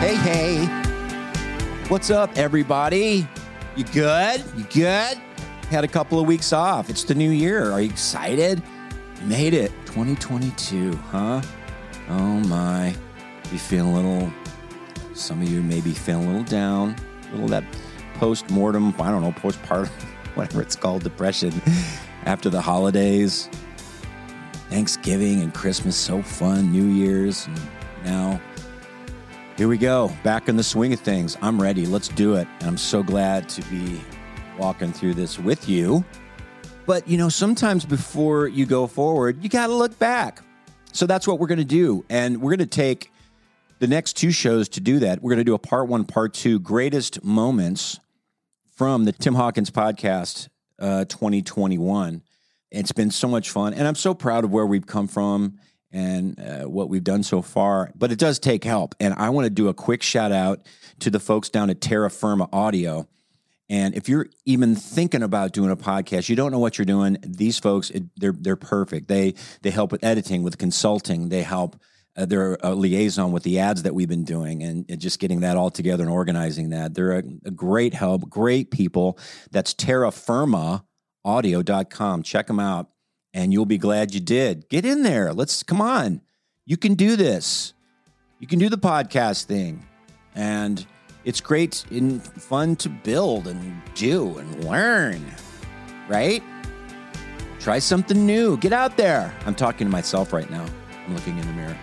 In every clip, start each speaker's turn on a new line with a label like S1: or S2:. S1: Hey, hey. What's up, everybody? You good? You good? Had a couple of weeks off. It's the new year. Are you excited? You made it. 2022, huh? Oh, my. You feeling a little, some of you may be feeling a little down, a little that post mortem, I don't know, postpartum, whatever it's called, depression after the holidays. Thanksgiving and Christmas, so fun. New Year's, and now here we go, back in the swing of things. I'm ready. Let's do it. And I'm so glad to be walking through this with you. But you know, sometimes before you go forward, you got to look back. So that's what we're going to do. And we're going to take the next two shows to do that. We're going to do a part one, part two, greatest moments from the Tim Hawkins podcast uh, 2021. It's been so much fun, and I'm so proud of where we've come from and uh, what we've done so far. But it does take help, and I want to do a quick shout out to the folks down at Terra Firma Audio. And if you're even thinking about doing a podcast, you don't know what you're doing. These folks, it, they're they're perfect. They they help with editing, with consulting. They help. Uh, they're a liaison with the ads that we've been doing, and, and just getting that all together and organizing that. They're a, a great help. Great people. That's Terra Firma audio.com check them out and you'll be glad you did get in there let's come on you can do this you can do the podcast thing and it's great and fun to build and do and learn right try something new get out there i'm talking to myself right now i'm looking in the mirror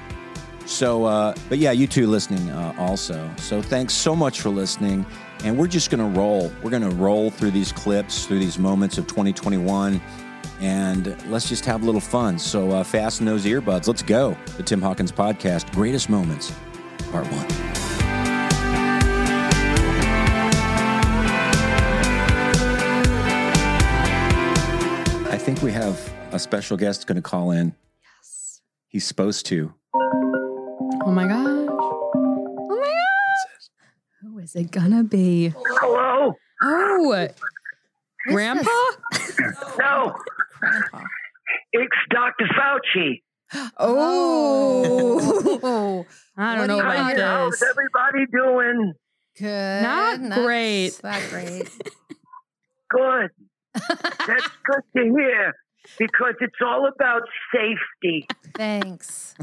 S1: so uh, but yeah you two listening uh, also so thanks so much for listening and we're just gonna roll we're gonna roll through these clips through these moments of 2021 and let's just have a little fun so uh, fasten those earbuds let's go the tim hawkins podcast greatest moments part one i think we have a special guest going to call in
S2: Yes.
S1: he's supposed to
S2: Oh my gosh. Oh my gosh. Who is it gonna be?
S3: Hello?
S2: Oh, Grandpa?
S3: No,
S2: Grandpa.
S3: it's Dr. Fauci.
S2: Oh.
S4: I
S2: What do
S4: don't know
S2: you
S4: about
S2: want?
S4: this.
S3: How's everybody doing?
S5: Good.
S4: Not great.
S5: Not great.
S3: Good. That's good to hear because it's all about safety.
S5: Thanks.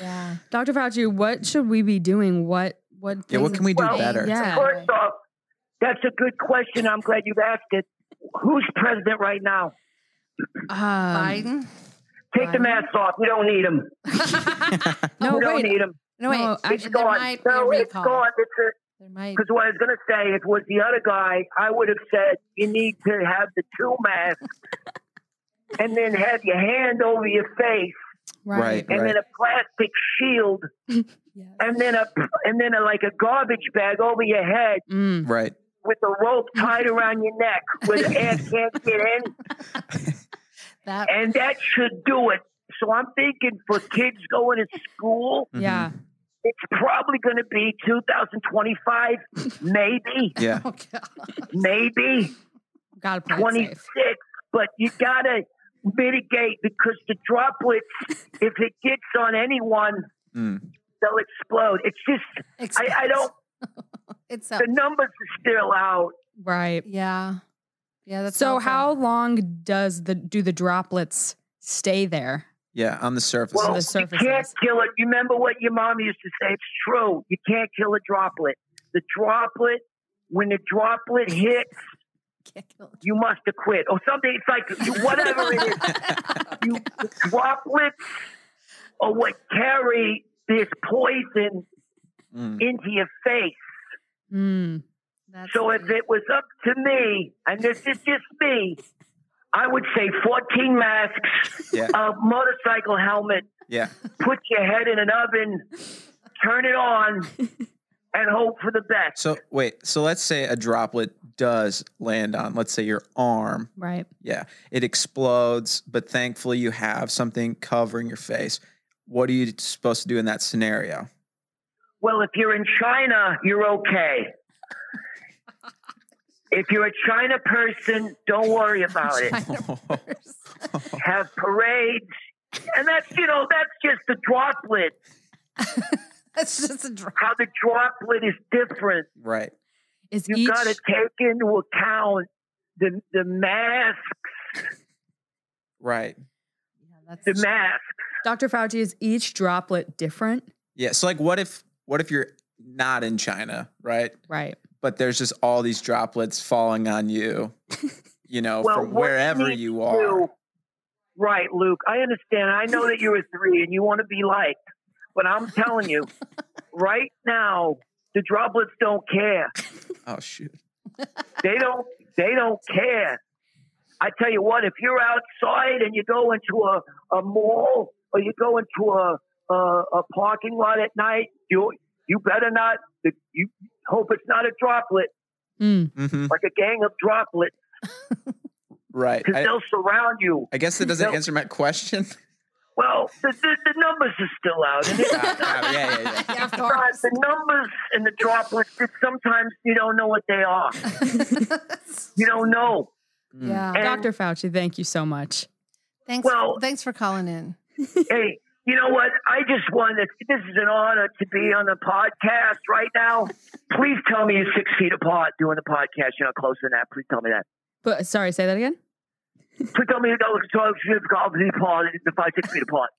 S5: Yeah.
S4: Dr. Fauci, what should we be doing? What what
S1: Yeah, what
S4: things-
S1: can we do
S3: Well,
S1: better?
S4: Yeah.
S3: First off, that's a good question. I'm glad you've asked it. Who's president right now?
S4: um,
S5: Biden.
S3: Take the
S5: Biden.
S3: masks off. We don't need them.
S4: No,
S3: we don't
S4: wait.
S3: need them.
S5: No, wait.
S4: No,
S5: I,
S3: It's
S5: there
S3: gone.
S5: might be a
S3: No, it's
S5: recall.
S3: gone. It's a,
S5: There might.
S3: Because what I was going to say, if it was the other guy, I would have said, you need to have the two masks and then have your hand over your face
S1: Right.
S3: and then a plastic shield
S5: Yes.
S3: and then a and then a, like a garbage bag over your head
S4: Mm.
S1: right
S3: with a rope tied around your neck where the air can't get in
S5: That.
S3: and that should do it. So I'm thinking for kids going to school,
S1: Mm-hmm.
S4: Yeah.
S3: it's probably going to be 2025, maybe,
S1: yeah
S5: Oh, God.
S3: maybe.
S4: Gotta play it
S3: 26,
S4: safe.
S3: but you got to mitigate because the droplets, if it gets on anyone,
S1: Mm.
S3: they'll explode. It's just, I, I don't,
S5: It's
S3: the numbers are still out.
S4: Right.
S5: Yeah. Yeah. That's
S4: so
S5: awful.
S4: how long does the do the droplets stay there?
S1: yeah on the surface
S4: So
S3: Well,
S4: the
S3: you
S4: surface
S3: can't
S4: is-
S3: kill it. You remember what your mom used to say? It's true. You can't kill a droplet. The droplet, when the droplet hits,
S5: Can't kill it.
S3: you must acquit or something. It's like you- whatever it is, you droplets or what carry this poison
S1: Mm.
S3: into your face.
S4: Mm.
S5: That's
S3: So if
S5: deep.
S3: it was up to me, and this is just me, I would say 14 masks,
S1: Yeah.
S3: a motorcycle helmet,
S1: Yeah.
S3: put your head in an oven, turn it on, and hope for the best.
S1: So wait, so let's say a droplet does land on, let's say your arm.
S4: Right.
S1: Yeah. It explodes, but thankfully you have something covering your face. What are you supposed to do in that scenario?
S3: Well, if you're in China, you're okay. If you're a China person, don't worry about it. Have parades. And that's, you know, that's just the droplet,
S6: That's just a drop.
S3: how the droplet is different.
S1: right.
S4: Is
S3: you
S4: each
S3: got to take into account the the mask,
S1: Right.
S3: the mask.
S4: Dr. Fauci is each droplet different?
S1: Yeah. So like what if what if you're not in China, right?
S4: Right.
S1: But there's just all these droplets falling on you, you know,
S3: Well,
S1: from
S3: what
S1: wherever
S3: need
S1: you
S3: to
S1: are.
S3: do- Right, Luke. I understand. I know that you're a three and you want to be liked, but I'm telling you, right now, the droplets don't care.
S1: Oh shoot.
S3: They don't. They don't care. I tell you what. If you're outside and you go into a, a mall or you go into a, a a parking lot at night, you you better not. You hope it's not a droplet,
S4: Mm.
S1: hmm
S3: like a gang of droplets.
S1: Right.
S3: because
S1: I,
S3: they'll surround you.
S1: I guess that doesn't
S3: No.
S1: answer my question.
S3: Well, the, the, the numbers are still out. And it's
S1: Ah, ah, yeah, yeah, yeah.
S6: Yeah, of
S3: not-
S6: course.
S3: the numbers and the droplets, it's sometimes you don't know what they are. You don't know.
S1: Mm.
S6: yeah.
S3: And-
S4: Dr. Fauci, thank you so much.
S6: Thanks.
S3: Well-
S6: thanks for calling in.
S3: Hey, you know what? I just wanted, this is an honor to be on the podcast right now. Please tell me you're six feet apart doing the podcast. You're not closer than that. Please tell me that.
S4: But sorry, say that again?
S3: Please tell me you're not closer apart than five, six feet apart.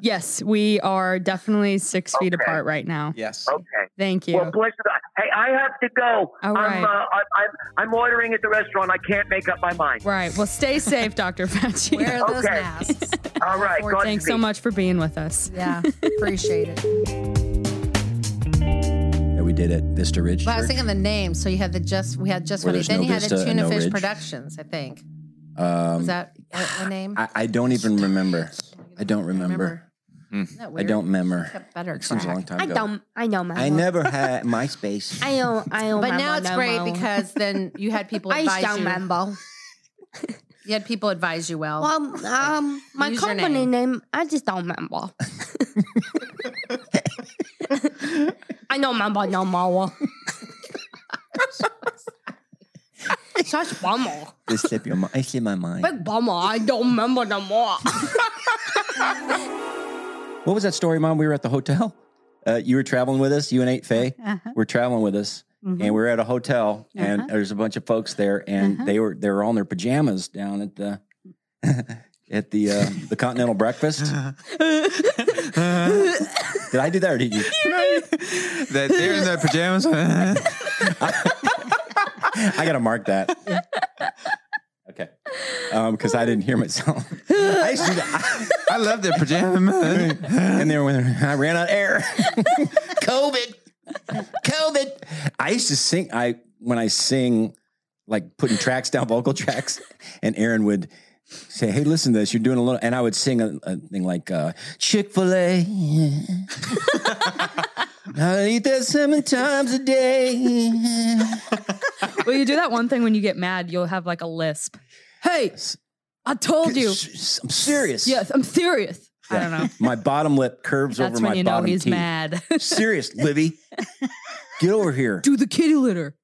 S4: Yes, we are definitely six feet
S3: Okay.
S4: apart right now.
S1: Yes.
S3: Okay.
S4: Thank you.
S3: Well, bless you. Hey, I have to go.
S4: All
S3: I'm,
S4: right.
S3: uh, I'm, I'm, I'm ordering at the restaurant. I can't make up my mind.
S4: right. Well, stay safe, Dr. Fauci.
S6: Where are those
S3: Okay.
S6: masks?
S3: All right.
S6: Or
S3: God
S4: Thanks so much for being with us.
S6: Yeah, appreciate it.
S1: Yeah, we did it.
S7: Vista Ridge.
S6: Well, I was thinking the name. So you had the just we had just
S1: Where
S6: one.
S1: there's
S6: Then
S1: no
S6: you had
S1: vista
S6: the
S1: and
S6: tuna
S1: no
S6: fish
S1: ridge.
S6: productions. I think
S1: Um,
S6: was that a, a name?
S1: I, I don't even remember. I don't remember.
S6: Isn't that weird?
S1: remember.
S6: Kept better
S1: Seems a
S6: track.
S1: long time ago.
S8: I know my.
S1: I never had MySpace.
S8: I don't. I don't.
S6: But now it's great because then you had people
S8: I
S6: advise
S8: don't
S6: you.
S8: remember.
S6: You had people advise you well.
S8: Well, um, my
S6: Use your
S8: company
S6: name.
S8: name. I just don't remember. I don't remember no more. Such bummer.
S1: It slipped your mi- it slipped my mind.
S8: Big bummer. I don't remember no more.
S1: what was that story, Mom? We were at the hotel. Uh, you were traveling with us. You and Eight Faye were traveling with us, and we were at a hotel, and there's a bunch of folks there, and they were they were all in their pajamas down at the at the uh, the continental breakfast. did I do that or did you?
S9: that they're in their pajamas. I
S1: I gotta mark that. Okay, because I didn't hear myself. I used to do that.
S9: love their pajamas.
S1: and they were with her. I ran out of air. COVID. COVID. I used to sing. I when I sing, like putting tracks down, vocal tracks, and Aaron would say, "Hey, listen to this. You're doing a little." And I would sing a, a thing like uh, Chick Fil A. I eat that seven times a day.
S4: Well, you do that one thing when you get mad, you'll have like a lisp. Hey, I told you.
S1: I'm serious.
S4: Yes, I'm serious. I don't know.
S1: My bottom lip curves
S4: That's
S1: over
S4: when
S1: my
S4: you know
S1: bottom
S4: he's
S1: teeth.
S4: mad.
S1: Serious, Livy. Get over here.
S4: Do the kitty litter.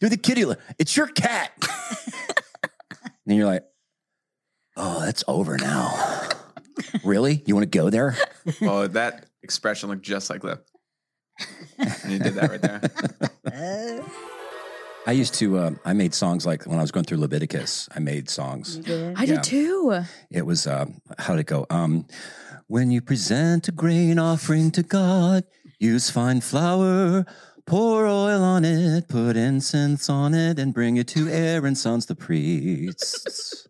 S1: Do the kitty. li- It's your cat. and you're like, oh, that's over now. really? You want to go there?
S9: oh, that expression looked just like Lip. And you did that right there.
S1: I used to. Um, I made songs like when I was going through Leviticus. I made songs.
S4: I
S1: Yeah.
S4: did too.
S1: It was um, how would it go? Um, when you present a grain offering to God, use fine flour, pour oil on it, put incense on it, and bring it to Aaron's sons, the priests.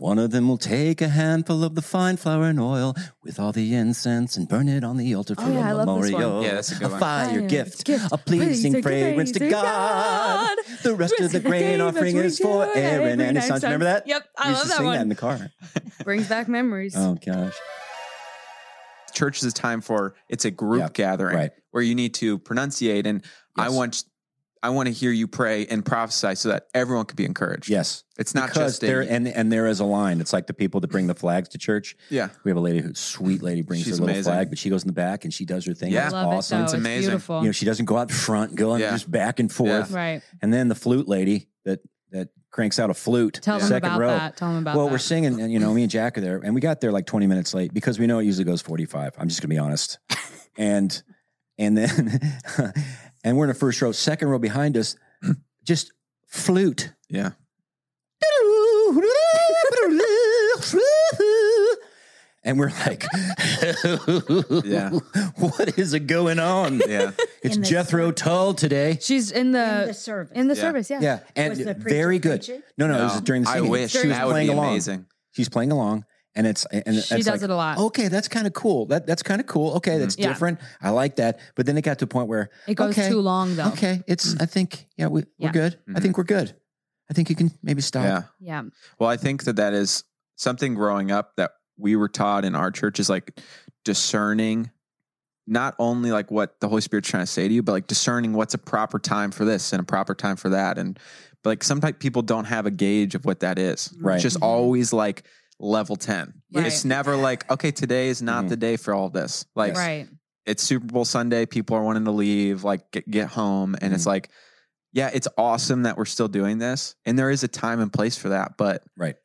S1: One of them will take a handful of the fine flour and oil with all the incense and burn it on the altar for
S4: Oh, yeah, I
S1: a
S4: love this one.
S1: memorial.
S9: Yeah, that's a good one.
S1: fire,
S4: Fire,
S1: gift,
S4: gift,
S1: a pleasing
S4: pleasing
S1: fragrance to
S4: praise to
S1: God.
S4: God.
S1: The rest of the grain offering is for Aaron and his sons. Remember that?
S4: Yep,
S1: we
S4: I
S1: used
S4: love
S1: to
S4: that
S1: sing that in
S4: one.
S1: the car.
S4: Brings back memories.
S1: Oh gosh.
S9: Church is a time for it's a group
S1: Yeah,
S9: gathering
S1: right.
S9: where you need to pronunciate, and I
S1: Yes.
S9: want I want to hear you pray and prophesy so that everyone could be encouraged.
S1: Yes.
S9: it's not
S1: because
S9: just a,
S1: there and and there is a line. It's like the people that bring the flags to church.
S9: yeah.
S1: We have a lady who sweet lady brings
S9: She's
S1: her little
S9: amazing.
S1: flag, but she goes in the back and she does her thing.
S9: Yeah. That's
S1: It's
S4: Love
S1: awesome.
S4: it though.
S9: It's
S4: It's,
S9: amazing.
S4: beautiful.
S1: you know, she doesn't go out front going
S9: Yeah.
S1: just back and forth.
S4: right.
S1: And then the flute lady that that cranks out a flute.
S4: Tell them
S1: second
S4: about
S1: row.
S4: that. Tell them about
S1: well,
S4: that.
S1: we're singing, and you know, me and Jack are there, and we got there like 20 minutes late because we know it usually goes 45. I'm just gonna be honest. and and then and we're in the first row, second row behind us, just flute.
S9: Yeah.
S1: And we're like,
S9: Yeah.
S1: what is it going on?
S9: Yeah.
S1: It's
S10: In the-
S1: Jethro Tull today.
S4: She's in
S10: in the
S4: the
S10: service.
S4: in the
S9: Yeah.
S4: service. Yeah.
S1: Yeah, and
S10: Was the preacher
S1: very good.
S10: preaching?
S1: No, no, this it was during the
S9: I
S1: singing.
S9: wish
S1: she was
S9: that would
S1: playing
S9: be
S1: along.
S9: amazing.
S1: She's playing along, and it's and
S4: She
S1: it's
S4: does
S1: like,
S4: it a lot.
S1: Okay, that's kind of cool. That that's kind of cool.
S9: Mm-hmm.
S1: Okay, that's
S4: Yeah.
S1: different. I like that. But then it got to a point where
S4: It goes
S1: okay,
S4: too long though.
S1: Okay, it's.
S4: Mm.
S1: I think yeah, we we're
S4: Yeah.
S1: good. I
S9: Mhm.
S1: think we're good. I think you can maybe stop.
S9: Yeah.
S4: Mm-hmm. Yeah.
S9: Well, I think that that is something growing up that we were taught in our church is like discerning not only like what the Holy Spirit's trying to say to you, but like discerning what's a proper time for this and a proper time for that. And but like sometimes people don't have a gauge of what that is.
S1: Right.
S9: It's just
S4: Mhm.
S9: always like level 10.
S4: Right.
S9: It's never like, okay, today is not
S1: Mhm.
S9: the day for all this. Like
S4: Right.
S9: it's Super Bowl Sunday. People are wanting to leave, like get, get home. And
S1: Mm-hmm.
S9: it's like, yeah, it's awesome that we're still doing this. And there is a time and place for that. But
S1: Right.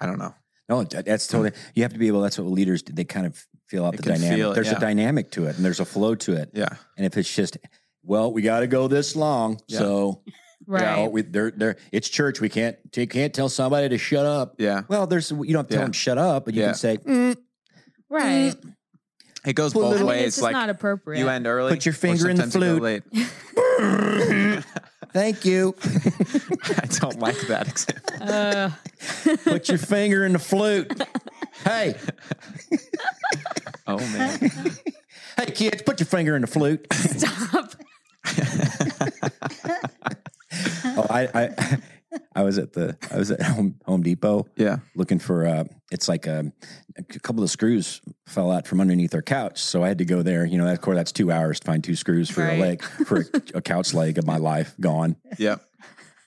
S9: I don't know.
S1: No, that- that's totally. You have to be able. That's what leaders do. They kind of feel out
S9: They
S1: the
S9: can
S1: dynamic.
S9: feel it,
S1: there's
S9: yeah.
S1: a dynamic to it, and there's a flow to it.
S9: Yeah.
S1: And if it's just, well, we got to go this long,
S9: Yeah.
S1: so
S4: Right.
S1: No, we, they're, they're, it's church. We can't you can't tell somebody to shut up.
S9: Yeah.
S1: Well, there's you don't have to
S9: Yeah.
S1: tell them shut up, but you
S9: Yeah.
S1: can say
S4: Right.
S9: It goes
S1: Put a
S9: both
S1: Mm. little-
S4: I mean,
S9: ways.
S4: it's just
S9: like
S4: not appropriate.
S9: you end early.
S1: Put your
S9: or
S1: finger in the
S9: sometimes you go
S1: flute.
S9: late.
S1: thank you.
S9: I don't like that example.
S4: uh,
S1: Put your finger in the flute. Hey,
S9: Oh man.
S1: hey, kids, put your finger in the flute.
S4: stop.
S1: Oh, I, I, I was at the I was at Home, Home Depot
S9: Yeah.
S1: looking for uh, it's like um, a, couple of screws fell out from underneath our couch, so I had to go there. You know, that, of course, that's two hours to find two screws for a
S4: Right.
S1: leg for a, a couch leg of my life gone.
S9: Yep.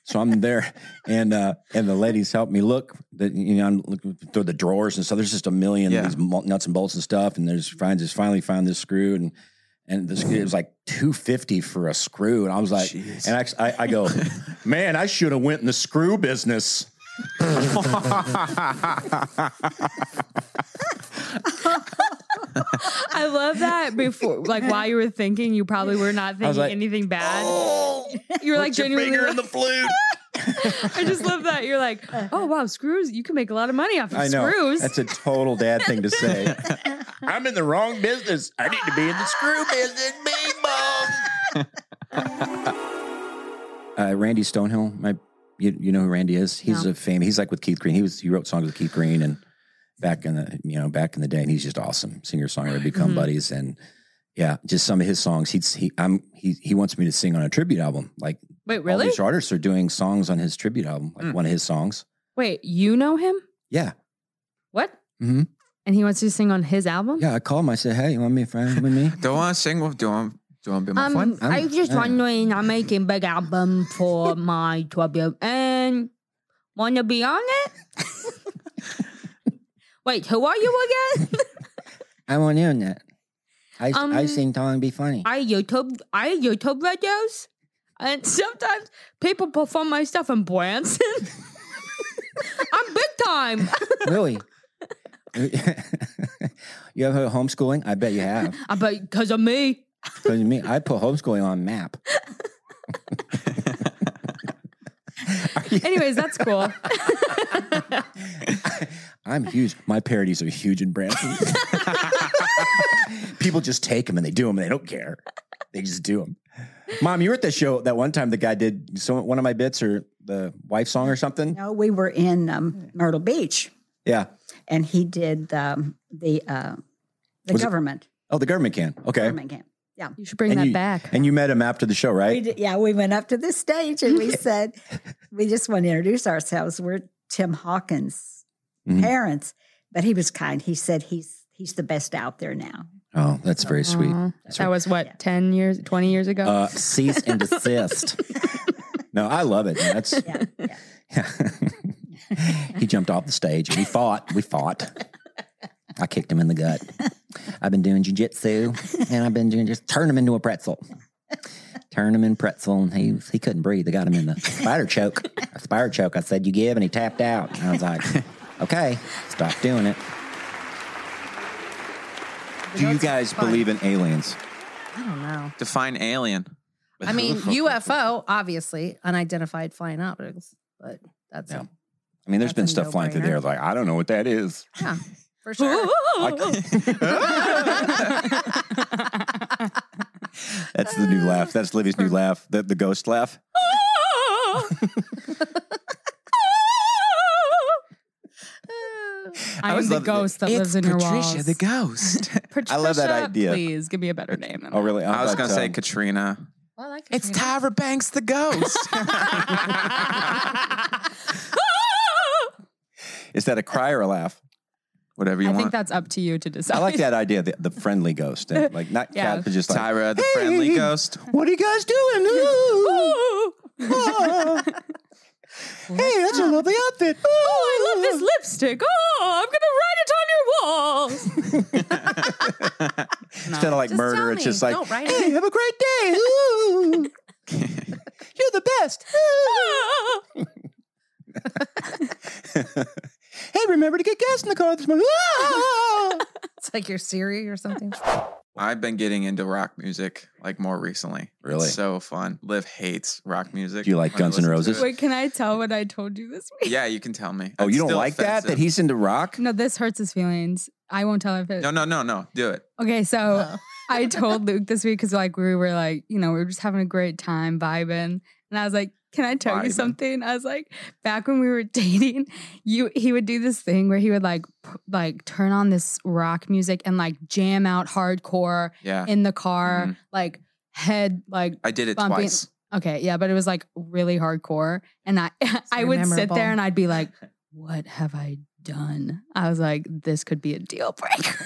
S1: So I'm there, and uh, and the ladies help me look. The, you know, I'm looking through the drawers and so there's just a million
S9: Yeah.
S1: of these mul- nuts and bolts and stuff. And there's finally just finally found this screw, and and the screw it was like two fifty for a screw, and I was like,
S9: Jeez.
S1: and actually I, I go, man, I should have went in the screw business.
S4: I love that. Before, like while you were thinking, you probably were not thinking
S1: was like, "Oh!"
S4: anything bad. you were like genuinely. like-
S1: flute.
S4: I just love that. You're like, oh wow, screws. You can make a lot of money off of
S1: I know
S4: screws.
S1: that's a total dad thing to say. I'm in the wrong business. I need to be in the screw business, big bone. uh, Randy Stonehill. My, you, you know who Randy is? He's
S4: No.
S1: a fame. He's like with Keith Green. He was he wrote songs with Keith Green and back in the you know back in the day, and he's just awesome singer songwriter. Become
S4: Mhm.
S1: buddies and yeah, just some of his songs. He's he I'm he he wants me to sing on a tribute album. Like
S4: Wait,
S1: all
S4: really?
S1: these artists are doing songs on his tribute album, like
S9: Mm.
S1: one of his songs.
S4: Wait, you know him?
S1: Yeah,
S4: What?
S1: Mhm.
S4: And he wants you to sing on his album.
S1: yeah. I called him. I said, hey, you want to be a friend with me?
S9: Don't want to sing with do want do want to be
S4: Um,
S9: my friend?
S1: I'm- yeah.
S4: wondering. I'm making big album for my tribute, and wanna be on it? Wait, who are you again?
S1: I'm on the internet. I I
S4: Um,
S1: sing Tong Be Funny.
S4: I YouTube I YouTube videos, and sometimes people perform my stuff in Branson. I'm big time.
S1: really? you ever heard of homeschooling? I bet you have.
S4: I bet because of me.
S1: Because me, I put homeschooling on map.
S4: Anyways, that's cool.
S1: I'm huge. My parodies are huge in Branson. People just take them and they do them and they don't care. They just do them. Mom, you were at the show that one time the guy did so one of my bits or the wife song or something.
S10: No, we were in um, Myrtle Beach.
S1: Yeah.
S10: and he did the the uh, the
S1: Was it-
S10: government
S1: Oh, the government can. Okay.
S10: government camp. Yeah,
S4: You should bring
S1: And
S4: that
S1: you-
S4: back.
S1: And you met him after the show,
S10: we
S1: right?
S10: did, yeah we went up to the stage and we said we just want to introduce ourselves. We're Tim Hawkins'
S1: Mhm.
S10: parents, but he was kind. He said he's he's the best out there now.
S1: Oh, that's very sweet.
S4: Aw.
S1: That's
S4: That
S1: right.
S4: was what
S10: Yeah.
S4: ten years, twenty years ago.
S1: Uh, cease and desist. no, I love it. That's
S10: Yeah, yeah.
S1: he jumped off the stage and we fought. We fought. I kicked him in the gut. I've been doing jujitsu and I've been doing just turn him into a pretzel. Turn him in pretzel and he he couldn't breathe. I got him in the spider choke. A spider choke. I said you give and he tapped out. And I was like, okay, stop doing it. Do you guys believe in aliens?
S6: I don't know.
S9: Define alien.
S6: I mean, UFO, obviously, unidentified flying objects, but that's
S1: Yeah. I mean, there's been
S6: That's a
S1: stuff flying through there.
S6: no-brainer.
S1: Like I don't know what that is.
S6: yeah, for sure.
S1: That's the new laugh. That's Livy's new laugh. The, the ghost laugh.
S4: I,
S9: always
S4: am the
S9: loved it.
S4: ghost that lives in your walls.
S9: ghost.
S4: Patricia,
S1: I love that idea.
S4: Please give me a better name. than
S1: Oh, really?
S9: I was
S1: thought,
S9: gonna say
S1: um,
S9: Katrina.
S6: Well, I like
S9: It's
S6: Katrina.
S9: Tyra Banks, the ghost.
S1: is that a cry or a laugh?
S9: Whatever you
S4: that. I think
S9: want.
S4: that's up to you to decide.
S1: I like that idea. The, the friendly ghost, and like not
S4: Yeah.
S1: cat, but just like
S9: Tyra, the friendly ghost.
S1: What are you guys doing? Ooh. Oh. hey, that's a lovely outfit.
S4: Oh, I love this lipstick. Oh, I'm gonna write it on your walls.
S1: Instead of like
S6: Just
S1: murder,
S6: tell
S1: it's
S6: me.
S1: just like,
S6: Don't write
S1: hey,
S6: it.
S1: have a great day. Ooh. You're the best. Ooh.
S6: Ah.
S1: hey, remember to get gas in the car this morning. Ooh.
S6: It's like your Siri or something.
S9: I've been getting into rock music like more recently.
S1: Really?
S9: It's so fun. Liv hates rock music.
S1: Do you like
S9: When I
S1: Guns N'
S9: listen to
S1: Roses?
S9: it-
S4: Wait, can I tell what I told you this week?
S9: Yeah, you can tell me.
S1: Oh,
S9: It's
S1: you don't
S9: still
S1: like that? That
S9: offensive.
S1: he's into rock?
S4: No, this hurts his feelings. I won't tell if it.
S9: No, no, no, no. Do it.
S4: Okay, so
S9: Uh-huh.
S4: I told Luke this week because like we were like you know we were just having a great time vibing, and I was like, "Can I tell you
S9: Vibing.
S4: something?" I was like, back when we were dating, you he would do this thing where he would like p- like turn on this rock music and like jam out hardcore
S9: Yeah.
S4: in the car,
S9: Mhm.
S4: like head like
S9: I did it
S4: Bumping-
S9: twice.
S4: Okay, yeah, but it was like really hardcore, and I I
S6: very
S4: would sit
S6: memorable.
S4: there and I'd be like, "What have I done?" I was like, "This could be a deal breaker."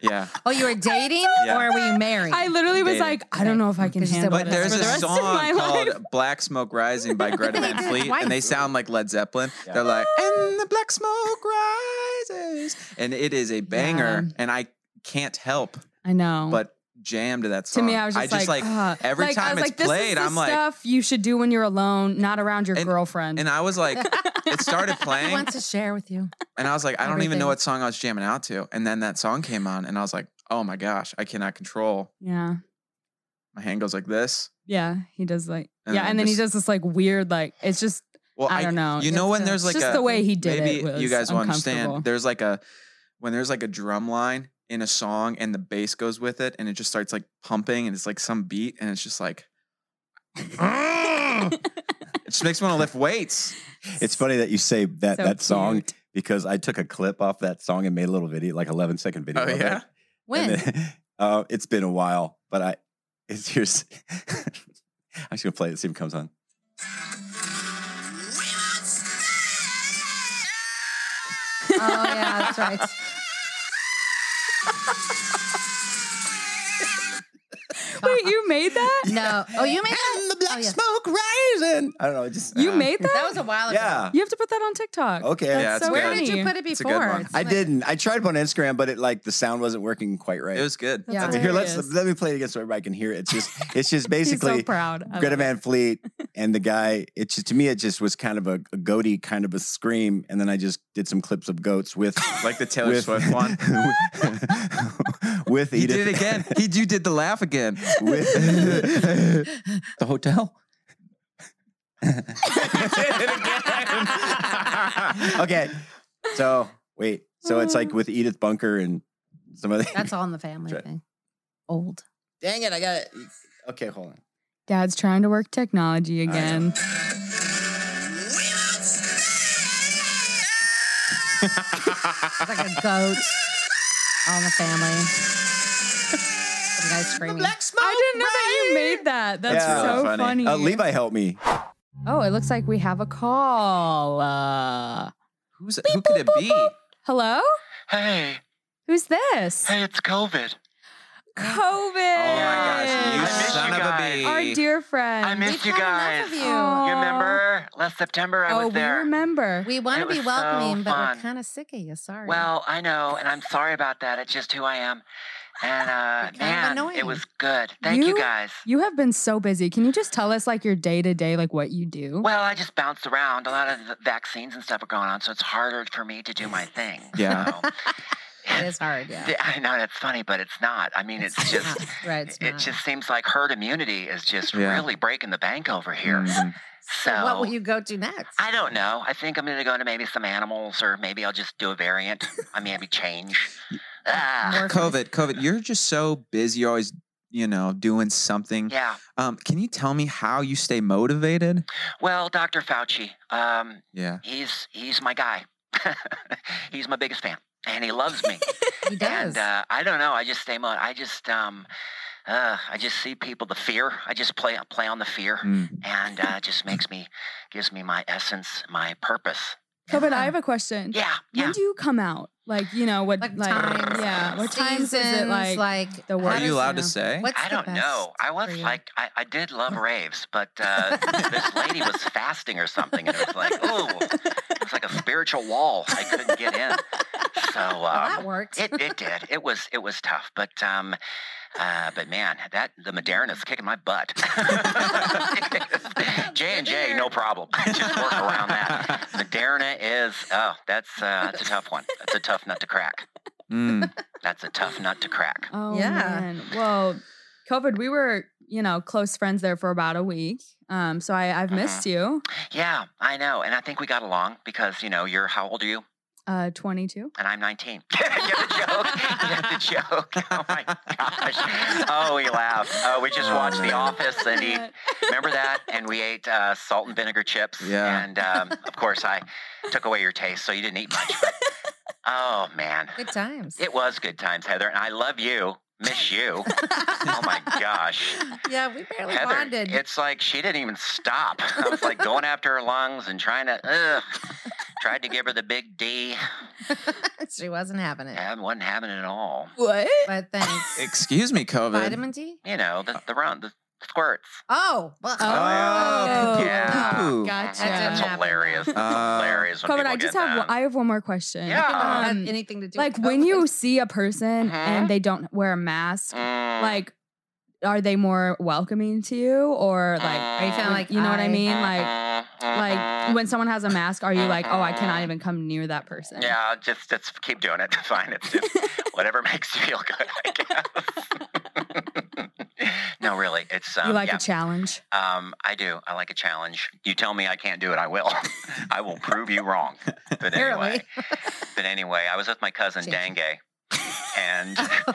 S9: Yeah.
S6: Oh, you were dating
S9: Yeah.
S6: or were you married?
S4: I literally was
S9: Dating.
S4: like, "I don't know if I can
S6: Because you said,
S4: handle
S6: "What
S9: But
S4: this
S9: there's
S4: for the
S9: a
S4: rest
S9: song
S4: of my
S9: called
S4: life."
S9: Black Smoke Rising by Greta Van Fleet, and they sound like Led Zeppelin.
S1: Yeah.
S9: They're like, and the black smoke rises.
S1: Oh,
S9: And it is a banger, and I can't help
S4: I know,
S9: but jam to that
S4: to
S9: song.
S4: me, I was just,
S9: like,
S4: "Ugh."
S9: every
S4: Like, I
S9: time
S4: was
S9: it's
S4: like, this is
S9: played,
S4: the
S9: I'm like,
S4: stuff you should do when you're alone, not around your
S9: And-
S4: girlfriend."
S9: and I was like, it started
S6: He
S9: playing,
S6: wants to share with you.
S9: and I was like, I don't even know
S6: everything.
S9: what song I was jamming out to. And then that song came on, and I was like, oh my gosh, I cannot control.
S4: yeah,
S9: My hand goes like this.
S4: yeah, he does like
S9: And
S4: yeah,
S9: then
S4: and then he
S9: just-
S4: does this like weird like it's just
S9: Well,
S4: I don't know.
S9: You know
S4: It's
S9: when
S4: a-
S9: there's like
S4: just
S9: a
S4: the way he did
S9: maybe
S4: it
S9: you
S4: was
S9: guys will understand.
S4: uncomfortable.
S9: There's like a when there's like a drum line in a song and the bass goes with it and it just starts like pumping and it's like some beat and it's just like "Ugh!" it just makes me want to lift weights.
S1: It's funny that you say that
S4: So
S1: that song
S4: cute.
S1: because I took a clip off that song and made a little video, like 11 second video.
S9: Oh
S1: of it.
S9: yeah,
S6: When?
S1: And then- uh, it's been a while, but I it's here's I'm just gonna play it, see if it comes on.
S6: oh yeah, that's right.
S4: Wait, you made that?
S6: No. Oh, you made that?
S1: the black
S6: Oh, yeah.
S1: smoke rising. I don't know, it just
S4: You
S9: Yeah.
S4: made that?
S6: That was a while ago.
S1: yeah.
S4: You have to put that on TikTok.
S1: Okay.
S4: That's
S9: Yeah, it's
S4: so
S9: good.
S6: Where did you
S4: funny.
S6: put it
S9: It's a good
S6: before?
S9: one.
S6: It's
S1: I
S6: like-
S1: didn't. I tried it on Instagram, but it like the sound wasn't working quite right.
S9: it was good.
S6: Yeah.
S4: That's
S1: Here, let's
S4: hilarious.
S1: let me play it again so everybody can hear it. It's just it's just
S4: He's
S1: basically
S4: so proud. I
S1: Greta
S4: love it.
S1: Van Fleet and the guy. It just to me, it just was kind of a, a goaty kind of a scream, and then I just did some clips of goats with
S9: Like the Taylor
S1: with,
S9: Swift one.
S1: with
S9: He
S1: Edith.
S9: did it again. He you did the laugh again.
S1: with the hotel. okay, so wait, so it's
S4: Mm.
S1: like with Edith Bunker and some other.
S6: That's all in the family
S1: Right.
S6: thing. Old.
S1: Dang it! I got it. Okay, hold on.
S4: Dad's trying to work technology again.
S6: It's like a goat on the family. Some guy screaming.
S4: I didn't know that you made that. That's
S1: Yeah.
S4: so
S9: Funny.
S4: funny.
S1: Uh, Levi, help me.
S4: Oh, it looks like we have a call. Uh,
S9: Who's who could it be?
S4: hello?
S11: Hey,
S4: Who's this?
S11: hey, it's COVID.
S4: COVID.
S9: gosh, you son
S11: Oh
S9: of
S11: you
S9: a
S11: guys.
S9: bee.
S4: Our dear friend.
S11: I missed you guys.
S6: of you.
S11: You remember last September I
S4: oh,
S11: was there?
S4: we remember.
S6: We want
S11: It
S6: to be
S11: was so
S6: welcoming, but
S11: fun.
S6: we're kind of sick of you. Sorry.
S11: Well, I know, and I'm sorry about that. It's just who I am. And
S6: You're kind of
S11: uh, man,
S6: annoying.
S11: it was good. Thank you,
S4: You-
S11: guys.
S4: you have been so busy. Can you just tell us like your day to day, like what you do?
S11: Well, I just bounced around. A lot of the vaccines and stuff are going on, so it's harder for me to do my thing. you
S9: Yeah.
S11: know?
S6: it is hard. Yeah.
S11: Yeah, I know that's funny, but it's not. I mean, it's, just.
S6: right. It's
S11: It
S6: not.
S11: just seems like herd immunity is just
S9: Yeah.
S11: really breaking the bank over here.
S9: Mhm.
S11: So,
S6: what will you go to next?
S11: I don't know. I think I'm going to go into maybe some animals, or maybe I'll just do a variant. I mean, maybe change. Ah,
S9: COVID, COVID. You're just so busy. You're always, you know, doing something.
S11: yeah.
S9: Um, can you tell me how you stay motivated?
S11: Well, Dr. Fauci, um,
S9: Yeah.
S11: he's he's my guy. he's my biggest fan, and he loves me.
S6: he does.
S11: And uh, I don't know. I just stay. Mo- I just um, uh, I just see people the fear. I just play play on the fear,
S9: Mm.
S11: and uh, it just makes me gives me my essence, my purpose.
S4: COVID, I have a question.
S11: Yeah,
S4: When
S11: yeah.
S4: do you come out? Like, you know, what
S6: like,
S4: like
S6: times,
S4: yeah. What times is it
S6: seasons,
S4: like, the
S6: how
S4: worst?
S9: Are
S4: does,
S9: you allowed
S4: you
S9: to
S4: know,
S9: say?
S6: what's
S11: I
S6: the
S11: don't know.
S6: best
S11: I
S6: for
S11: was
S6: you?
S11: like, I, I did love raves, but uh, this lady was fasting or something, and it was like, oh, it was like a spiritual wall. I couldn't get in. So
S6: Well, that
S11: um,
S6: worked.
S11: it, it did. It was it was tough, but um, uh, but man, that the Moderna's kicking my butt. J and J, no problem. Just work around that. Moderna is oh, that's uh, that's a tough one. That's a tough nut to crack.
S9: Mm.
S11: That's a tough nut to crack.
S4: Oh
S6: Yeah.
S4: man. Well, COVID, we were, you know, close friends there for about a week. Um, so I,
S11: Uh-huh.
S4: I've missed you.
S11: Yeah, I know. And I think we got along because, you know, you're how old are you?
S4: Uh twenty two.
S11: And I'm 19. Get the joke. Get the joke. Oh my gosh. Oh, we laughed. Oh, we just watched The Office and he remember that? And we ate uh, salt and vinegar chips.
S9: Yeah.
S11: And um, of course, I took away your taste, so you didn't eat much. But oh man,
S6: Good times.
S11: it was good times, Heather. And I love you. Miss you. Oh my gosh.
S6: yeah, we barely
S11: Heather,
S6: bonded.
S11: It's like she didn't even stop. I was like going after her lungs and trying to, ugh. Tried to give her the big D.
S6: she wasn't having it.
S11: and wasn't having it at all.
S4: What?
S6: But thanks.
S9: Excuse me, COVID. Uh
S6: Vitamin D?
S11: You know, the, the run, the squirts.
S6: Oh, well,
S9: Oh,
S4: Oh.
S11: yeah.
S9: poo-poo.
S11: Mhm,
S4: Gotcha.
S11: That's
S6: Yeah.
S11: hilarious. That's
S9: Uh,
S11: hilarious. When
S4: COVID,
S11: people
S4: I just
S11: get
S4: have
S11: that.
S4: I have one more question.
S11: Yeah.
S6: had
S4: Um,
S6: anything to do
S4: like
S6: with
S4: when
S6: COVID.
S4: you see a person
S11: Mhm.
S4: and they don't wear a mask,
S11: Mm,
S4: like are they more welcoming to you or
S11: Mm.
S4: like
S6: Are you feeling like
S4: you know what I
S6: I-
S4: mean? Like
S11: mhm,
S4: like
S11: mhm.
S4: when someone has a mask, are you like, oh, I cannot
S11: Mhm.
S4: even come near that person?
S11: Yeah, just just keep doing it. Fine. It's just whatever makes you feel good, I guess. no, really. It's um,
S4: you like
S11: yeah.
S4: a challenge.
S11: Um, I do. I like a challenge. You tell me I can't do it, I will. I will prove you wrong. But anyway, but anyway, I was with my cousin
S6: Change.
S11: Dange, and
S4: Oh.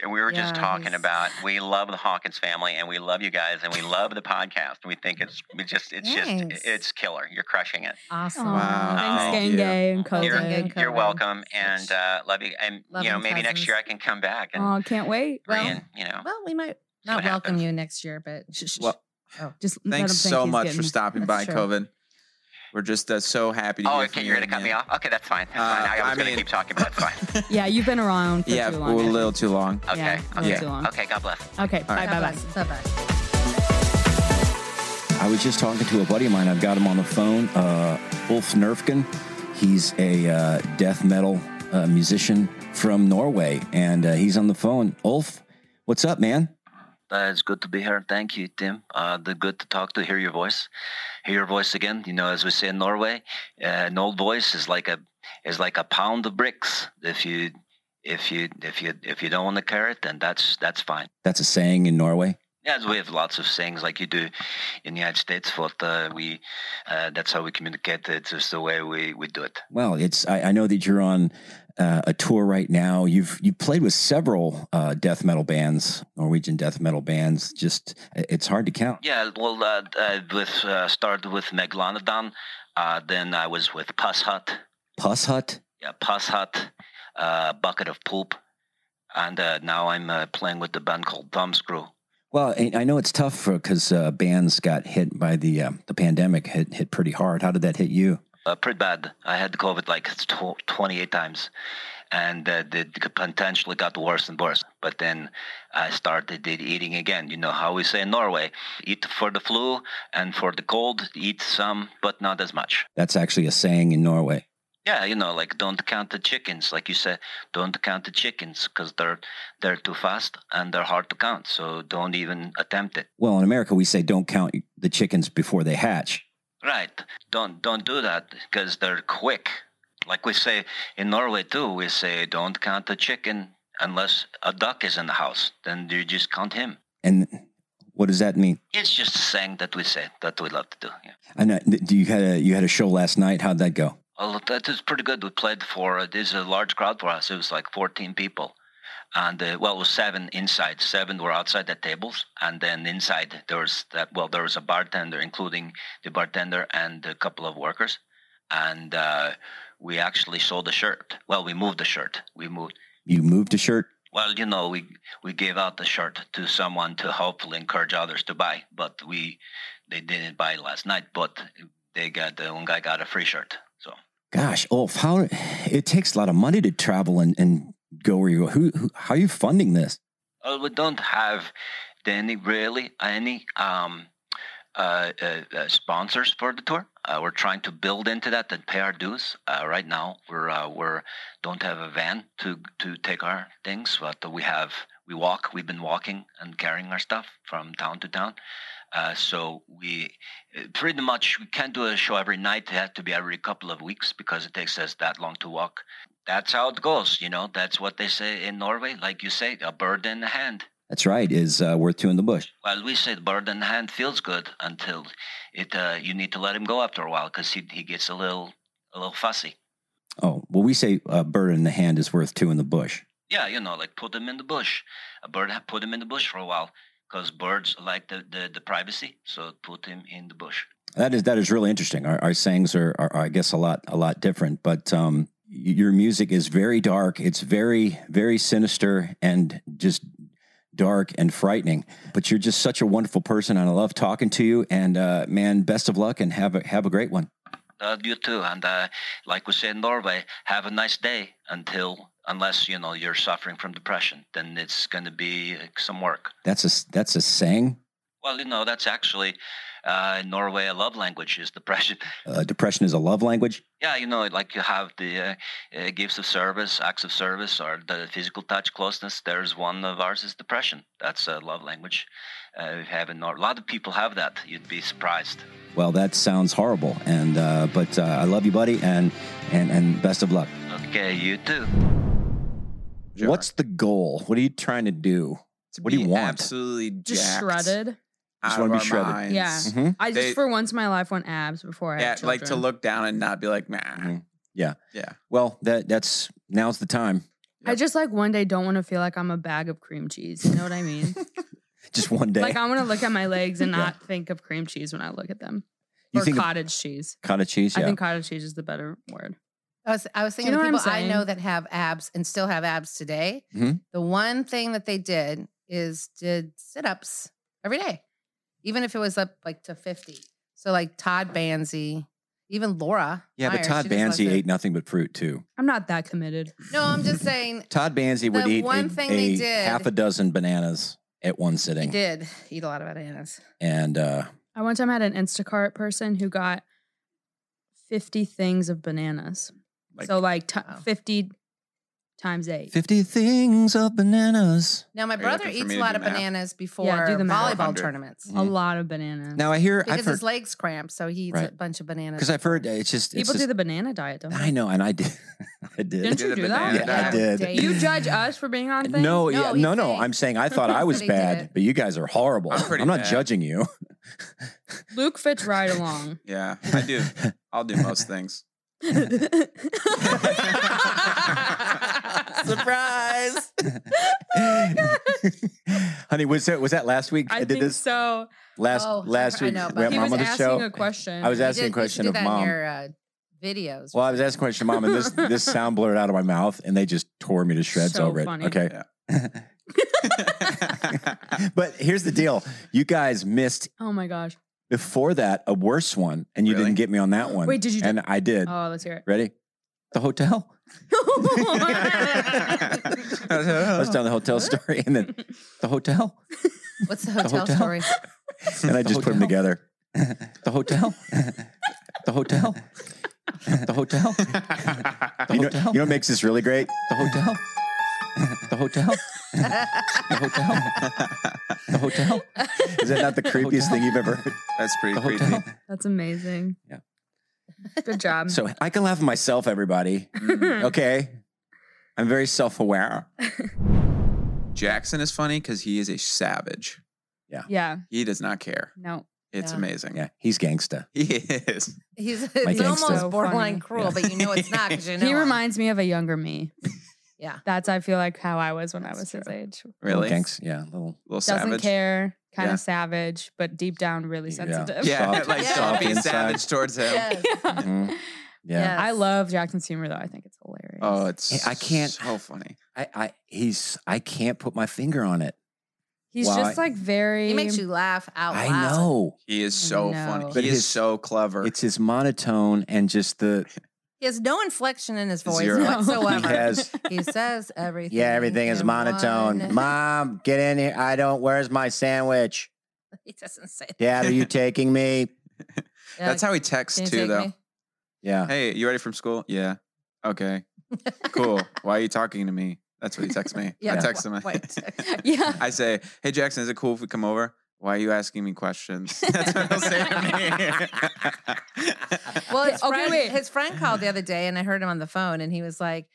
S11: and we were just
S6: Yeah,
S11: talking
S6: he's-
S11: about we love the Hawkins family, and we love you guys, and we love the podcast, and we think it's we just it's
S6: Thanks.
S11: just it's killer. You're crushing it.
S6: Awesome.
S4: Aw,
S11: Wow.
S4: Thanks,
S9: Thank
S4: Gange and
S6: You're-
S4: COVID.
S6: Thank you,
S11: You're
S6: Conan.
S11: welcome, and uh, love you. And you
S6: Loving
S11: know, maybe next year I
S6: cousins.
S11: can come back and
S4: Oh, can't wait.
S6: well-
S11: and you know.
S6: Well, we might
S11: See what
S6: not welcome
S11: happens.
S6: you next year, but
S9: Well,
S4: Just
S9: thanks
S4: let him think
S9: so
S4: he's
S9: much for
S4: getting-
S9: stopping by,
S6: Oh. That's true.
S9: COVID. We're just uh, so happy to
S11: Oh,
S9: hear
S11: okay,
S9: from
S11: you're
S9: you
S11: gonna cut me
S9: again.
S11: off. Okay, that's fine. That's
S9: Uh,
S11: fine. I
S9: I
S11: was gonna
S9: mean-
S11: keep talking, but that's fine.
S4: Yeah, you've been around for
S9: Yeah, a
S4: too long.
S9: little too long.
S11: Okay,
S4: Yeah, a
S11: okay,
S4: little too long.
S11: okay. God bless.
S4: Okay, bye, bye, bye.
S6: Bye bye.
S1: I was just talking to a buddy of mine. I've got him on the phone, uh, Ulf Nerfken. He's a uh, death metal uh, musician from Norway, and uh, he's on the phone. Ulf, what's up, man?
S11: Uh, it's good to be here. Thank you, Tim. Uh, the good to talk to, hear your voice, hear your voice again. You know, as we say in Norway, uh, an old voice is like a is like a pound of bricks. If you if you if you if you don't want to carry it, then that's that's fine.
S1: That's a saying in Norway.
S11: Yeah, we have lots of sayings like you do in the United States, but uh, we uh, that's how we communicate. It's just the way we we do it.
S1: Well, it's I, I know that you're on uh, a tour right now. You've you played with several uh, death metal bands, Norwegian death metal bands. Just it's hard to count.
S11: Yeah, well, uh, I with uh, started with Megalodon, uh, then I was with Puss Hut,
S1: Puss Hut.
S12: yeah, pus hut, uh, bucket of poop, and uh, now I'm uh, playing with the band called Thumbscrew.
S1: Well, I I know it's tough for because uh, bands got hit by the uh, the pandemic. Hit hit pretty hard. How did that hit you?
S12: Uh, pretty bad. I had COVID like tw- 28 times, and uh, the, the potentially got worse and worse. But then I started it eating again. You know how we say in Norway: eat for the flu and for the cold. Eat some, but not as much.
S1: That's actually a saying in Norway.
S12: Yeah, you know, like don't count the chickens, like you said, don't count the chickens because they're they're too fast and they're hard to count. So don't even attempt it.
S1: Well, in America, we say don't count the chickens before they hatch.
S12: Right. Don't don't do that because they're quick. Like we say in Norway too, we say don't count the chicken unless a duck is in the house. Then you just count him.
S1: And what does that mean?
S12: It's just a saying that we say that we love to do. Yeah.
S1: I know do you had a you had a show last night. How'd that go?
S12: Well, that is pretty good. We played for uh, this is a large crowd for us. It was like 14 people, and uh, well, it was seven inside. Seven were outside the tables, and then inside there was that. Well, there was a bartender, including the bartender and a couple of workers, and uh, we actually sold a shirt. Well, we moved the shirt. We moved.
S1: You moved a shirt.
S12: Well, you know, we we gave out the shirt to someone to hopefully encourage others to buy, but we they didn't buy last night. But they got the one guy got a free shirt. So
S1: Gosh, Ulf, how it takes a lot of money to travel and, and go where you go. Who, who how are you funding this?
S12: Well, Uh, we don't have any really any um, uh, uh, uh, sponsors for the tour. Uh, we're trying to build into that and pay our dues. Uh, right now, we're uh, we're don't have a van to to take our things, but we have we walk. We've been walking and carrying our stuff from town to town. Uh, so we uh, pretty much we can't do a show every night. It has to be every couple of weeks because it takes us that long to walk. That's how it goes, you know. That's what they say in Norway. Like you say, a bird in the hand.
S1: That's right. Is uh, worth two in the bush.
S12: Well, we say the bird in the hand feels good until it. Uh, you need to let him go after a while because he he gets a little a little fussy.
S1: Oh well, we say a bird in the hand is worth two in the bush.
S12: Yeah, you know, like put him in the bush. A bird ha- put him in the bush for a while because birds like the, the the privacy. So put him in the bush.
S1: That is that is really interesting. Our, our sayings are, are, I guess, a lot a lot different. But um, y- your music is very dark. It's very very sinister and just dark and frightening. But you're just such a wonderful person, and I love talking to you. And uh, man, best of luck, and have a have a great one.
S12: Uh, you too, and uh, like we say in Norway, have a nice day until unless you know you're suffering from depression, then it's going to be uh, some work.
S1: That's a s- that's a saying.
S12: Well, you know, that's actually uh, in Norway a love language is depression.
S1: Uh, depression is a love language.
S12: Yeah, you know, like you have the uh, uh, gifts of service, acts of service, or the physical touch, closeness. There's one of ours is depression. That's a love language. Uh, we have in Nor- a lot of people have that. You'd be surprised.
S1: Well, that sounds horrible. And uh, but uh, I love you, buddy, and and and best of luck.
S12: Okay, you too.
S1: What's the goal? What are you trying to do? what do you
S9: be
S1: want?
S9: Absolutely
S4: Just
S9: jacked.
S4: shredded.
S9: Out
S1: Just
S9: of
S1: want to
S9: our
S1: be shredded. Mm-hmm.
S9: minds.
S4: Yeah. I just
S9: They-
S4: for once in my life want abs before I
S9: yeah,
S4: Mm-hmm. have
S9: like to
S4: children.
S9: look down and not be like, nah.
S1: Mm-hmm. Yeah.
S9: Yeah.
S1: Well, that that's now's the time.
S4: I just like one day don't want to feel like I'm a bag of cream cheese. You know what I mean?
S1: Just one day.
S4: Like I want to look at my legs and
S1: Yeah.
S4: not think of cream cheese when I look at them.
S1: You
S4: or
S1: think of-
S4: cottage cheese.
S1: Cottage cheese. Yeah.
S4: I think cottage cheese is the better word.
S6: I was, I was
S4: Do
S6: thinking
S4: you know
S6: of
S4: what
S6: people
S4: I'm
S6: I know
S4: saying?
S6: that have abs and still have abs today.
S9: Hmm?
S1: Mhm.
S6: The one thing that they did is did sit ups every day, even if it was up like to 50. So, like Todd Banzi, even Laura.
S1: yeah, but
S6: Myers,
S1: Todd
S6: she just loves
S1: Banzi
S6: it.
S1: ate nothing but fruit too.
S4: I'm not that committed.
S6: No, I'm just saying
S1: Todd Banzi would
S6: The
S1: eat
S6: one
S1: a,
S6: thing they
S1: a
S6: did-
S1: half a dozen bananas at one
S6: he
S1: sitting,
S6: did eat a lot of bananas.
S1: and uh,
S4: I one time had an Instacart person who got 50 things of bananas. so like t- 50 times 8.
S1: fifty things of bananas.
S6: Now, my
S4: Are you
S6: brother
S4: looking for
S6: eats
S4: me
S6: a
S4: to
S6: lot
S4: do
S6: of
S4: math?
S6: bananas before
S4: Yeah, do the math.
S6: volleyball
S1: 400.
S6: tournaments
S4: A lot of bananas.
S1: Now I hear
S6: because
S1: I've heard
S6: his legs cramp. So he eats a
S1: Right.
S6: bunch of bananas.
S1: because I've heard it's just it's
S4: People do
S1: just-
S4: the banana diet, don't they?
S1: I know, and I did. I did.
S4: Didn't you do that?
S1: Yeah, I did.
S4: You judge us for being on things?
S1: No, yeah, no, no. I'm saying I thought I was
S4: But he did
S1: bad,
S4: it.
S1: but you guys are horrible.
S9: I'm
S1: I'm,
S9: pretty
S1: not
S9: bad.
S1: judging you.
S4: Luke fits right along.
S9: Yeah, I do. I'll do most things.
S1: Surprise!
S6: Oh
S1: Honey, was that was that last week?
S4: I
S1: did
S4: think
S1: this
S4: so.
S1: last
S4: Oh, I-
S1: last
S4: I
S1: week.
S4: know
S1: we
S4: about
S1: had
S4: that. He
S1: mom
S4: was
S1: on the
S4: asking
S1: show.
S4: a question.
S1: I was
S4: You
S1: asking a
S4: did- you should
S1: question
S4: do
S1: of
S4: that in
S1: mom.
S4: your,
S6: uh, videos.
S1: Well, I was asking a question, mom, and this this sound blurred out of my mouth, and they just tore me to shreds
S6: So
S1: over
S6: funny.
S1: it. Okay. but here's the deal: you guys missed
S4: Oh my gosh.
S1: before that a worse one, and you didn't get me on that one.
S4: Wait, did you do-
S1: And I did.
S4: Oh, let's hear it.
S1: Ready? The hotel. I was telling the hotel story, and then the hotel.
S6: What's the
S1: hotel
S6: hotel,
S1: hotel?
S6: story?
S1: and I just put them together. the hotel, the hotel, the hotel. you, know, you know what makes this really great? The hotel, the hotel, the hotel, the hotel. Is that not the creepiest thing you've ever heard?
S9: That's pretty creepy.
S4: That's amazing.
S1: Yeah.
S4: Good job.
S1: So I can laugh at myself, everybody.
S6: Hmm.
S1: okay, I'm very self-aware.
S9: Jackson is funny because he is a savage.
S1: Yeah.
S4: Yeah.
S9: He does not care.
S4: No.
S9: It's
S6: Yeah.
S9: amazing.
S1: Yeah. He's gangsta.
S9: He is.
S6: He's
S1: My
S6: it's
S1: gangsta.
S6: almost
S1: So
S4: funny.
S6: borderline cruel, but you know it's not because you know
S4: he
S6: him.
S4: reminds me of a younger me.
S6: Yeah.
S4: That's I feel like how I was when I was his age.
S1: Little
S9: Really?
S1: Gangs, yeah, little,
S9: little
S4: Doesn't
S9: savage.
S4: care, kind
S9: Yeah.
S4: of savage, but deep down really sensitive.
S9: Yeah, like
S1: Yeah.
S9: don't be
S1: Soft
S9: savage
S1: inside.
S9: towards him.
S4: Yeah.
S1: Mhm. Yeah.
S4: I love Jackson's humor though. I think it's hilarious.
S9: Oh, it's
S1: I can't.
S9: so funny.
S1: I, I he's I can't put my finger on it.
S4: He's
S1: Wow,
S4: just
S1: I-
S4: like very
S6: He makes you laugh out
S1: I
S6: loud.
S1: know.
S9: He is so
S4: know.
S9: funny.
S1: But
S9: he
S1: his-
S9: is so clever.
S1: It's his monotone and just the
S6: He has no inflection in his voice
S1: Zero.
S6: whatsoever.
S1: He has-
S6: He says everything.
S1: yeah, everything is
S6: in
S1: monotone.
S6: one-
S1: Mom, get in here. I don't. Where's my sandwich?
S6: he doesn't say.
S1: Dad, are you taking me?
S9: That's how he texts
S6: Can you
S9: too,
S6: take
S9: though.
S6: me?
S1: Yeah.
S9: Hey, you ready from school? Yeah. Okay. Cool. Why are you talking to me? That's what he texts me.
S6: Yeah,
S9: I text him.
S6: why- why you text-
S4: yeah.
S9: I say, Hey Jackson, is it cool if we come over? Why are you asking me questions? That's what he'll say to me.
S6: Well, his
S4: Okay,
S6: friend,
S4: wait.
S6: his friend called the other day, and I heard him on the phone, and he was like,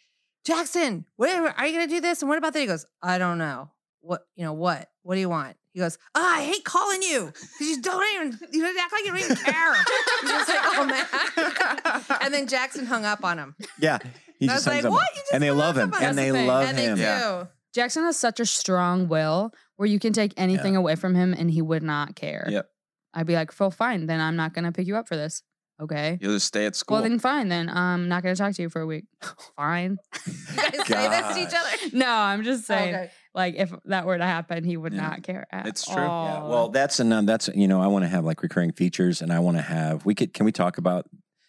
S6: "Jackson, where are you going to do this? And what about that?" He goes, "I don't know. What you know? What? What do you want?" He goes, oh, "I hate calling you because you don't even you don't act like you don't even care." He's just like, "Oh man!" and then Jackson hung up on him.
S1: Yeah. He
S6: I
S1: just
S6: was like,
S1: hangs up.
S6: "What? You just
S1: and they
S6: hung
S1: love
S6: up
S1: him.
S6: on us."
S1: And they
S4: That's the thing.
S1: love
S6: And they
S1: him.
S6: do.
S4: Jackson has such a strong will where you can take anything away from him and he would not care.
S9: Yep.
S4: I'd be like, well, fine, then I'm not gonna pick you up for this. Okay.
S9: You'll just stay at school.
S4: Well then fine, then I'm not gonna talk to you for a week. fine.
S6: You guys say this to each other.
S4: No, I'm just
S1: Oh,
S4: saying
S6: Okay.
S4: like if that were to happen, he would
S9: Yeah.
S4: not care at
S9: It's true. Yeah,
S4: all.
S1: Yeah, well, that's enough. That's you know, I want to have like recurring features, and I want to have. We could. Can we talk about?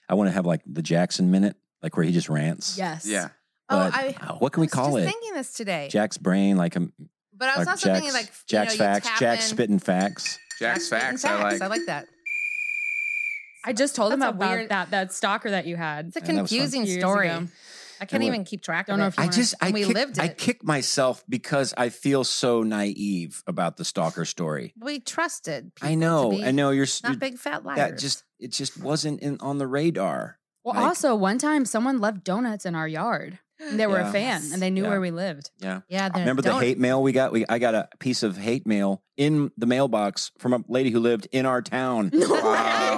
S1: I want to have like the Jackson minute, like where he just rants.
S4: Yes.
S9: yeah.
S6: Oh,
S1: But,
S6: I,
S1: uh, what can we
S6: I was
S1: call
S6: just
S1: it?
S6: thinking this today.
S1: Jack's brain, like um,
S6: but I was
S1: or
S6: also
S1: Jack's,
S6: thinking like you
S1: Jack's
S6: know, you
S1: facts,
S6: tap
S1: Jack's
S6: in-
S1: spitting facts.
S9: Jack's facts,
S6: spitting
S9: I like.
S6: I like that.
S4: I just told him
S6: That's a
S4: about
S6: weird-
S4: that that stalker that you had.
S6: It's a
S1: Yeah, that was fun.
S6: confusing
S4: Years
S6: story.
S4: ago.
S6: I can't
S1: It
S6: even keep track
S4: Don't
S6: of
S4: know
S6: it.
S4: if you
S1: I just I
S6: And we
S1: kick,
S6: lived
S1: I
S6: it.
S1: kick myself because I feel so naive about the stalker story.
S6: we trusted. People
S1: I know,
S6: to be
S1: I know you're s-
S6: Not
S1: you're-
S6: big fat liars.
S1: that just it just wasn't in on the radar.
S4: Well,
S1: Like-
S4: also one time someone left donuts in our yard. And they were
S1: Yeah.
S4: a fan and they knew
S1: Yeah.
S4: where we lived.
S1: Yeah.
S6: yeah. they're-
S1: Remember the
S6: don't-
S1: hate mail we got? We I got a piece of hate mail in the mailbox from a lady who lived in our town.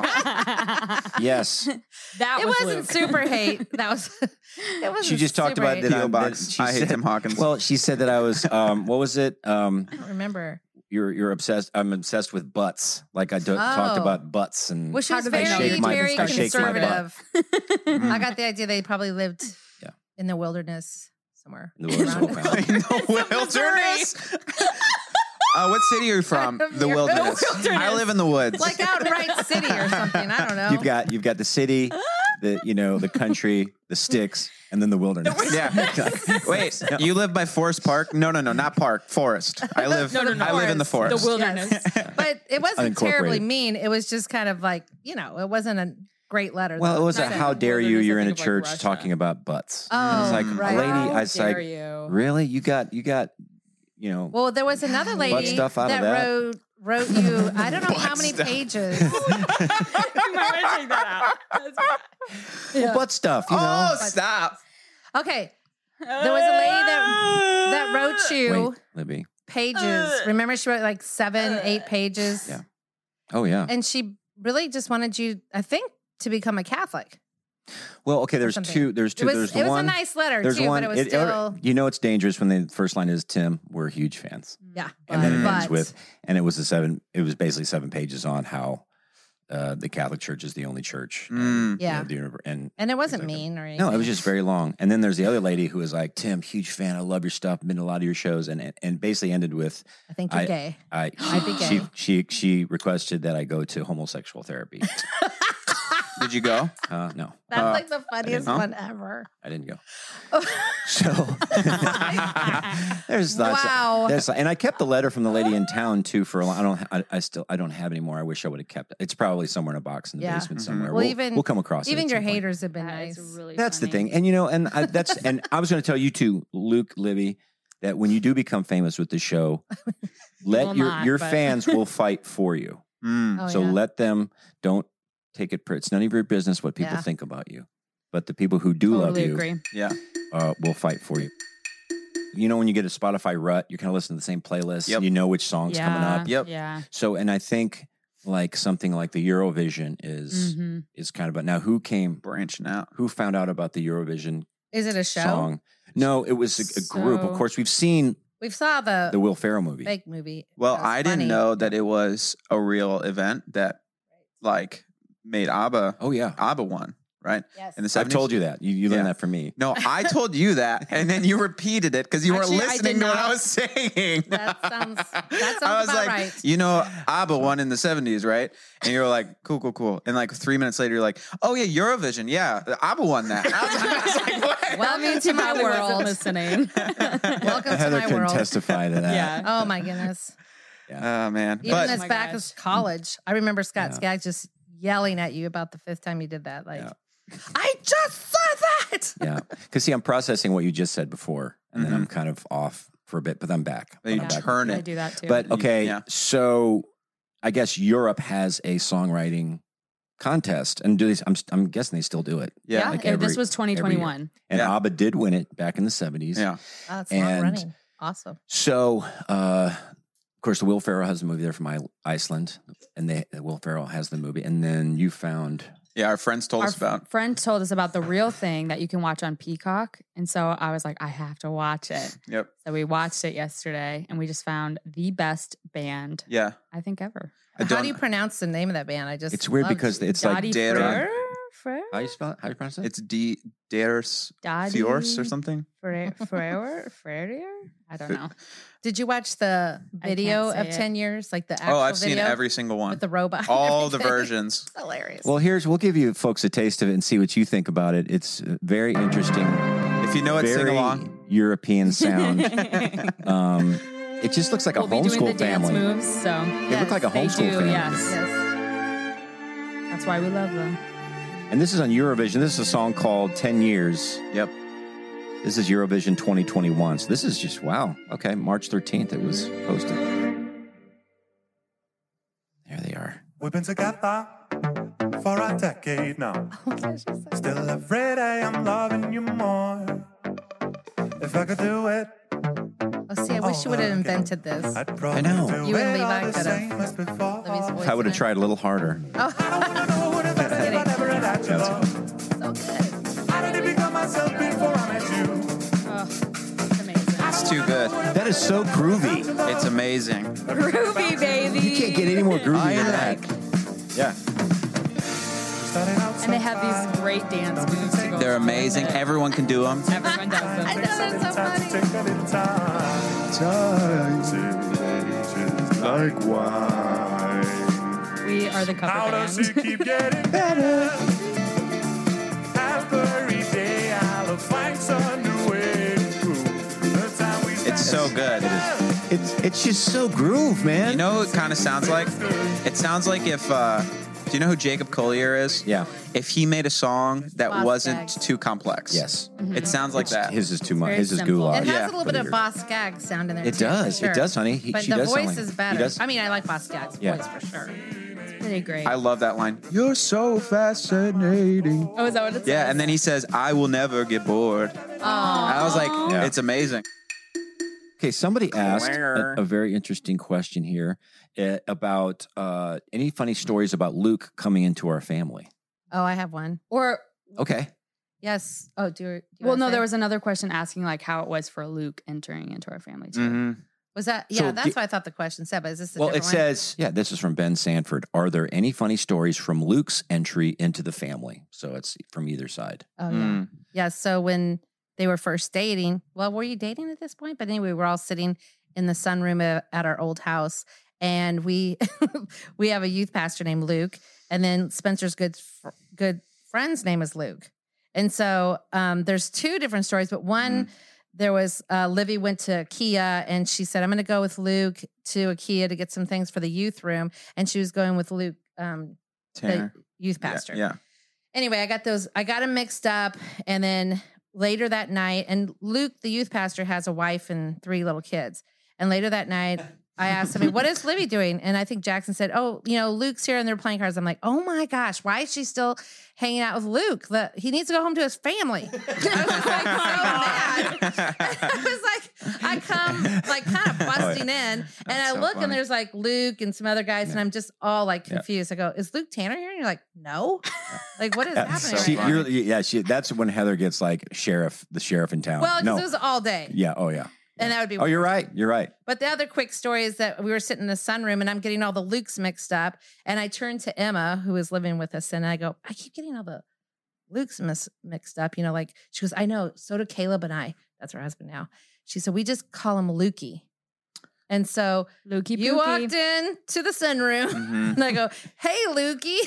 S4: that
S1: yes.
S6: It
S4: was
S6: was not
S4: Luke.
S6: super hate. That was. It was.
S1: She just talked about that.
S9: P.O.
S1: I'm-
S9: box.
S1: that she
S9: I hate
S1: said-
S9: Tim Hawkins.
S1: Well, she said that I was um what was it? Um
S6: I don't remember.
S1: you're you're obsessed I'm obsessed with butts. Like I do- talked
S6: Oh.
S1: about butts and
S6: Which
S4: How
S6: was
S4: do they
S6: very,
S4: know you
S6: very,
S4: did this? I shake my butt.
S6: conservative. I got the idea they probably lived
S1: Mm. Yeah.
S6: in the wilderness somewhere.
S1: In the wilderness
S6: around-
S1: of Oklahoma.
S9: In the wilderness. uh, what city are you from?
S6: I'm
S9: The
S6: here. The
S9: wilderness. I live in the woods.
S6: like outright city or something. I don't know.
S1: You've got you've got the city, the you know, the country, the sticks, and then the wilderness.
S9: yeah. Wait, you live by Forest Park? No, no, no, not park. Forest. I live.
S4: No, no, no.
S9: I live in the
S4: The
S9: forest.
S4: wilderness.
S6: but it wasn't terribly
S1: Unincorporated.
S6: mean. It was just kind of like you know, it wasn't a great letter.
S1: Well, it
S6: though.
S1: was a
S4: Not that
S1: how dare you?
S4: wilderness, I
S1: You're in a
S4: think of, like,
S1: church
S4: Russia.
S1: talking about butts.
S6: Oh,
S1: it's like
S6: right.
S1: a lady. I was
S4: dare
S1: like,
S4: you?
S1: really? You got you got you know
S6: Well, there was another lady
S1: stuff out of
S6: that,
S1: that.
S6: wrote wrote you. I don't know how many pages.
S4: I'm gonna take that out.
S1: well, butt stuff. You know.
S9: Oh, stop.
S6: Okay, there was a lady that that wrote you
S1: Wait, Libby.
S6: pages. Remember, she wrote like seven, eight pages.
S1: Yeah. Oh yeah.
S6: and she really just wanted you, I think, to become a Catholic.
S1: Well, okay. There's
S6: something.
S1: two. There's two.
S6: it was
S1: there's
S6: it was
S1: one.
S6: a nice letter
S1: there's
S6: too,
S1: one.
S6: but it was
S1: it- oh,
S6: still
S1: you know, it's dangerous when the first line is Tim. We're huge fans,
S6: Mm. yeah.
S1: and then it ends
S6: But-
S1: with, and it was a seven. It was basically seven pages on how uh, the Catholic Church is the only church.
S6: Mm.
S1: you know,
S6: Yeah.
S1: the univer- and
S6: And it wasn't mean or anything.
S1: no, it was just very long. And then there's the other lady who was like, "Tim, huge fan. I love your stuff. Been to a lot of your shows." And and, and basically ended with,
S6: I think you're
S1: I-
S6: gay.
S1: I,
S6: I'd be
S1: she,
S6: gay.
S1: she she she requested that I go to homosexual therapy.
S9: Did you go?
S1: Uh, no,
S6: That's
S1: Uh,
S6: like the funniest
S1: huh?
S6: one ever.
S1: I didn't go. so there's lots.
S6: Wow.
S1: Of, there's, and I kept the letter from the lady in town too for a long. I don't. I, I still. I don't have any more. I wish I would have kept it. It's probably somewhere in a box in the
S6: Yeah.
S1: basement
S6: Mhm.
S1: somewhere.
S6: Well, even
S1: we'll come across it.
S6: Even
S1: at
S6: your
S1: some point.
S6: haters have been nice. Really
S1: That's the thing. And you know, and I, that's and I was going to tell you too, Luke, Libby, that when you do become famous with the show,
S6: will
S1: let your
S6: not,
S1: your
S6: but-
S1: fans will fight for you.
S6: Oh,
S1: Mm, so
S6: yeah.
S1: let them. Don't take it. per- It's none of your business what people
S6: Yeah.
S1: think about you, but the people who do love
S4: Totally
S1: you,
S4: agree.
S9: Yeah.
S1: uh, will fight for you. You know, when you get a Spotify rut, you're kind of listening to the same playlist.
S9: Yep.
S1: You know which songs coming up.
S9: Yep.
S4: Yeah.
S1: So, and I think like something like the Eurovision is
S6: Mm-hmm.
S4: Mhm.
S1: is kind of about now who came branching out, who found out about the Eurovision
S6: Is it a show?
S1: song? No, it was a, a group. Of
S6: So-
S1: course, we've seen
S6: We've saw the,
S1: the Will Ferrell movie.
S6: fake movie.
S9: Well,
S6: That was
S9: I
S6: funny.
S9: didn't know that it was a real event that like made ABBA.
S1: Oh yeah,
S9: ABBA won right.
S6: Yes.
S9: In the
S1: I've
S9: 70s.
S1: told you that. You, you learned
S9: Yeah.
S1: that from me.
S9: No, I told you that, and then you repeated it because you weren't
S6: Actually, I
S9: listening
S6: did
S9: to what I
S6: not.
S9: was saying.
S6: That sounds. That sounds
S9: I was
S6: about
S9: like,
S6: right.
S9: you know, ABBA won in the '70s, right? And you were like, cool, cool, cool. And like three minutes later, you're like, oh yeah, Eurovision, yeah, ABBA won that. I was- I was like, what?
S6: Welcome to my
S4: Probably wasn't
S6: world.
S4: listening.
S6: Welcome
S1: Heather
S6: to my
S1: can
S6: world.
S1: testify to that.
S4: Yeah.
S6: Oh my goodness.
S9: Oh man,
S6: Even
S9: but
S6: as
S4: my
S6: back
S4: gosh.
S6: as college, I remember Scott
S1: Yeah.
S6: Skaggs just yelling at you about the fifth time you did that. Like,
S1: Yeah.
S6: I just saw that.
S1: yeah. Because see, I'm processing what you just said before, and then I'm kind of off for a bit, but I'm back.
S9: you
S1: But I'm back.
S9: Mm-hmm. turn
S4: I
S9: it.
S4: do that too.
S1: But
S9: You-
S1: okay,
S9: yeah.
S1: so I guess Europe has a songwriting contest, and do these? I'm I'm guessing they still do it.
S9: Yeah.
S1: like
S4: it-
S1: every-
S4: this was 2021.
S1: And
S9: Yeah.
S1: ABBA did win it back in the 70s.
S9: Yeah.
S6: Oh, it's
S1: And-
S6: not running. Awesome.
S1: So, uh, of course, Will Ferrell has a movie there from I- Iceland, and they Will Ferrell has the movie, and then you found
S9: Yeah, our friends told
S4: Our
S9: us about.
S4: friend told us about the real thing that you can watch on Peacock, and so I was like, I have to watch it.
S9: Yep.
S4: So we watched it yesterday, and we just found the best band
S9: Yeah.
S4: I think ever.
S9: I
S6: How do you
S9: don't-
S6: pronounce the name of that band? I just.
S1: it's weird
S6: loved
S1: because
S6: it.
S1: it's like
S4: Dottie
S9: Dare-
S4: Frere?
S6: Frere?
S1: how you spell it? How you pronounce it?
S9: It's D Dares
S4: Dottie
S9: Fiors or something.
S4: Frere, Frere, Frere? I don't know.
S6: Did you watch
S4: I
S6: the
S4: can't
S6: video
S4: say
S6: of
S4: it.
S6: ten years? Like the actual
S9: Oh, I've seen
S6: video
S9: every single one.
S6: with the robot. and
S9: All the
S6: everything?
S9: versions.
S6: It's hilarious.
S1: well, here's we'll give you folks a taste of it and see what you think about it. It's uh, very interesting,
S9: If you know it, sing
S1: very
S9: along.
S1: European sound. um, it just looks like
S4: we'll
S1: a
S4: be doing the
S1: homeschool
S4: dance
S1: family.
S4: moves, so
S1: They look like a
S4: they
S1: homeschool
S4: do.
S1: family.
S4: Yes,
S6: yes.
S4: that's why we love them.
S1: And this is on Eurovision. This is a song called 10 Years.
S9: Yep.
S1: This is Eurovision 2021. So this is just wow. Okay, March 13th it was posted. There they are.
S13: We've been together for a decade now.
S6: Oh
S13: Still every day I'm loving you more. If I could do it,
S6: Oh, see, I wish you would have invented this.
S13: I'd probably
S1: I know.
S13: do
S6: You and
S13: it all
S6: Levi
S13: the
S6: could've.
S13: same as before.
S6: Libby's voice
S1: I would have
S6: in it.
S1: tried a little harder.
S6: Oh,
S13: I would've asked if I
S6: Kidding.
S13: never had had your love.
S6: so good.
S13: I didn't become myself before I met you.
S9: It's too good.
S1: That is so groovy.
S9: It's amazing.
S4: Groovy baby.
S1: You can't get any more groovy
S9: I
S1: than that.
S9: like.
S1: Yeah.
S13: Starting out
S4: And they have these great dance moves. To go
S9: They're
S4: along with
S9: amazing.
S4: it.
S9: Everyone can do them.
S4: Everyone does them.
S6: I know that's so
S13: Time to
S6: funny.
S13: take a little time. like wine.
S4: We are the
S13: How
S4: cover
S13: does it
S4: band.
S13: keep getting better? Every day I'll find some new way. The time we
S9: It's so good.
S1: It's it's just so groove, man.
S9: You know what it kind of sounds like? It sounds like if, uh, do you know who Jacob Collier is?
S1: Yeah.
S9: If he made a song that
S6: Boss
S9: wasn't
S6: Skaggs.
S9: too complex.
S1: Yes.
S9: It sounds like that.
S1: His is too much.
S4: very
S1: His is
S4: simple.
S1: goulash.
S6: It has
S9: Yeah.
S6: a little bit of Boss Skaggs sound in there.
S1: It
S6: too, for
S1: does. It
S6: sure.
S1: does, honey. He-
S6: but
S1: she
S6: the
S1: does sound
S6: voice
S1: like-
S6: is
S1: he
S6: better.
S1: does-
S6: I mean, I like Boss Skaggs'
S1: Yeah.
S6: voice for sure.
S4: Pretty great.
S9: I love that line. You're so fascinating.
S4: oh, is that what it's?
S9: Yeah, and then he says, I will never get bored. I was like,
S1: Yeah.
S9: it's amazing.
S1: Okay, somebody asked a, a very interesting question here uh, about uh, any funny stories about Luke coming into our family.
S6: Oh, I have one.
S4: Or
S1: Okay.
S6: Yes. Oh, do. you- do you
S4: well,
S6: wanna
S4: no,
S6: say?
S4: there was another question asking like how it was for Luke entering into our family too.
S9: Mm-hmm.
S6: Was that? Yeah,
S1: So
S6: that's
S1: do-
S6: what I thought the question said. But is this a
S1: well, it
S6: different one?
S1: says, yeah, this is from Ben Sanford. Are there any funny stories from Luke's entry into the family? So it's from either side.
S6: Oh, yeah. Yeah. So when they were first dating, well, were you dating at this point? But anyway, we're all sitting in the sunroom a- at our old house, and we we have a youth pastor named Luke, and then Spencer's good fr- good friend's name is Luke, and so um, there's two different stories, but
S9: Mm-hmm.
S6: one. There was uh, Livy went to Kia and she said, "I'm going to go with Luke to IKEA to get some things for the youth room," and she was going with Luke, um, the
S9: Tanner.
S6: youth
S9: Yeah,
S6: pastor
S9: Yeah.
S6: anyway, I got those, I got them mixed up. And then later that night, and Luke, the youth pastor, has a wife and three little kids. And later that night, I asked somebody, what is Libby doing? And I think Jackson said, oh, you know, Luke's here and they're playing cards. I'm like, oh my gosh, why is she still hanging out with Luke? The, he needs to go home to his family. I was like, I come like kind of busting in, and I
S4: so
S6: look, and
S4: funny.
S6: there's like Luke and some other guys, and I'm just all like
S1: Yeah.
S6: confused. I go, "Is Luke Tanner here?" And you're like, "No." Like, what is
S1: Yeah,
S6: happening?
S1: she,
S6: right now?
S1: you're, yeah, she, that's when Heather gets like sheriff, the sheriff in town.
S6: well, because
S1: no,
S6: it was all day,
S1: yeah, oh yeah,
S6: and that would be.
S1: oh you're right, you're right.
S6: But the other quick story is that we were sitting in the sunroom, and I'm getting all the Lukes mixed up, and I turn to Emma, who is living with us, and I go, "I keep getting all the Luke's mis- mixed up. You know, like she goes, I know. So do Caleb and I. That's her husband now. She said, we just call him Lukey. And so Lukey you
S4: Pookie.
S6: walked in to the sunroom
S1: Mm-hmm.
S9: Mm-hmm.
S4: Mhm.
S6: and I go, hey, Lukey.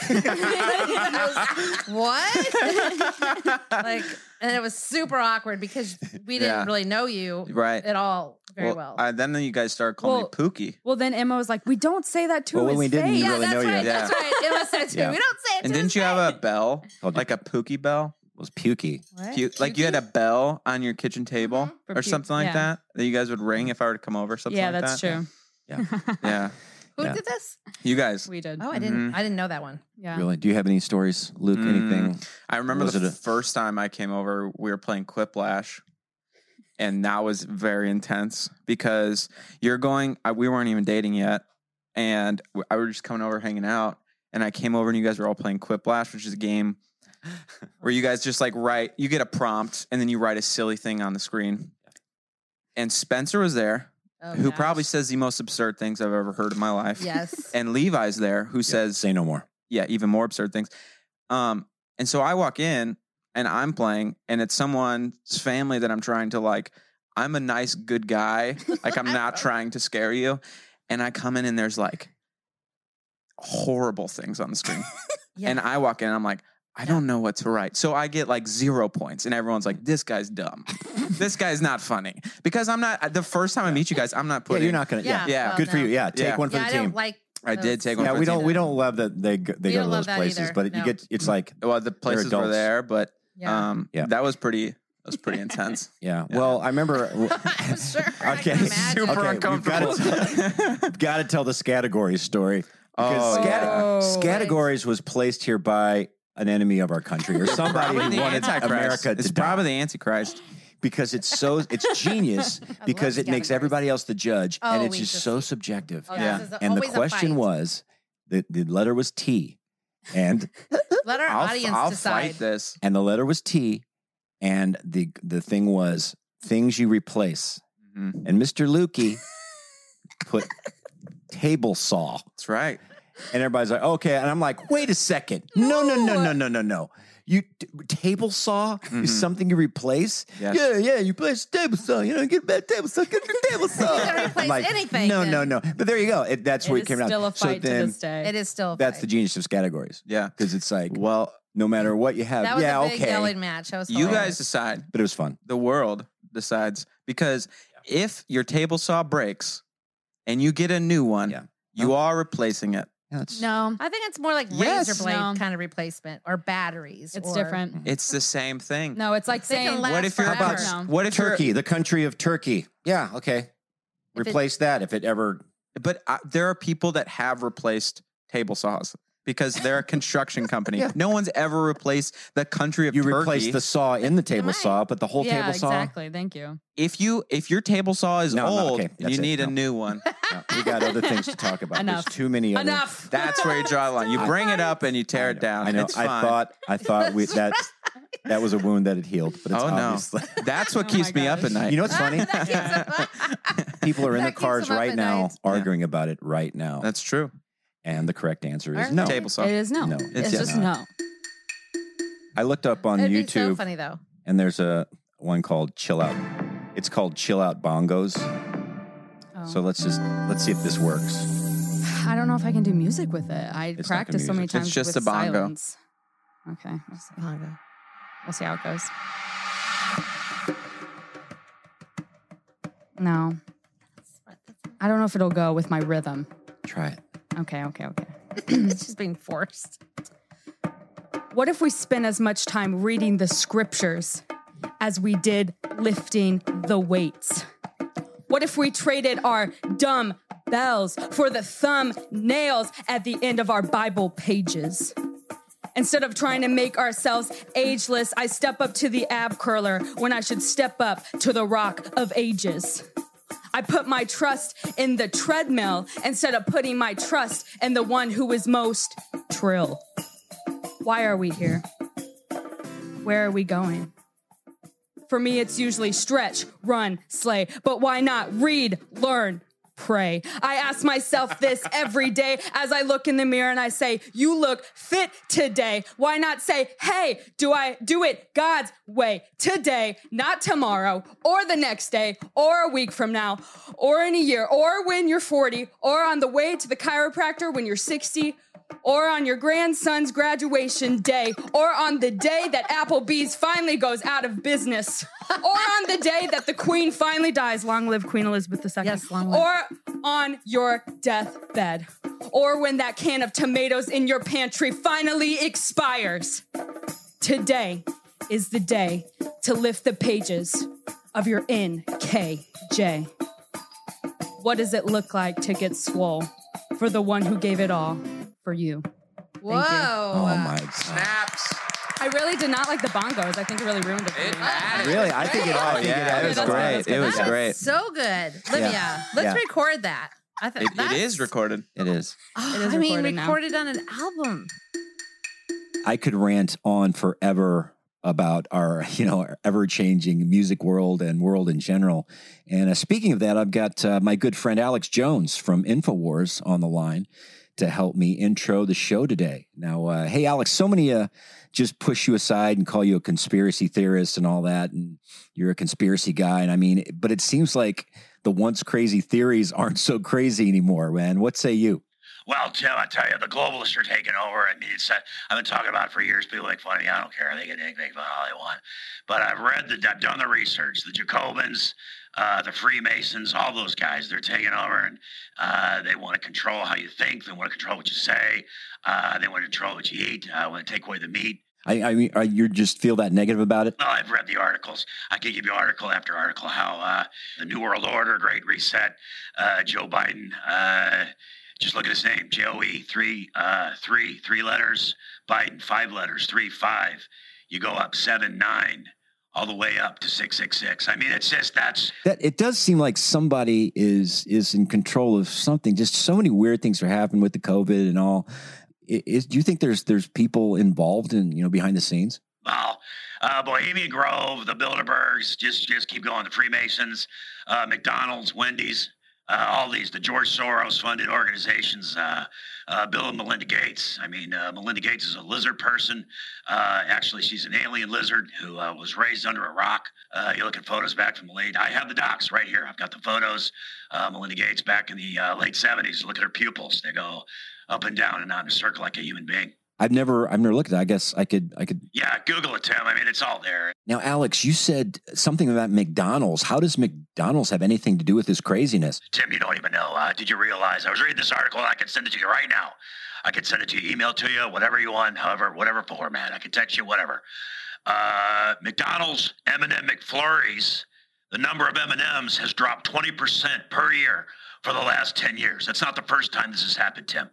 S6: He goes, what? like, and it was super awkward because we didn't
S9: Yeah.
S6: really know you
S9: Right.
S6: at all very well.
S9: I, then you guys started calling me Pookie.
S4: Well, then Emma was like, "We don't say that to
S9: Well, when
S4: his
S9: we didn't,
S4: face."
S9: you Yeah, really that's know you. right, that's
S6: That's right. Emma said to
S9: Yeah.
S6: me, we don't say it
S9: And
S6: to
S9: didn't you have a bell, like a Pookie bell?
S1: was pukey.
S9: Pu- like you had a bell on your kitchen table
S6: Mm-hmm. For
S9: or
S6: pu-
S9: something like
S6: yeah.
S9: that that you guys would ring if I were to come over. Something
S6: Yeah,
S9: like
S6: that's
S9: that.
S6: true.
S1: Yeah.
S9: Yeah. yeah.
S6: Who
S1: Yeah. Mm-hmm.
S6: did this?
S9: You guys.
S6: We did. Oh, I didn't.
S9: Mhm.
S6: I didn't know that one. Yeah.
S1: Really? Do you have any stories, Luke?
S9: Mm.
S1: Anything?
S9: I remember
S1: Was
S9: the
S1: it a-
S9: first time I came over, we were playing Quiplash, and that was very intense because you're going. I, we weren't even dating yet, and w- I was just coming over, hanging out, and I came over, and you guys were all playing Quiplash, which is a game where you guys just like write. You get a prompt, and then you write a silly thing on the screen. And Spencer was there,
S6: Oh,
S5: Oh,
S9: who probably says the most absurd things I've ever heard in my life.
S6: Yes.
S9: And Levi's there, who says,
S1: "Say no more."
S9: Yeah, even more absurd things. Um, and so I walk in, and I'm playing, and it's someone's family that I'm trying to like. I'm a nice, good guy. Like I'm not trying to scare you. And I come in, and there's like horrible things on the screen. And I walk in, I'm like. I don't know what to write. So I get like zero points, and everyone's like, this guy's dumb. this guy's not funny. Because I'm not, the first time I meet you guys, I'm not
S1: Yeah,
S9: putting.
S1: you're not gonna. Yeah, Good for you. Yeah, take one for
S6: yeah,
S1: the
S6: I
S1: team.
S6: don't like.
S9: I did take one.
S1: yeah,
S9: for
S1: we
S9: the
S1: don't.
S9: team.
S1: We don't love that they go, they
S6: Oh, We
S1: go
S6: don't
S1: to
S6: love
S1: those
S6: that
S1: places,
S6: either.
S1: but it-
S6: No.
S1: you get it's like
S9: well the places were
S1: adults.
S9: there, but
S6: Yeah.
S9: um, that was pretty. That was pretty intense.
S1: Yeah. Well, I remember.
S6: I'm sure.
S1: okay.
S9: Super uncomfortable.
S1: I've got to tell the Scategories story. Because
S9: Oh,
S1: Scat-
S9: yeah.
S1: Scategories was placed here by an enemy of our country or somebody
S9: Probably
S1: who
S9: the
S1: wanted
S9: Antichrist.
S1: America to
S9: It's
S1: die.
S9: probably the Antichrist.
S1: Because it's so it's genius because it makes everybody else the judge and
S6: Oh,
S1: it's
S6: we
S1: just,
S6: just-
S1: so subjective.
S6: Oh, yeah. This is a-
S1: And the
S6: always a
S1: question
S6: fight.
S1: was the, the letter was T and
S6: Let our
S1: I'll-
S6: audience
S1: I'll
S6: decide.
S9: this.
S1: And the letter was T, and the the thing was things you replace.
S9: Mm-hmm.
S1: And Mr. Lukey put table saw.
S9: That's right.
S1: And everybody's like, okay. And I'm like, wait a second. No, no, no, no, no, no, no. You t- table saw is something you replace.
S9: Mm-hmm. Yes.
S1: Yeah, yeah. You place table saw. You know, get a bad table saw. Get a table saw.
S6: You can replace
S1: I'm like,
S6: anything,
S1: No,
S6: then.
S1: no, no. But there you go. It, that's where it came out. So then-
S6: day. It is still. A
S1: That's
S6: fight.
S1: the genius of categories.
S9: Yeah,
S1: because it's like, well, no matter what you have,
S6: That was
S1: yeah,
S6: a big
S1: okay.
S6: yelling match. That was
S9: You guys decide.
S1: But it was fun.
S9: The world decides because if your table saw breaks and you get a new one, you are replacing it.
S6: No, I think it's more like
S9: Yes.
S6: razor blade
S9: No.
S6: kind of replacement or batteries.
S4: It's
S6: or-
S4: different.
S9: It's the same thing.
S4: No, it's like
S6: They can
S4: saying,
S6: laugh
S1: What if you're
S4: forever.
S1: Mm-hmm. about
S9: what if you're-
S1: Turkey, the country of Turkey? Yeah, okay.
S9: If it-
S1: Replace that if it ever.
S9: But uh, there are people that have replaced table saws because they're a construction company.
S1: Yeah.
S9: No one's ever replaced the country of
S1: You
S9: Turkey.
S1: replace the saw in the table saw, but the whole
S4: yeah,
S1: table saw.
S4: exactly. Thank you.
S9: If you if your table saw is
S1: No, I'm not-
S9: old,
S1: okay,
S9: you
S1: that's it,
S9: need a
S1: no.
S9: new one.
S1: we got other things to talk about.
S9: Enough.
S1: There's too many. Other,
S9: Enough. That's where you draw the line. You bring it up and you tear it down.
S1: I know.
S9: It's
S1: I
S9: fine.
S1: thought. I thought we that that was a wound that had healed, but it's
S9: Oh, no.
S1: obviously.
S9: That's what keeps me up at night.
S1: You know what's funny? people are in their
S6: That keeps
S1: cars
S6: them up
S1: right
S6: at
S1: now
S6: night.
S1: arguing about it right now. That's true. And the correct answer is
S6: Aren't
S1: no.
S6: they? Table saw. It is no. It's
S1: it's
S6: just
S1: not.
S6: no.
S1: I looked up on
S6: It'd
S1: YouTube.
S6: be so funny though.
S1: and there's a one called Chill Out. It's called Chill Out Bongos.
S6: Oh.
S1: So let's just let's see if this works.
S4: I don't know if I can do music with it. I
S1: It's not gonna
S4: practice so many
S1: music. It's
S4: times.
S1: just
S4: with
S1: a bongo.
S4: Silence. Okay, we'll see. bongo. We'll see how it goes. No, I don't know if it'll go with my rhythm.
S1: Try it.
S4: Okay, okay, okay.
S6: it's just being forced.
S4: What if we spent as much time reading the scriptures as we did lifting the weights? What if we traded our dumb bells for the thumbnails at the end of our Bible pages? Instead of trying to make ourselves ageless, I step up to the ab curler when I should step up to the rock of ages. I put my trust in the treadmill instead of putting my trust in the one who is most trill. Why are we here? Where are we going? For me, it's usually stretch, run, slay, but why not read, learn, pray? I ask myself this every day as I look in the mirror and I say, You look fit today. Why not say, Hey, do I do it God's way today, not tomorrow, or the next day, or a week from now, or in a year, or when you're 40, or on the way to the chiropractor when you're 60? or on your grandson's graduation day, or on the day that Applebee's finally goes out of business, or on the day that the Queen finally dies. Long live Queen Elizabeth II. Yes, long live. Or on your deathbed, or when that can of tomatoes in your pantry finally expires. Today is the day to lift the pages of your NKJ. What does it look like to get swole for the one who gave it all for you?
S6: Whoa. Oh
S1: my god.
S6: Snaps.
S4: I really did not like the bongos. I think it really ruined it. For me.
S1: Really? I think it
S9: Oh,
S1: I think
S9: yeah,
S1: it
S9: it was
S1: that's
S9: great.
S1: that's
S9: It was
S1: that's
S9: great.
S6: So good. Livia,
S9: Yeah.
S6: let's
S9: Yeah.
S6: record that. I think
S9: It, it is recorded.
S1: It is.
S6: I mean,
S4: recorded now.
S6: recorded on an album.
S1: I could rant on forever about our, you know, our ever-changing music world and world in general. And uh, speaking of that, I've got uh, my good friend Alex Jones from Infowars on the line to help me intro the show today. Now, uh, hey Alex, so many uh, just push you aside and call you a conspiracy theorist and all that, and you're a conspiracy guy. And I mean, but it seems like the once crazy theories aren't so crazy anymore, man. What say you?
S14: Well, Tim, I tell you, the globalists are taking over. I mean, it's, uh, I've been talking about it for years. People make fun of me. I don't care. They can they can make fun all they want. But I've read the, I've done the research. The Jacobins, uh, the Freemasons, all those guys, they're taking over and uh, they want to control how you think. They want to control what you say. Uh, they want to control what you eat. Uh, want to take away the meat.
S1: I, I mean, are you just feel that negative about it?
S14: Well, Oh, I've read the articles. I can give you article after article how uh, the New World Order, Great Reset, uh, Joe Biden. Uh, just look at his name, J O E, three, uh, three, three letters. Biden, five letters, three, five. You go up seven, nine, all the way up to six, six, six. I mean, it's just that's
S1: That it does seem like somebody is is in control of something. Just so many weird things are happening with the COVID and all. I- Is, do you think there's there's people involved in you know behind the scenes?
S14: Well, uh, Bohemian Grove, the Bilderbergs, just just keep going. The Freemasons, uh, McDonald's, Wendy's, uh, all these, the George Soros funded organizations, uh, uh, Bill and Melinda Gates. I mean, uh, Melinda Gates is a lizard person. Uh, actually, she's an alien lizard who uh, was raised under a rock. Uh, you look at photos back from the late. I have the docs right here. I've got the photos. Uh, Melinda Gates back in the uh, late '70s. Look at her pupils; they go up and down and out in a circle like a human being.
S1: I've never I've never looked at. It. I guess I could I could.
S14: Yeah, Google it, Tim. I mean, it's all there.
S1: Now, Alex, you said something about McDonald's. How does McDonald's have anything to do with this craziness?
S14: Tim, you don't even know. Uh, did you realize I was reading this article? I can send it to you right now. I can send it to you, email to you, whatever you want, however, whatever format. I can text you, whatever. Uh, McDonald's M&M McFlurries, the number of M&Ms has dropped 20% per year for the last 10 years. That's not the first time this has happened, Tim.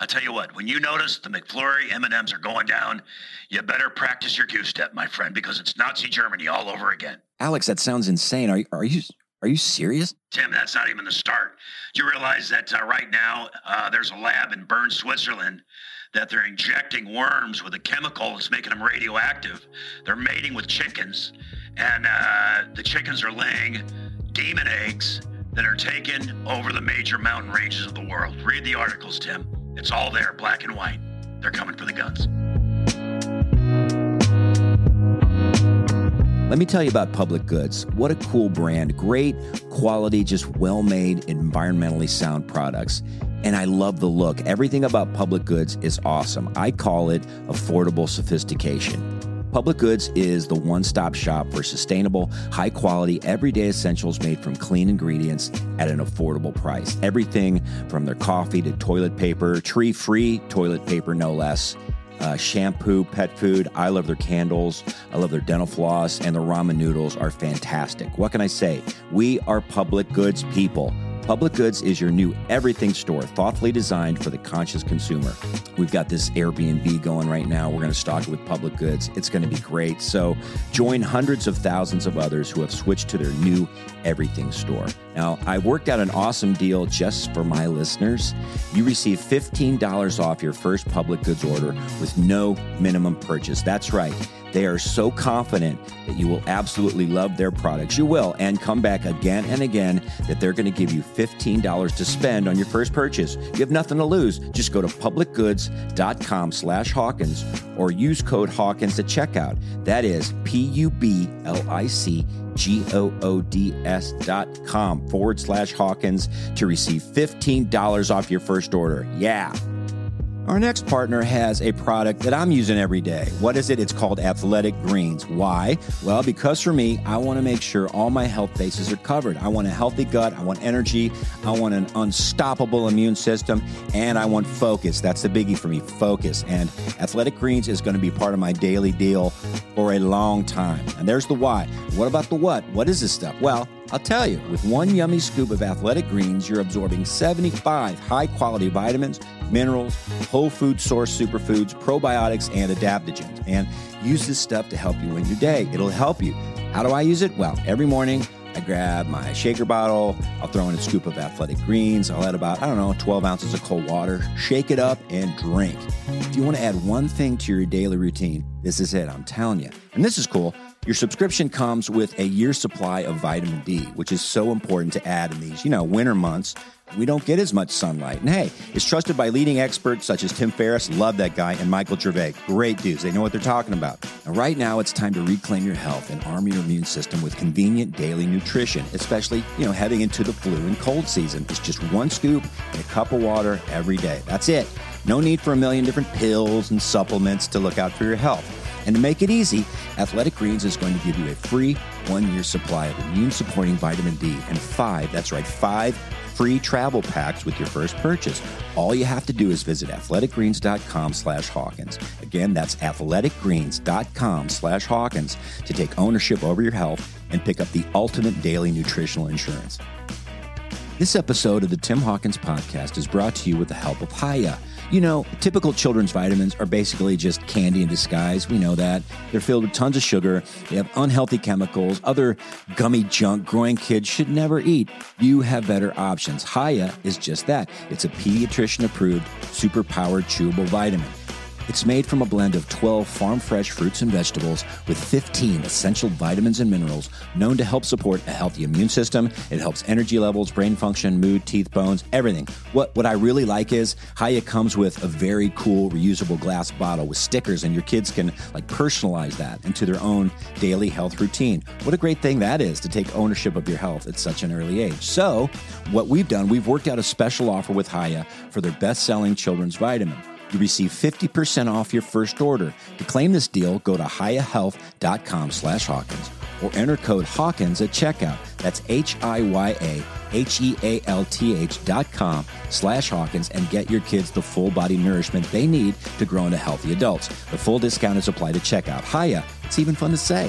S14: I tell you what, when you notice the McFlurry M&Ms are going down, you better practice your two-step, my friend, because it's Nazi Germany all over again.
S1: Alex, that sounds insane. Are you are you are you serious?
S14: Tim, that's not even the start. Do you realize that uh, right now uh, there's a lab in Bern, Switzerland, that they're injecting worms with a chemical that's making them radioactive? They're mating with chickens, and uh, the chickens are laying demon eggs that are taken over the major mountain ranges of the world. Read the articles, Tim. It's all there, black and white. They're coming for the guns.
S1: Let me tell you about Public Goods. What a cool brand. Great quality, just well made, environmentally sound products. And I love the look. Everything about Public Goods is awesome. I call it affordable sophistication. Public Goods is the one stop shop for sustainable, high quality, everyday essentials made from clean ingredients at an affordable price. Everything from their coffee to toilet paper, tree free toilet paper, no less uh, shampoo, pet food. I love their candles. I love their dental floss, and their ramen noodles are fantastic. What can I say? We are public goods people. Public Goods is your new everything store, thoughtfully designed for the conscious consumer. We've got this Airbnb going right now. We're going to stock it with Public Goods. It's going to be great. So join hundreds of thousands of others who have switched to their new everything store. Now, I worked out an awesome deal just for my listeners. You receive $15 off your first Public Goods order with no minimum purchase. That's right. They are so confident that you will absolutely love their products. You will, and come back again and again that they're going to give you $15 to spend on your first purchase. You have nothing to lose. Just go to publicgoods.com slash Hawkins or use code Hawkins at checkout. That is P-U-B-L-I-C G-O-O-D-S dot com forward slash Hawkins to receive $15 off your first order. Yeah. Our next partner has a product that I'm using every day. What is it? It's called Athletic Greens. Why? Well, because for me, I want to make sure all my health bases are covered. I want a healthy gut, I want energy, I want an unstoppable immune system, and I want focus. That's the biggie for me focus. And Athletic Greens is going to be part of my daily deal for a long time. And there's the why. What about the what? What is this stuff? Well, I'll tell you, with one yummy scoop of athletic greens, you're absorbing 75 high quality vitamins, minerals, whole food source superfoods, probiotics, and adaptogens. And use this stuff to help you win your day. It'll help you. How do I use it? Well, every morning, I grab my shaker bottle. I'll throw in a scoop of athletic greens. I'll add about, I don't know, 12 ounces of cold water, shake it up, and drink. If you want to add one thing to your daily routine, this is it, I'm telling you. And this is cool. Your subscription comes with a year's supply of vitamin D, which is so important to add in these, you know, winter months. We don't get as much sunlight. And hey, it's trusted by leading experts such as Tim Ferriss, love that guy, and Michael Gervais. Great dudes. They know what they're talking about. And right now, it's time to reclaim your health and arm your immune system with convenient daily nutrition, especially, you know, heading into the flu and cold season. It's just one scoop and a cup of water every day. That's it. No need for a million different pills and supplements to look out for your health. And to make it easy, Athletic Greens is going to give you a free one year supply of immune supporting vitamin D and five, that's right, five free travel packs with your first purchase. All you have to do is visit athleticgreens.com slash Hawkins. Again, that's athleticgreens.com slash Hawkins to take ownership over your health and pick up the ultimate daily nutritional insurance. This episode of the Tim Hawkins Podcast is brought to you with the help of Haya. You know, typical children's vitamins are basically just candy in disguise. We know that. They're filled with tons of sugar, they have unhealthy chemicals, other gummy junk growing kids should never eat. You have better options. Haya is just that it's a pediatrician approved, super powered chewable vitamin. It's made from a blend of 12 farm fresh fruits and vegetables with 15 essential vitamins and minerals known to help support a healthy immune system. It helps energy levels, brain function, mood, teeth, bones, everything. What what I really like is Haya comes with a very cool reusable glass bottle with stickers and your kids can like personalize that into their own daily health routine. What a great thing that is to take ownership of your health at such an early age. So, what we've done, we've worked out a special offer with Haya for their best-selling children's vitamin you receive 50% off your first order. To claim this deal, go to hyahealth.com slash Hawkins or enter code Hawkins at checkout. That's E H-I-Y-A-H-E-A-L-T-H dot com slash Hawkins and get your kids the full body nourishment they need to grow into healthy adults. The full discount is applied at checkout. Haya, it's even fun to say.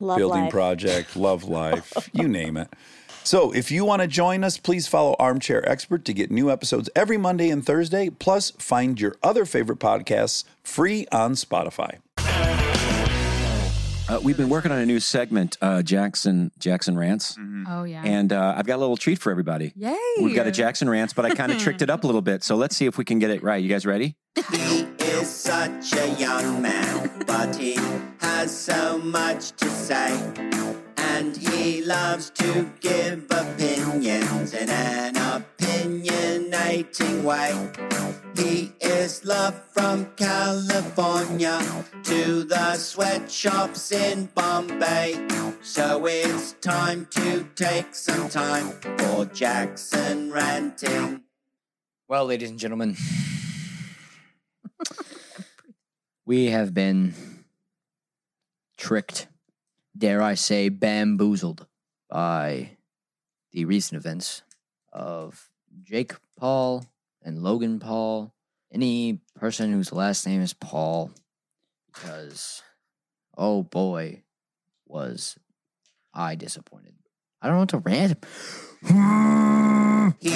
S12: Love
S15: building
S12: life.
S15: project, love life, you name it. So, if you want to join us, please follow Armchair Expert to get new episodes every Monday and Thursday. Plus, find your other favorite podcasts free on Spotify.
S1: Uh, we've been working on a new segment, uh, Jackson Jackson Rants.
S5: Oh, yeah.
S1: And uh, I've got a little treat for everybody.
S5: Yay.
S1: We've got a Jackson Rants, but I kind of tricked it up a little bit. So let's see if we can get it right. You guys ready?
S8: is such a young man, but he has so much to say. And he loves to give opinions in an opinionating way. He is loved from California to the sweatshops in Bombay. So it's time to take some time for Jackson ranting.
S16: Well, ladies and gentlemen, we have been tricked, dare I say, bamboozled by the recent events of Jake Paul and Logan Paul. Any person whose last name is Paul, because oh boy, was I disappointed. I don't know what to rant.
S8: He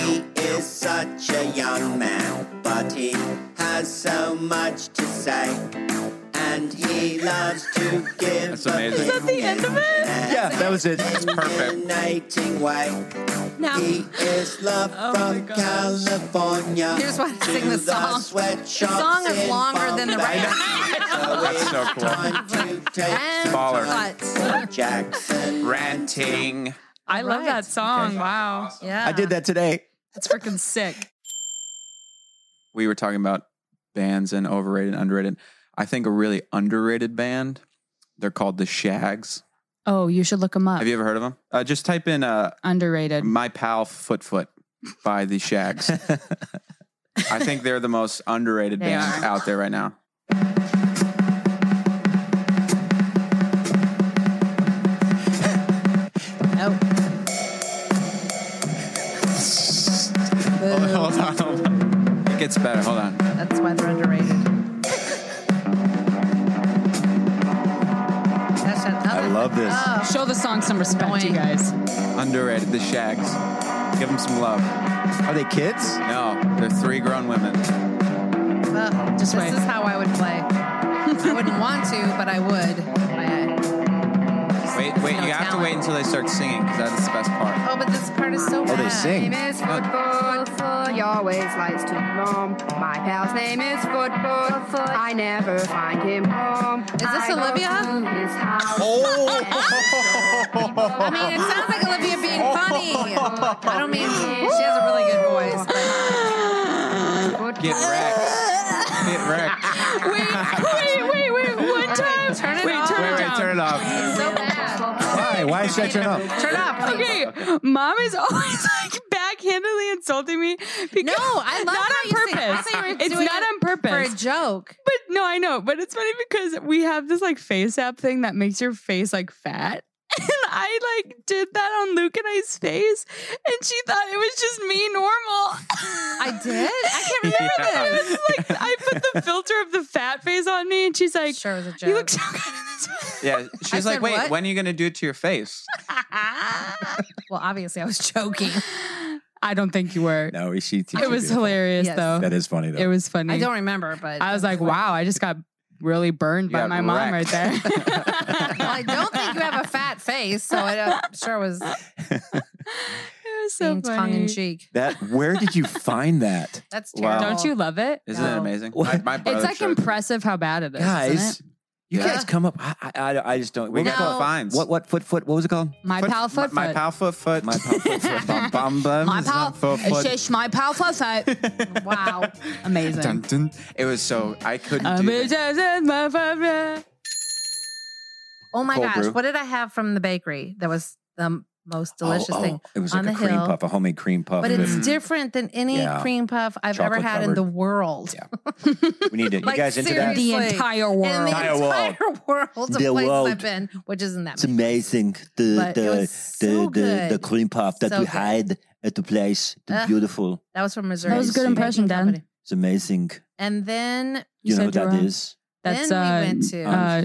S8: is such a young man, but he has so much to say. And he loves to give That's
S9: amazing. Is that
S8: the end of it?
S9: Yeah, that was it. That's perfect.
S8: way.
S6: Now. Oh
S8: He is loved from California.
S6: You just wanna
S8: to
S6: sing the song.
S8: sweatshops
S6: The song is
S8: in
S6: longer than the
S8: Bombay.
S9: That's so cool.
S8: Time to take some
S9: Baller.
S8: time for Jackson
S9: Ranting.
S4: I love that song. Wow.
S6: Yeah.
S9: I did that today.
S4: That's freaking sick.
S9: We were talking about bands and overrated, underrated. I think a really underrated band. They're called the Shags.
S4: Oh, you should look them up.
S9: Have you ever heard of them? Uh, just type in uh,
S4: Underrated.
S9: My pal Foot Foot by the Shags. I think they're the most underrated
S4: They
S9: band
S4: are.
S9: out there right now.
S6: Oh.
S9: Hold on, hold on, hold on. It gets better. Hold on.
S6: That's why they're underrated. That's
S9: I love this.
S4: Show the song some respect, you guys.
S9: Underrated. The Shags. Give them some love. Are they kids? No, they're three grown women.
S6: Uh, this is how I would play. I wouldn't want to, but I would. I-
S9: Wait, wait. You have to wait until they start singing because that's the best part.
S6: oh, but this part is so
S9: Oh,
S6: bad.
S9: they sing.
S12: Name is football, football. He always likes to roam. My pal's name is football. football. I never find him home. Is
S6: this Olivia?
S12: Oh.
S6: I mean, it sounds like Olivia being
S9: Oh.
S6: funny. I don't mean she has a really good voice. But
S9: Get wrecked. Get wrecked.
S6: wait, wait, wait, wait. One time. Turn it off.
S9: wait, wait. Turn it off.
S6: So bad.
S1: Why? Why should I turn up?
S6: Turn off.
S4: Okay. Mom is always like backhandedly insulting me. Because no,
S6: I love
S4: not
S6: how
S4: on
S6: you say- I
S4: purpose.
S6: thought you were
S4: it's
S6: doing
S4: not
S6: it
S4: on purpose
S6: for a joke.
S4: But no, I know. But it's funny because we have this like face app thing that makes your face like fat. And I like did that on Luke and I's face, and she thought it was just me normal. I
S6: did. I can't remember
S4: It was like I put the filter of the fat face on me, and she's like, "Sure,
S6: was a joke.
S4: You look so good."
S9: Yeah, she
S6: I
S9: was like,
S6: said
S9: "Wait,
S6: what?
S9: when are you gonna do it to your face?"
S6: Well, obviously, I was joking.
S4: I don't think you were.
S1: No, she.
S4: it was hilarious
S6: Yes.
S4: though.
S1: That is funny though.
S4: It was funny.
S6: I don't remember, but
S4: I was like, wow, I just got really burned by
S1: got
S4: my mom right
S1: wrecked.
S4: there.
S6: well, I don't think you have a fat face, so it uh, sure was. it
S4: was so
S6: tongue in
S4: funny.
S6: cheek.
S1: That. Where did you find that?
S6: That's
S1: Wow.
S6: terrible.
S4: Don't you love it?
S9: Isn't it amazing? My, my brother
S4: It's like
S9: showed me.
S4: impressive how bad it is.
S1: guys,
S4: isn't
S1: you
S9: Yeah.
S1: guys come up. I, I, I- I just don't.
S9: We
S1: what was
S9: got
S1: it
S9: the
S1: called?
S9: fines.
S1: What? What? Foot? Foot? What was it called?
S4: it? My pal foot
S9: My
S4: foot.
S9: pal foot foot. My pal foot foot. Bum bum bum.
S4: My pal.
S9: foot foot.
S4: Shush, my pal foot foot. wow. Amazing.
S9: Dun, dun. It was so I couldn't do that.
S4: Amazing, my favorite.
S6: Oh my
S1: Cold
S6: gosh,
S1: brew.
S6: what did I have from the bakery? That was the most delicious
S1: Oh, oh,
S6: thing
S1: It was
S6: on
S1: like a
S6: the
S1: cream
S6: hill.
S1: puff, a homemade cream puff. Mm.
S6: But it's
S1: with-
S6: different than any
S1: Yeah.
S6: cream puff I've ever
S1: Chocolate
S6: had in
S1: covered.
S6: the world.
S1: We need it. You
S6: Like,
S1: guys into that?
S6: seriously.
S4: entire
S6: In the
S1: world.
S6: entire
S1: Entire
S6: world.
S1: world.
S6: of
S1: The
S6: places
S1: world.
S6: I've been, which isn't that
S12: It's
S6: many.
S12: amazing the
S6: But it
S12: the,
S6: was so
S12: the, the the
S6: good.
S12: cream puff that
S6: So
S12: we
S6: good.
S12: had at the place. The
S6: Ugh.
S12: beautiful.
S6: That was from Missouri.
S12: was a good
S4: impression, Dan.
S12: It's amazing.
S6: And then
S12: You know what that is? Um,
S6: Then we went to-
S4: uh,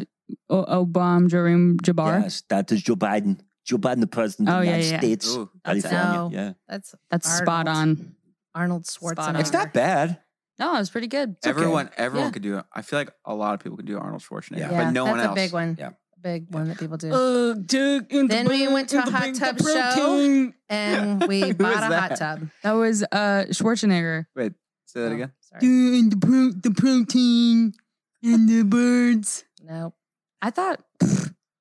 S4: O- Obama Jareem Jabbar.
S12: Yes, that is Joe Biden. Joe Biden, the president
S4: Oh,
S12: of the
S4: yeah,
S12: United
S4: yeah.
S12: States,
S4: Ooh, that's it.
S12: California.
S4: Oh.
S12: Yeah.
S6: That's
S4: That's spot on.
S6: Arnold Schwarzenegger.
S12: It's not bad.
S4: No, it was pretty good.
S9: everyone, everyone
S6: Yeah.
S9: could do it. I feel like a lot of people could do Arnold Schwarzenegger,
S6: Yeah,
S9: but no
S6: that's
S9: one
S6: a
S9: else.
S6: big one. Yeah. Big one that people do.
S4: Uh, Duke in the
S6: then we
S4: bing,
S6: went to a
S4: in the
S6: hot
S4: bing, the
S6: tub
S4: protein.
S6: show and we
S4: Who
S6: bought
S4: is
S6: a hot
S4: that?
S6: tub.
S4: That was uh Schwarzenegger.
S9: Wait, say that again.
S4: Dude, the, pro- the protein and the birds.
S6: No,
S4: I thought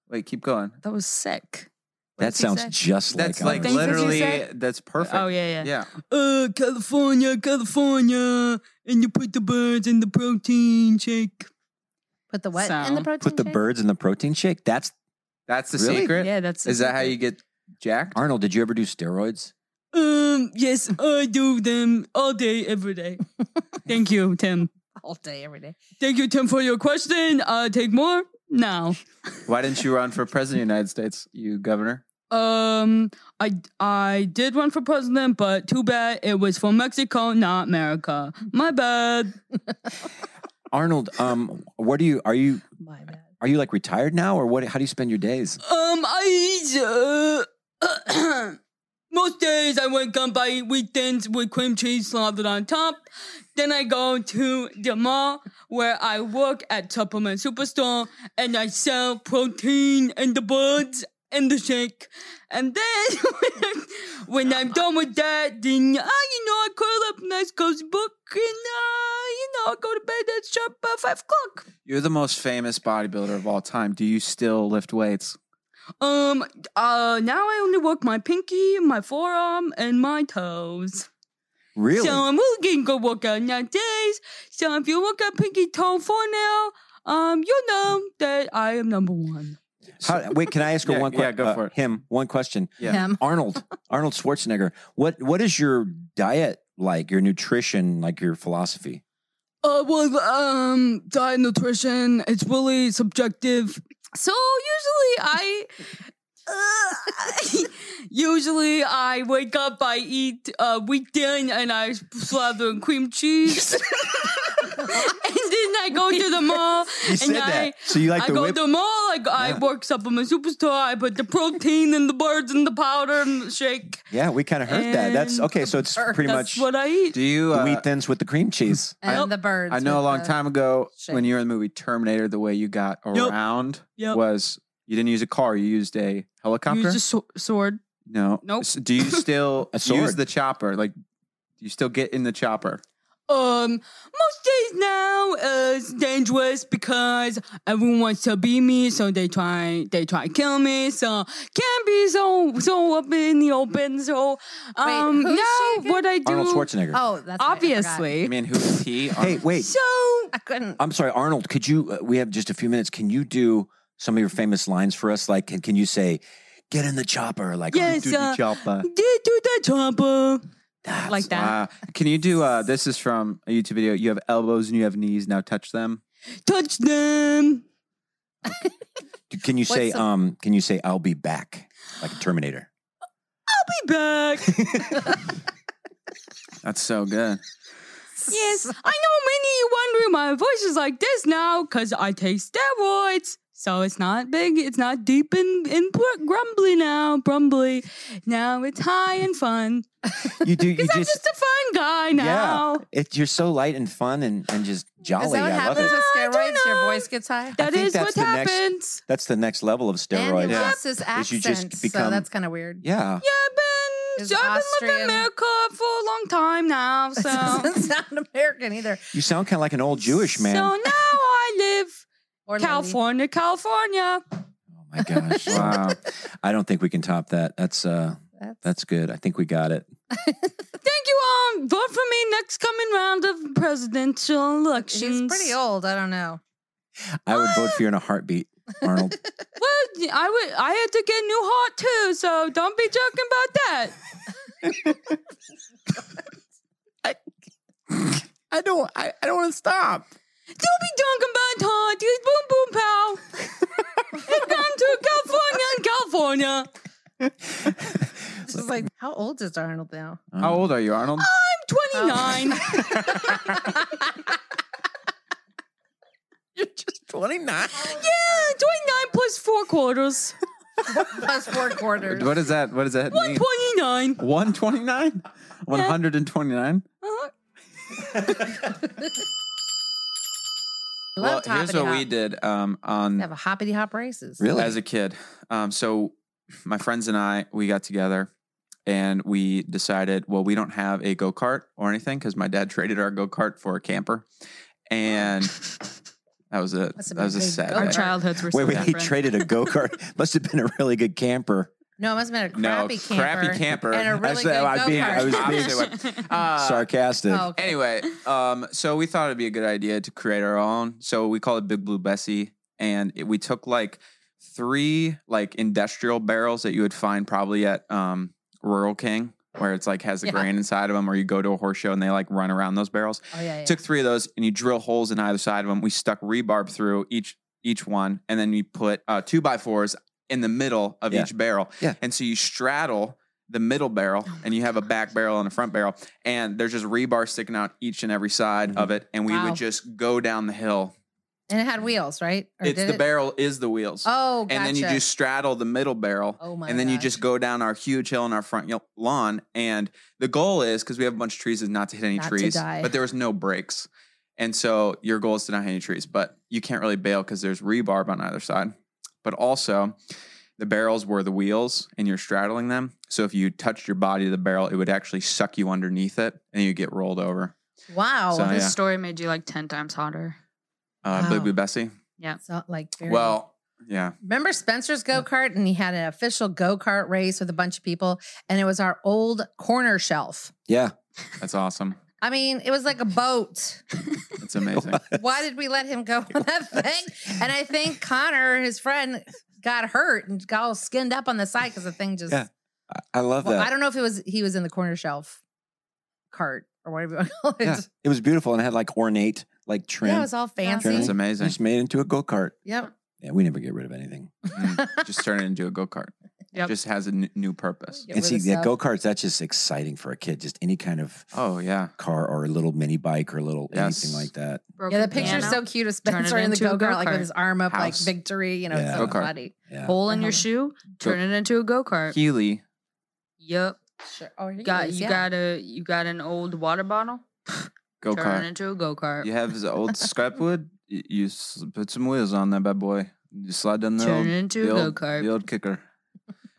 S9: Wait, keep going.
S4: that was sick.
S1: That sounds just like
S9: That's like
S1: ours.
S9: literally. That's perfect.
S4: Oh, yeah, yeah.
S9: Yeah.
S4: Uh, California, California, and you put the birds in the protein shake.
S6: Put the what
S4: in the protein?
S1: Put the birds in the protein shake. That's
S9: That's the
S1: Really?
S9: secret.
S4: Yeah, that's the
S9: Is that how you get jacked?
S1: Arnold. Did you ever do steroids?
S4: Um, yes, I do them all day, every day. Thank you, Tim.
S6: all day, every day.
S4: Thank you, Tim, for your question. Uh, take more now.
S9: Why didn't you run for president of the United States, you governor?
S4: Um, I I did run for president, but too bad it was for Mexico, not America. My bad.
S1: Arnold, um, what do you are you are you like retired now or what? How do you spend your days?
S4: Um, I uh, most days I wake up by weekends with cream cheese slathered on top. Then I go to the mall where I work at Supplement Superstore and I sell protein and the buds and the shake. And then when I'm done with that, then uh, you know I curl up, nice cozy book, and uh, you know I go to bed at sharp uh, five o'clock.
S9: You're the most famous bodybuilder of all time. Do you still lift weights?
S4: Um. Uh. Now I only work my pinky, my forearm, and my toes.
S1: Really?
S4: So I'm really getting good workout nowadays. So if you work out pinky toe for now, um, you know that I am number one.
S1: How, wait, can I ask her
S9: Yeah,
S1: one
S9: yeah,
S1: question?
S9: go for it.
S1: Him, one question.
S9: Yeah. Him.
S1: Arnold, Arnold Schwarzenegger. What what is your diet like? Your nutrition, like your philosophy?
S4: Uh. Well. Um. Diet, nutrition. It's really subjective. So usually I. uh, Usually, I wake up, I eat uh, wheat din, and I slather in cream cheese. and then I go to the mall.
S1: You
S4: and
S1: said
S4: I,
S1: that. So you like
S4: I
S1: the
S4: go
S1: whip-
S4: to the mall. I, I work supplement superstore. I put the protein and the birds and the powder and the shake.
S1: Yeah, we kind of heard that. That's okay. So it's pretty
S4: That's
S1: much
S4: what I eat.
S9: Do you
S1: the
S9: uh,
S1: wheat thins with the cream cheese.
S6: And the birds.
S9: I know a
S6: with
S9: long
S6: the-
S9: time ago
S6: shake.
S9: when you were in the movie Terminator, the way you got
S4: Yep.
S9: around
S4: Yep.
S9: was you didn't use a car, you used a helicopter.
S4: Use a so- sword.
S9: no.
S4: Nope.
S9: S- do you still
S1: A
S9: use
S1: sword.
S9: the chopper? Like, do you still get in the chopper?
S4: Um, most days now uh, it's dangerous because everyone wants to beat me, so they try they try to kill me. So can't be so so up in the open. So um,
S6: who's
S4: now what I do?
S1: Arnold Schwarzenegger.
S6: Oh, that's
S4: obviously.
S9: I mean, who is he?
S1: Hey, wait.
S4: So
S6: I couldn't.
S1: I'm sorry, Arnold. Could you? Uh, we have just a few minutes. Can you do some of your famous lines for us? Like, can, can you say, "Get in the chopper"? Like,
S4: Yes,
S1: "Do the
S4: uh,
S1: chopper."
S4: Did do the chopper like that?
S9: Wow. Can you do uh, this? Is from a YouTube video. You have elbows and you have knees. Now touch them.
S4: Touch them.
S1: Do- Can you
S4: What's
S1: say,
S4: the-
S1: um, can you say, "I'll be back," like a Terminator?
S4: I'll be back.
S9: That's so good.
S4: yes, I know many wondering my voice is like this now because I take steroids. So it's not big, it's not deep and, and br- grumbly now, brumbly. Now it's high and fun.
S1: You do. You
S4: Because I'm
S1: just.
S4: just a fun guy now.
S1: Yeah. It, you're so light and fun and, and just jolly.
S6: Is that what
S1: I love
S6: happens
S1: it.
S6: with steroids? Your voice gets high.
S1: I think that's the next- that's the next level of
S6: And
S1: steroids.
S6: he lost
S1: is
S6: his
S1: you
S6: accent,
S1: just
S6: so
S1: become-
S6: that's kind of weird.
S1: Yeah.
S4: So I've been living in America for a long time now. So
S6: doesn't sound American either.
S1: You sound kind of like an old Jewish man.
S4: So now I live
S6: lady.
S4: California, California.
S1: Oh my gosh. wow. I don't think we can top that. That's uh
S6: that's,
S1: good. I think we got it.
S4: Thank you all. Vote for me next coming round of presidential elections.
S6: He's pretty old. I don't know.
S1: I would vote for you in a heartbeat, Arnold.
S4: Well, I would. I had to get a new heart too, so don't be joking about that.
S9: I don't. I, I don't want to stop.
S4: Don't be joking about heart. You boom boom pal. and come to California and California.
S6: It's just like, how old is Arnold now?
S1: Oh.
S9: How old are you, Arnold?
S4: I'm 29.
S6: You're just
S11: 29. Yeah,
S4: 29 plus four quarters.
S6: plus four quarters.
S9: What is that? What does that mean?
S4: 129.
S9: 129? 129?
S4: Uh-huh.
S6: Oh,
S9: Well,
S6: Love
S9: here's what we
S6: hoppity-hop.
S9: did um, on
S6: Have a hoppity hop races.
S9: As a kid. Um, so my friends and I, we got together and we decided, well, we don't have a go kart or anything because my dad traded our go kart for a camper. And that was a
S6: Must've
S9: that was a
S6: been a
S9: sad day.
S6: big go-kart. Our childhoods were
S1: wait,
S6: so
S1: wait. He
S6: different.
S1: traded a go kart. Must have been a really good camper.
S6: No, it must have been
S1: No,
S6: a crappy camper.
S1: crappy camper.
S6: And a really
S1: Actually,
S6: good
S1: I was being- I was
S6: go-kart.
S1: being- Sarcastic.
S6: Oh, okay.
S9: Uh, Anyway, um, so we thought it'd be a good idea to create our own. So we call it Big Blue Bessie, and it, we took like three like industrial barrels that you would find probably at um, Rural King, where it's like has the
S6: Yeah.
S9: grain inside of them, or you go to a horse show and they like run around those barrels.
S6: Oh, yeah, yeah.
S9: Took three of those and you drill holes in either side of them. We stuck rebarb through each each one, and then you put uh, two by fours in the middle of
S1: Yeah.
S9: each barrel.
S1: Yeah.
S9: And so you straddle the middle barrel
S6: Oh
S9: and you have a back barrel and a front barrel and there's just rebar sticking out each and every side
S1: Mm-hmm.
S9: of it and we
S6: Wow.
S9: would just go down the hill
S6: And it had wheels, right? Or
S9: it's
S6: did
S9: the
S6: it?
S9: barrel is the wheels
S6: Oh,
S9: and then you
S6: gotcha.
S9: just straddle the middle barrel
S6: Oh my
S9: and then you
S6: gosh.
S9: just go down our huge hill in our front y- lawn and the goal is because we have a bunch of trees is not to hit any
S6: Not to
S9: trees
S6: die.
S9: but there was no breaks and so your goal is to not hit any trees but you can't really bail because there's rebarb on either side but also the barrels were the wheels and you're straddling them so if you touched your body to the barrel it would actually suck you underneath it and you get rolled over
S6: Wow.
S9: So,
S2: this
S9: yeah.
S2: story made you like 10 times hotter.
S9: uh,
S6: Wow.
S9: Big Blue Bessie.
S2: Yeah.
S6: So, like, very
S9: Well, yeah.
S6: Remember Spencer's go kart, and he had an official go kart race with a bunch of people, and it was our old corner shelf.
S1: Yeah.
S9: That's awesome.
S6: I mean, it was like a boat.
S9: It's amazing.
S6: Why did we let him go on that thing? And I think Connor, his friend, got hurt and got all skinned up on the side because the thing just.
S1: Yeah. I love
S6: Well,
S1: that.
S6: I don't know if it was he was in the corner shelf cart or whatever you want to call it.
S1: Yeah, it was beautiful and it had like ornate like trim.
S6: was all fancy.
S1: trimming.
S6: It's
S9: amazing.
S1: Just made it into a go kart.
S6: Yep.
S1: Yeah, we never get rid of anything.
S9: Mm, just turn it into a go kart.
S6: Yep.
S9: Just has a n- new purpose.
S1: and see, yeah, go karts. That's just exciting for a kid. Just any kind of
S9: oh yeah
S1: car or a little mini bike or a little anything like that.
S6: yeah, the picture's so cute of
S2: Turn it
S6: Spencer in the
S2: into
S6: go
S2: a
S6: kart, like
S2: go-kart.
S6: with his arm up,
S9: House.
S6: like victory. You know, it's
S9: Yeah.
S6: so Uh-huh.
S9: Go-kart.
S6: funny.
S2: Hole in your shoe, turn it into a go kart.
S9: Healy.
S2: Yep.
S6: Sure. Oh, you
S2: Got you got a you got an old water bottle.
S9: Go
S2: Turn it
S9: kart.
S2: into a go kart.
S9: You have the old scrap wood. y- You s- put some wheels on that bad boy. You slide down the
S2: Turn it
S9: old,
S2: into
S9: the
S2: a
S9: old-
S2: go-kart.
S9: The old kicker.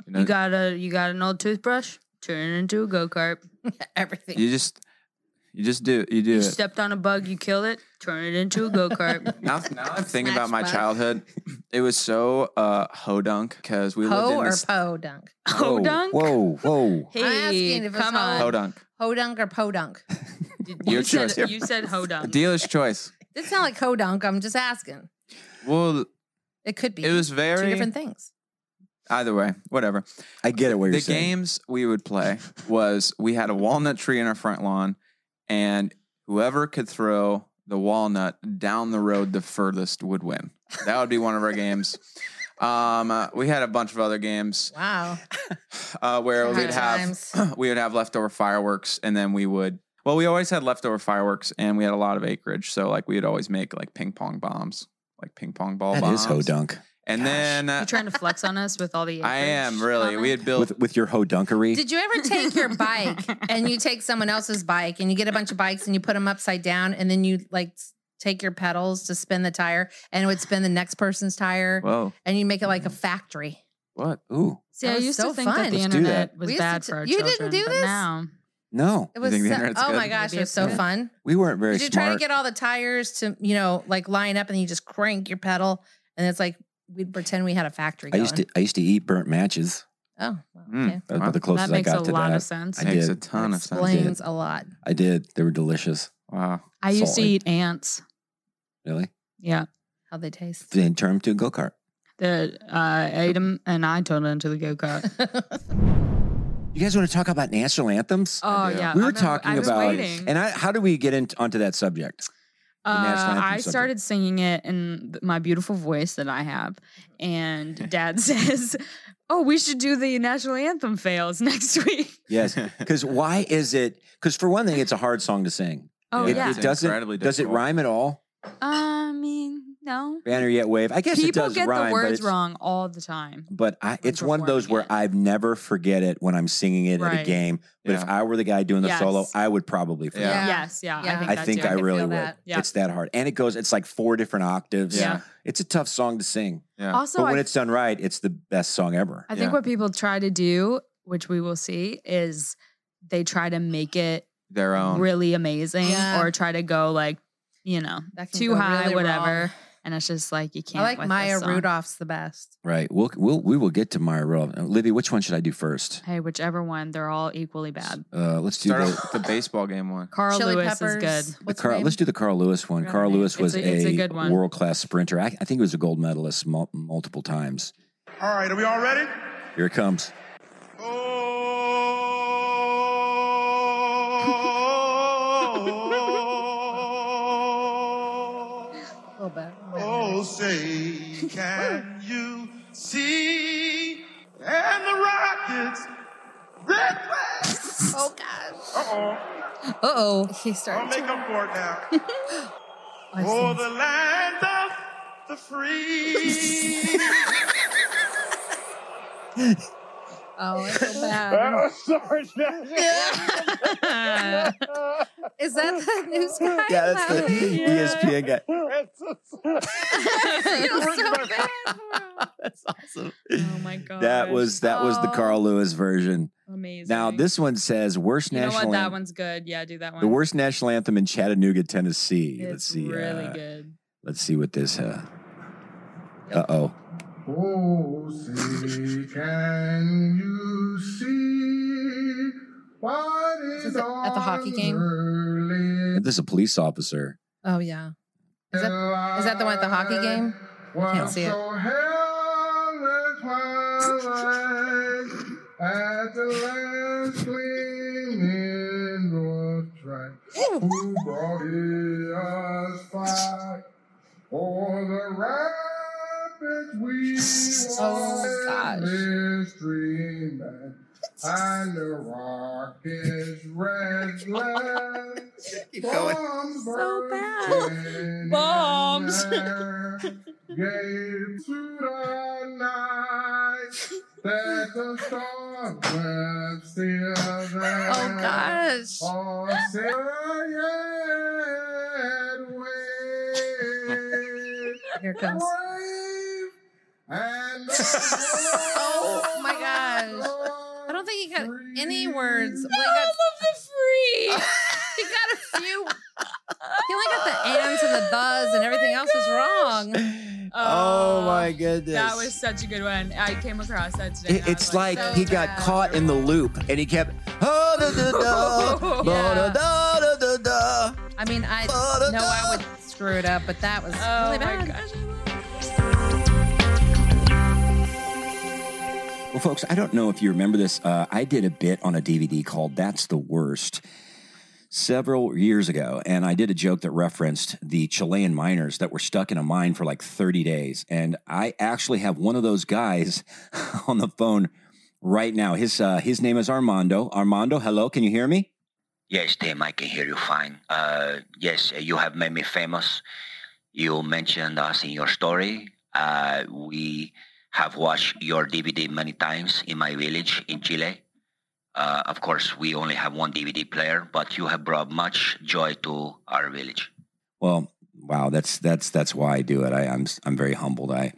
S9: know-
S2: You got a you got an old toothbrush. Turn it into a go kart.
S6: Everything.
S9: You just, you just do, you do
S2: You
S9: it.
S2: stepped on a bug, you killed it. Turn it into a go kart.
S9: now, now that I'm thinking about my
S2: Smash mouth.
S9: childhood. It was so uh, hodunk because we lived
S6: Ho
S9: in
S6: or
S9: this
S6: po dunk?
S2: Podunk?
S1: Whoa, whoa.
S2: Hey,
S6: I'm asking if
S2: come
S6: it's
S2: on.
S9: hodunk.
S6: ho dunk or po dunk.
S9: Your
S2: You said,
S9: choice.
S2: you said
S6: Um,
S2: hodunk.
S9: Dealer's choice.
S6: This sound like ho dunk. I'm just asking.
S9: Well,
S6: It could be.
S9: It was very-
S6: two different things.
S9: Either way, whatever.
S1: I get it. Where
S9: the
S1: you're saying.
S9: games we would play was we had a walnut tree in our front lawn, and whoever could throw the walnut down the road the furthest would win. That would be one of our games. Um, uh, we had a bunch of other games
S6: Wow.
S9: uh, where
S6: Hard
S9: we'd
S6: times.
S9: have we would have leftover fireworks, and then we would. Well, we always had leftover fireworks, and we had a lot of acreage, so like we would always make like ping pong bombs, like ping pong ball
S1: That
S9: bombs.
S1: is ho dunk.
S9: And then uh,
S2: You trying to flex on us with all the
S9: I am really. We had built
S1: with, with your ho dunkery.
S6: Did you ever take your bike and you take someone else's bike and you get a bunch of bikes and you put them upside down and then you like s- take your pedals to spin the tire and it would spin the next person's tire
S1: Whoa.
S6: and you make it like
S2: Mm.
S6: a factory.
S1: What? Ooh.
S2: See,
S6: That
S2: I
S6: was
S2: used
S6: so
S2: to think
S6: fun.
S2: that the
S6: Let's do
S2: internet
S6: that.
S2: was
S6: We used to
S2: bad
S6: t-
S2: for our
S6: You didn't
S2: children,
S6: do
S2: but
S6: this?
S2: Now,
S1: No.
S6: It was so, oh my gosh, it was so fun.
S1: We weren't very
S6: Did you
S1: smart.
S6: try to get all the tires to you know like line up and you just crank your pedal and it's like we'd pretend we had a factory.
S1: I
S6: Going.
S1: used to I used to eat burnt matches.
S6: Oh,
S9: Mm,
S1: That was about the closest
S6: That
S1: I
S6: makes
S1: got
S6: a
S1: to
S6: lot
S1: that.
S6: of sense.
S1: I
S6: Makes
S1: did.
S9: a ton of sense.
S1: I did.
S6: explains a lot.
S1: I did. They were delicious.
S9: Wow.
S2: I used to
S1: Salty.
S2: eat ants.
S1: Really?
S2: Yeah,
S6: How they taste.
S1: Then turn 'em to a go kart.
S2: that I uh, ate them and I turned it into the go kart.
S1: You guys want to talk about national anthems?
S2: Oh, I do. yeah.
S1: we
S2: I
S1: were
S2: remember-
S1: talking
S2: I was
S1: about.
S2: waiting.
S1: And I, how do we get in, onto that subject? The national
S2: Uh,
S1: anthem
S2: I
S1: subject.
S2: started singing it in th- my beautiful voice that I have, and Dad says, "Oh, we should do the national anthem fails next week."
S1: Yes, because why is it? Because for one thing, it's a hard song to sing.
S2: Oh,
S1: it,
S2: yeah.
S1: it doesn't.
S9: Incredibly
S1: Does it
S9: difficult.
S1: rhyme at all?
S2: I mean, No.
S11: Banner yet wave. I guess
S2: People
S11: it does
S2: get
S11: rhyme,
S2: the
S11: but
S2: words
S11: it's-
S2: wrong all the time.
S11: But I, it's one of those where I've never forget it when I'm singing it at a
S2: Right.
S11: game. But if I were the guy doing the
S2: Yes.
S11: solo, I would probably forget.
S2: Yeah. Yes, yeah, I Yeah. think
S11: I
S2: that
S11: think
S2: too.
S11: I
S2: I can
S11: really
S2: feel
S11: would.
S2: that. Yeah.
S11: It's that hard, and it goes. It's like four different octaves.
S2: Yeah.
S11: it's a tough song to sing.
S2: Yeah. Also,
S11: but when
S2: I-
S11: it's done right, it's the best song ever.
S2: I think what people try to do, which we will see, is they try to make it
S9: Their own.
S2: really amazing
S6: Yeah.
S2: or try to go like, you know,
S6: That can
S2: too
S6: go
S2: high,
S6: really
S2: whatever.
S6: wrong.
S2: And it's just like you can't.
S6: I like
S2: with
S6: Maya
S2: this song.
S6: Rudolph's the best.
S1: Right. We'll, we'll we will get to Maya Rudolph. Uh, Livy, which one should I do first?
S2: Hey, whichever one, they're all equally bad.
S1: Uh, let's do
S9: Start
S1: the,
S9: off with the baseball game one.
S2: Carl
S6: Chili
S2: Lewis
S6: Peppers.
S2: is good.
S1: the Carl. Let's do the Carl Lewis one.
S2: Forgot
S1: Carl
S2: her name.
S1: Lewis
S2: It's
S1: was
S2: a- it's a
S1: a,
S2: good one.
S1: world class sprinter. I, I think he was a gold medalist mul- multiple times.
S13: All right, are we all ready?
S1: Here it comes.
S13: Oh, say, can you see? And the Rockets, red flag.
S6: Oh God.
S13: Uh-oh.
S6: Uh oh. He
S13: I'll
S6: started.
S13: make up for it now.
S6: I
S13: For
S6: see.
S13: the land of the free.
S6: Oh, it's so
S13: Oh,
S6: bad.
S13: sorry.
S6: Is that the news guy?
S11: Yeah, that's the
S1: E
S6: laughing?
S11: ESPN guy.
S6: I feel so bad.
S11: That's awesome.
S2: Oh my god.
S11: That was that was the Carl Lewis version.
S2: Oh. Amazing.
S11: Now this one says worst
S2: You know
S11: national
S2: what? That
S11: anthem-
S2: one's good. Yeah, do that one.
S11: the worst national anthem in Chattanooga, Tennessee. let's
S2: It's
S11: see.
S2: really
S11: uh,
S2: good.
S11: Let's see what this. Uh oh.
S13: Oh, see, can you see what is,
S6: it at the hockey game?
S1: This is a police officer.
S6: Oh yeah. Is that, is that the one at the hockey game? I can't see it.
S13: so hellish twilight at the last gleaming North Track? Who brought us fire for the rapids we
S6: Oh,
S13: walked
S6: gosh.
S13: mystery man? And the rock is red land from
S6: So
S13: bad.
S6: Bombs.
S13: Gave to the night that the stars were still there.
S6: Oh, gosh.
S13: On sad wave.
S6: Here it comes.
S13: Wave and
S6: Oh my gosh. I don't think he got any words. No, I love the free. he got a few. He only got the ands and the thes and everything else was wrong.
S11: Oh, my goodness.
S2: That was such a good one. I came across that today. and
S11: It-
S2: I
S11: it's
S2: was
S11: like
S2: so
S11: he got caught in the loop and he kept. Oh, da, da, da, da, da, da, da, da, da.
S6: I mean, I know I would screw it up, but that was really bad.
S1: Well, folks, I don't know if you remember this. Uh, I did a bit on a DVD called That's the Worst several years ago, and I did a joke that referenced the Chilean miners that were stuck in a mine for like 30 days. And I actually have one of those guys on the phone right now. His, uh, his name is Armando. Armando, hello, can you hear me?
S17: Yes, Tim, I can hear you fine. Uh, yes, you have made me famous. You mentioned us in your story. Uh, we have watched your DVD many times in my village in Chile. Uh, of course, we only have one DVD player, but you have brought much joy to our village.
S1: Well, wow, that's that's that's why I do it. I, I'm I'm very humbled. I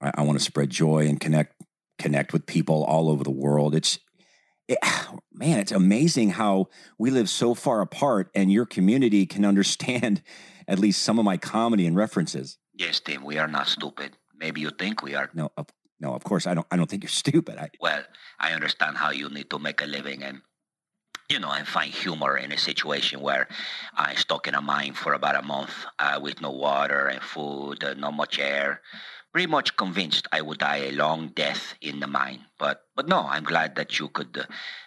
S1: I, I want to spread joy and connect connect with people all over the world. It's it, man, it's amazing how we live so far apart, and your community can understand at least some of my comedy and references.
S17: Yes, Tim, we are not stupid. Maybe you think we are.
S1: No, of, no, of course I don't. I don't think you're stupid. I,
S17: Well, I understand how you need to make a living and you know, and find humor in a situation where I'm stuck in a mine for about a month uh, with no water and food, uh, not much air. Pretty much convinced I would die a long death in the mine, but but no, I'm glad that you could uh,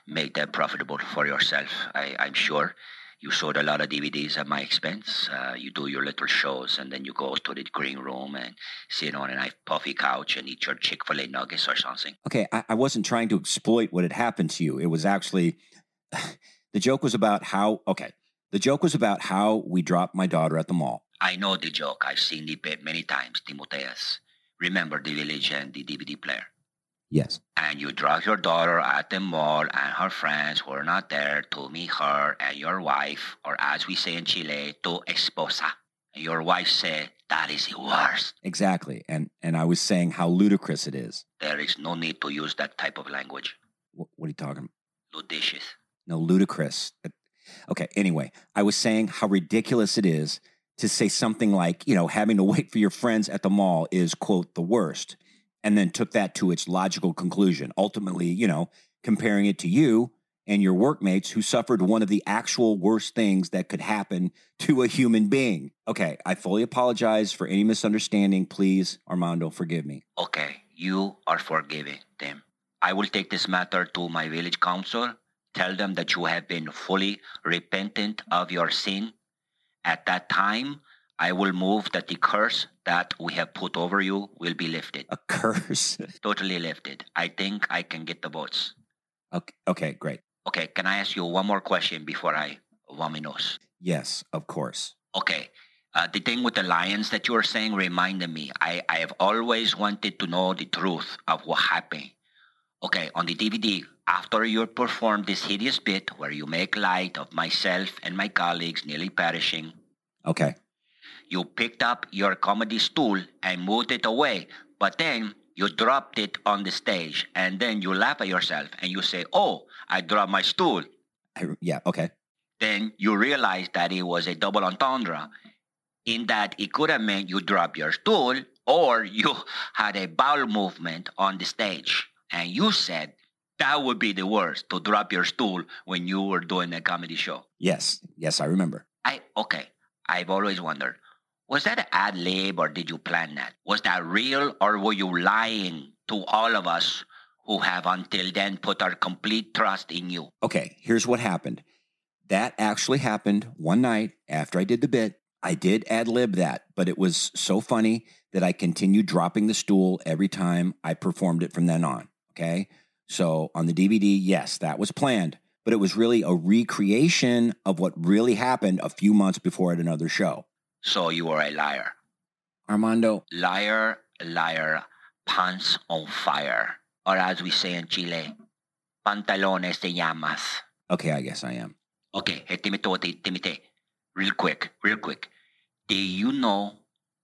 S17: make that profitable for yourself. I, I'm sure you sold a lot of DVDs at my expense. Uh, you do your little shows, and then you go to the green room and sit on a nice puffy couch and eat your Chick Fil A nuggets or something.
S1: okay, I, I wasn't trying to exploit what had happened to you. It was actually the joke was about how. Okay, the joke was about how we dropped my daughter at the mall.
S17: I know the joke. I've seen the bit many times, Timotheus. Remember the village and the DVD player.
S1: Yes.
S17: And you drug your daughter at the mall, and her friends who are not there to meet her and your wife, or as we say in Chile, tu esposa. And your wife said, That is the worst.
S1: Exactly. And and I was saying how ludicrous it is.
S17: There is no need to use that type of language.
S1: What, what are you talking about?
S17: Ludicrous.
S1: No, ludicrous. uh, Okay, anyway, I was saying how ridiculous it is to say something like, you know, having to wait for your friends at the mall is, quote, the worst, and then took that to its logical conclusion. Ultimately, you know, comparing it to you and your workmates who suffered one of the actual worst things that could happen to a human being. Okay, I fully apologize for any misunderstanding. Please, Armando, forgive me.
S17: Okay, you are forgiven, Tim. I will take this matter to my village council. Tell them that you have been fully repentant of your sin. At that time, I will move that the curse that we have put over you will be lifted.
S1: A curse?
S17: totally lifted. I think I can get the votes.
S1: Okay, okay great.
S17: Okay, can I ask you one more question before I vamanos?
S1: Yes, of course.
S17: Okay. Uh, the thing with the lions that you were saying reminded me. I, I have always wanted to know the truth of what happened. Okay, on the DVD, after you perform this hideous bit where you make light of myself and my colleagues nearly perishing,
S1: Okay.
S17: you picked up your comedy stool and moved it away, but then you dropped it on the stage, and then you laugh at yourself and you say, Oh, I dropped my stool.
S1: I, yeah, okay.
S17: Then you realize that it was a double entendre, in that it could have meant you dropped your stool or you had a bowel movement on the stage. And you said that would be the worst to drop your stool when you were doing a comedy show.
S1: Yes, yes, I remember.
S17: I okay. I've always wondered, was that an ad lib or did you plan that? Was that real or were you lying to all of us who have until then put our complete trust in you?
S1: Okay, here's what happened. That actually happened one night after I did the bit. I did ad lib that, but it was so funny that I continued dropping the stool every time I performed it from then on. Okay. So on the DVD, yes, that was planned, but it was really a recreation of what really happened a few months before at another show.
S17: So you are a liar.
S1: Armando,
S17: Liar, liar, pants on fire. Or as we say in Chile, pantalones de llamas.
S1: okay, I guess I am.
S17: Okay, hey Timothy, Timothy, real quick, real quick. Do you know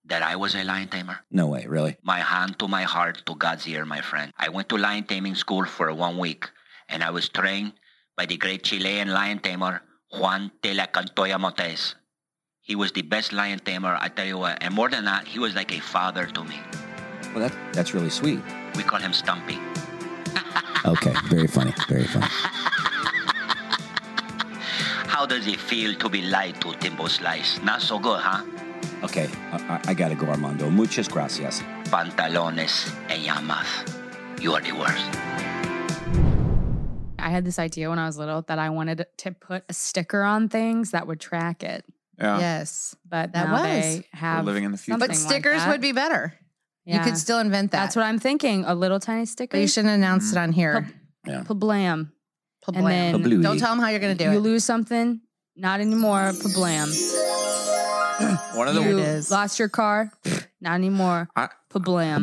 S17: that I was a lion tamer?
S1: No way, really.
S17: My hand to my heart to God's ear, my friend. I went to lion taming school for one week, and I was trained by the great Chilean lion tamer Juan de la Cantoya Montes. He was the best lion tamer, I tell you what, and more than that, he was like a father to me.
S1: Well, that, that's really sweet.
S17: We call him Stumpy.
S1: Okay, very funny, very funny.
S17: How does it feel to be lied to, Timbo Slice? Not so good, huh?
S1: Okay, I, I, I gotta go, Armando. Muchas gracias.
S17: Pantalones en llamas. You are the worst.
S4: I had this idea when I was little that I wanted to put a sticker on things that would track it.
S9: Yeah.
S6: Yes,
S4: But
S6: that
S4: now
S6: was.
S4: they have
S9: living in the future.
S4: something
S6: But stickers
S4: like that.
S6: would be better. You
S4: Yeah.
S6: could still invent that.
S4: That's what I'm thinking. A little tiny sticker.
S6: But you shouldn't announce it on here.
S1: Yeah.
S4: Pablam.
S6: Pablam. Pablooey. Don't tell 'em how you're gonna do
S4: You
S6: it.
S4: lose something. Not anymore. Pablam.
S9: One of the
S4: you lost your car. Pfft, Not anymore. Pablam.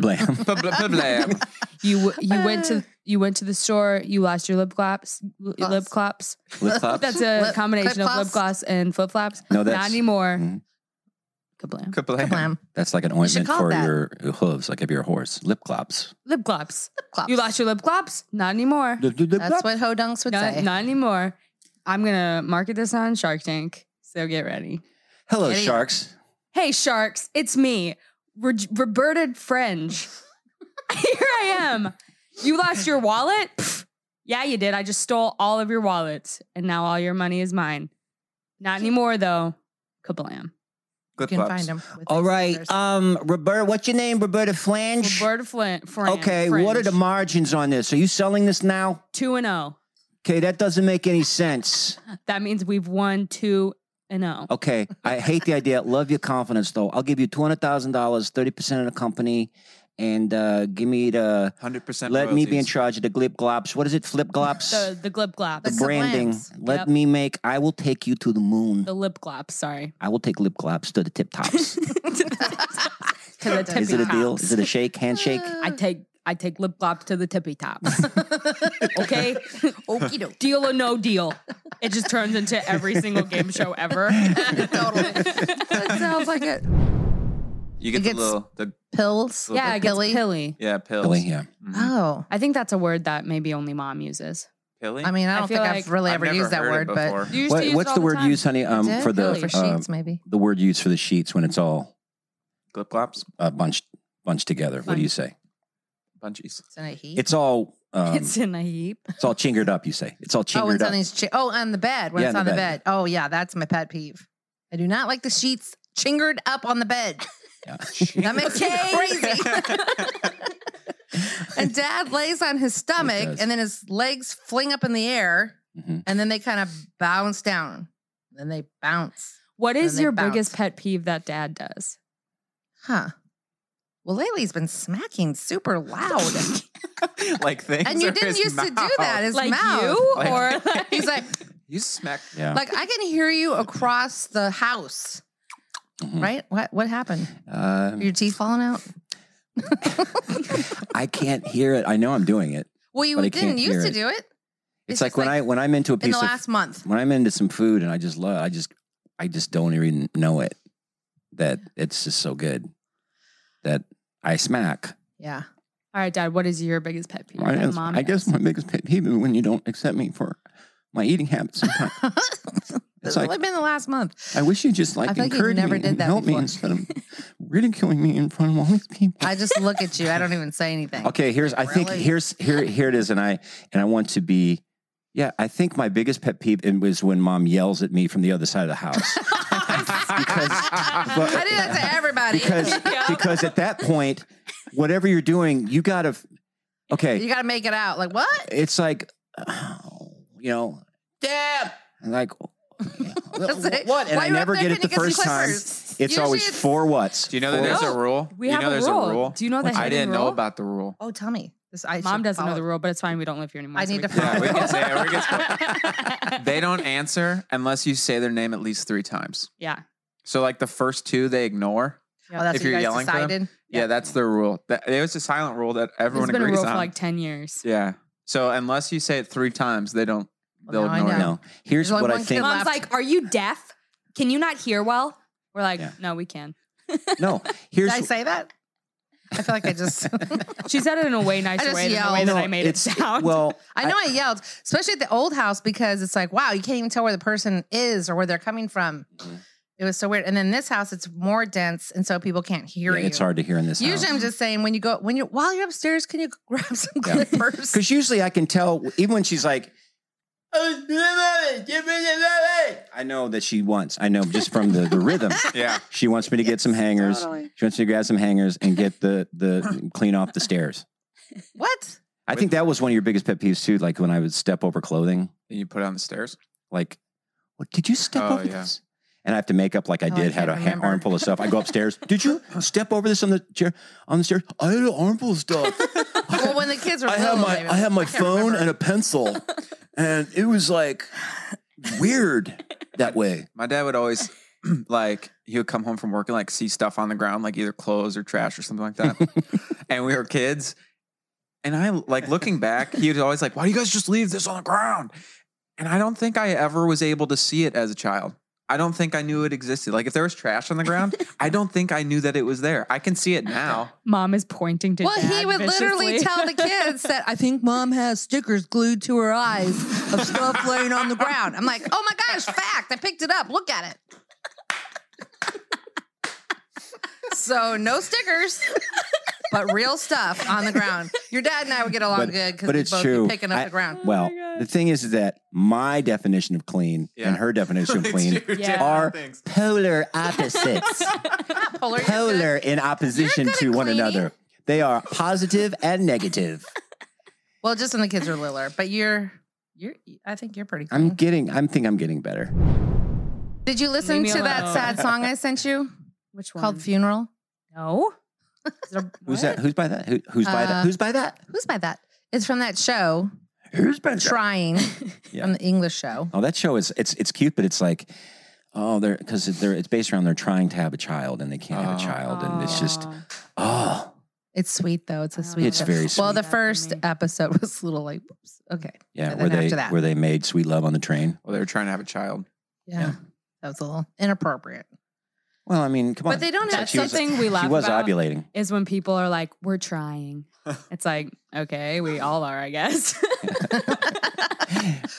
S9: Pablam.
S4: You w- you went to you went to the store. You lost your lip glops. l- Lip clops.
S1: Lip clops?
S4: That's a
S6: Lip-
S4: combination of lip
S6: clip-flops?
S4: gloss and flip flops.
S1: No,
S4: not
S1: that's-
S4: anymore. Kablam.
S6: Kablam.
S1: That's like an
S4: You should
S1: ointment
S4: call
S1: for
S4: it that.
S1: your hooves, like if you're a horse. Lip clops.
S4: Lip glops. You lost your lip glops. Not anymore.
S1: Lip- lip- lip
S4: That's
S1: glops.
S4: what
S6: ho dunks
S4: would not,
S6: say.
S4: Not anymore. I'm gonna market this on Shark Tank. So get ready.
S1: Hello,
S4: Idiot.
S1: sharks.
S4: Hey, sharks, it's me, Re- Roberta Fringe. Here I am. You lost your wallet? Pff, yeah, you did. I just stole all of your wallets, and now all your money is mine. Not anymore, though. Kablam.
S9: Good
S4: can find 'em with
S18: All right. Um, Roberta, what's your name? Roberta Flange?
S4: Roberta Flint. Fran,
S18: okay, what are the margins on this? Are you selling this now?
S4: Two and oh.
S18: Okay, that doesn't make any sense.
S4: That means we've won two and oh.
S18: Okay, I hate the idea. Love your confidence, though. I'll give you $200,000, 30% of the company,
S1: and uh, give me the
S9: 100%
S1: Let me be in
S9: royalties.
S1: charge of the glip glops. What is it? Flip glops.
S4: The the glip glop.
S1: the branding. Let
S4: Yep.
S1: me make. I will take you to the moon.
S4: The lip glop. Sorry.
S1: I will take lip glops to the tip tops.
S4: To the tippy
S1: is it a deal?
S4: tops.
S1: Is it a shake? Handshake?
S4: I take I take lip glops to the tippy tops. okay.
S6: Okie doke.
S4: Deal or no deal. It just turns into every single game show ever.
S6: That sounds like it.
S9: You get
S6: It
S9: the
S6: gets-
S9: little the
S6: Pills.
S4: yeah, it gets pilly.
S9: yeah pills.
S1: Really? Yeah.
S6: Oh.
S4: I think that's a word that maybe only mom uses.
S9: Pilly.
S6: I mean, I don't
S4: feel
S6: think I've
S4: like-
S6: really
S4: I've
S6: ever
S4: never
S6: used that
S4: heard it
S6: word,
S4: before.
S6: but
S4: You used to
S1: What-
S4: use it
S1: what's
S4: all
S1: the
S4: the
S1: word
S4: time.
S1: used, honey?
S4: You
S1: Um,
S4: did?
S1: for the
S4: Really? For
S1: um,
S4: sheets, maybe.
S1: the word used for the sheets when it's all
S9: glip glops,
S1: uh, bunched bunched together. What do you say?
S9: bunchies.
S6: It's in a heap.
S1: It's all um,
S4: it's in a heap.
S1: it's all chingered up. You say it's all
S6: oh,
S1: chingered
S6: when it's
S1: up.
S6: on his chi- oh, on the bed. When
S1: Yeah,
S6: it's
S1: on
S6: on
S1: the
S6: the bed. Oh yeah, that's my pet peeve. I do not like the sheets chingered up on the bed. that makes me crazy. and dad lays on his stomach and then his legs fling up in the air
S1: Mm-hmm.
S6: and then they kind of bounce down. Then they bounce.
S4: What
S6: And
S4: is
S6: they
S4: your
S6: bounce.
S4: biggest pet peeve that dad does?
S6: Huh. Well, lately he's been smacking super loud.
S9: like things.
S6: and you
S9: are
S6: didn't
S9: his
S6: used to do
S9: mouth.
S6: that. His
S4: Like
S6: mouth.
S4: you,
S9: Like-
S4: or like,
S6: he's like,
S9: You smack.
S6: like I can hear you across the house.
S1: Mm-hmm.
S6: Right? What what happened?
S1: Um,
S6: Are your teeth falling out?
S1: I can't hear it. I know I'm doing it.
S6: Well, you
S1: but I
S6: didn't
S1: can't
S6: used
S1: hear
S6: to
S1: it.
S6: do it.
S1: It's, like when I when I'm into a
S6: in
S1: piece
S6: the
S1: of
S6: last month.
S1: when I'm into some food and I just love I just I just don't even know it that it's just so good that I smack.
S6: Yeah.
S4: All right, Dad. What is your biggest pet peeve?
S1: I
S4: that
S1: guess,
S4: mom
S1: I guess my biggest pet peeve is when you don't accept me for my eating habits. Sometimes it's
S6: It's
S1: like
S6: only been the last month.
S1: I wish you just
S6: I
S1: like
S6: feel like you've
S1: encourage
S6: never
S1: me
S6: did
S1: and
S6: that
S1: help
S6: before.
S1: me instead of ridiculing me in front of all these people.
S6: I just look at you. I don't even say anything.
S1: Okay, here's I think
S6: Really?
S1: here's here here it is, and I and I want to be yeah. I think my biggest pet peeve it was when mom yells at me from the other side of the house But-
S6: I do that to everybody.
S1: because because at that point, whatever you're doing, you gotta okay.
S6: you got to make it out. Like what?
S1: It's like you know, damn. Like
S6: That's it.
S1: what? And
S6: Why
S1: I
S6: you up
S1: never
S6: there
S1: get it
S6: getting
S1: the
S6: against
S1: first time.
S6: Clippers?
S1: It's always four whats.
S9: Do you know that there's a rule?
S4: We
S9: you
S4: have
S9: know
S4: a
S9: there's
S4: rule.
S9: a rule.
S4: Do you know the
S9: I
S4: hidden
S9: didn't know
S4: rule?
S9: about the rule.
S6: Oh, tell me. This I
S4: Mom
S6: should
S4: doesn't know
S6: follow
S4: the rule, but it's fine. We don't live here anymore.
S6: I
S4: so
S6: need
S4: we
S6: to
S4: can-
S6: follow
S9: We can say it. We can say- they don't answer unless you say their name at least three times.
S4: Yeah.
S9: So like the first two they ignore.
S6: Oh, that's
S9: if
S6: what you
S9: you're
S6: guys
S9: yelling for
S6: decided?
S9: them. Yeah, that's their rule. That, it was a silent rule that everyone
S4: it's been a
S9: agrees
S4: rule
S9: on.
S4: for like ten years.
S9: yeah. So unless you say it three times, they don't. They'll
S4: now I
S9: ignore
S4: know.
S9: it.
S4: No.
S1: Here's what I think.
S4: Mom's like, "Are you deaf? Can you not hear well?" We're like, "No, we can."
S1: No, here's
S6: Did I say that? I feel like I just
S4: she said it in a way nicer
S6: just
S4: way than the
S6: yelled.
S4: way that
S6: No,
S4: I made it
S6: it's-
S4: sound.
S1: Well,
S6: I know I, yelled, especially at the old house because it's like, wow, you can't even tell where the person is or where they're coming from.
S1: Mm-hmm.
S6: It was so weird. And then this house, it's more dense, and so people can't hear
S1: Yeah,
S6: you.
S1: it's hard to hear in this
S6: Usually, I'm
S1: house.
S6: just saying when you go when you're while you're upstairs, can you grab some clippers?
S1: Because usually I can tell, even when she's like, I know that she wants, I know just from the, the rhythm.
S9: Yeah.
S1: She wants me to get some hangers. She wants me to grab some hangers and get the, the clean off the stairs.
S6: What?
S1: I think that was one of your biggest pet peeves too, like when I would step over clothing.
S9: And you put it on the stairs.
S1: Like, what did you step
S9: Oh,
S1: over
S9: yeah.
S1: this? And I have to make up like I
S9: Oh, I
S1: did, had
S9: can't
S1: a ha-
S9: remember.
S1: armful of stuff. I go upstairs. Did you step over this on the chair on the stairs? I had an armful of stuff.
S6: well, when the kids are
S1: I had
S6: little,
S1: my
S6: maybe.
S1: I had my
S6: can't
S1: phone
S6: remember.
S1: and a pencil, and it was like weird that way.
S9: My dad would always like he would come home from work and like see stuff on the ground, like either clothes or trash or something like that. and we were kids. And I like looking back, he was always like, Why do you guys just leave this on the ground? And I don't think I ever was able to see it as a child. I don't think I knew it existed. Like if there was trash on the ground, I don't think I knew that it was there. I can see it now.
S4: Mom is pointing to.
S6: Well, he
S4: Dad
S6: would literally
S4: viciously.
S6: tell the kids that I think mom has stickers glued to her eyes of stuff laying on the ground. I'm like, oh my gosh, fact. I picked it up. Look at it. so no stickers, but real stuff on the ground. Your dad and I would get
S9: Oh,
S6: along good because
S1: but
S6: we
S1: it's
S6: both
S1: true.
S6: be picking up
S1: I-
S6: the ground.
S1: Well, the thing is that my definition of clean and her definition of
S6: It's
S1: clean
S6: two different
S1: are polar opposites,
S6: Not polar.
S1: polar in opposition to one another. They are positive and negative.
S6: Well, just when the kids are littler, but you're you're. I think you're pretty.
S1: I'm getting. I'm think I'm getting better.
S6: Did you listen
S4: Leave me
S6: to that
S4: alone.
S6: sad song I sent you? Which one? Called Funeral.
S4: No.
S1: Who's that? Who's by that? Who, who's by
S6: Uh,
S1: that? Who's by that?
S6: Who's by that? It's from that show.
S1: Who's by that?
S6: Trying
S1: Yeah.
S6: from the English show.
S1: Oh, that show is it's it's cute, but it's like, oh, they're because they're it's based around they're trying to have a child and they can't
S9: Oh.
S1: have a child, and it's just oh
S6: It's sweet though.
S8: Oh,
S6: It's a sweet.
S1: It's
S6: show.
S1: very
S6: Well,
S1: sweet.
S6: the first episode was a little like, whoops. Okay.
S1: yeah.
S6: And
S1: Where
S6: then
S1: they
S6: after that,
S1: where they made sweet love on the train.
S9: Well, they were trying to have a child.
S6: yeah, that was a little inappropriate.
S1: Well, I mean, come on.
S4: But they don't
S1: It's like
S4: have
S1: she was-
S4: something we laugh
S1: She was
S4: about.
S1: ovulating.
S4: Is when people are like, "We're trying." It's like, okay, we all are, I guess.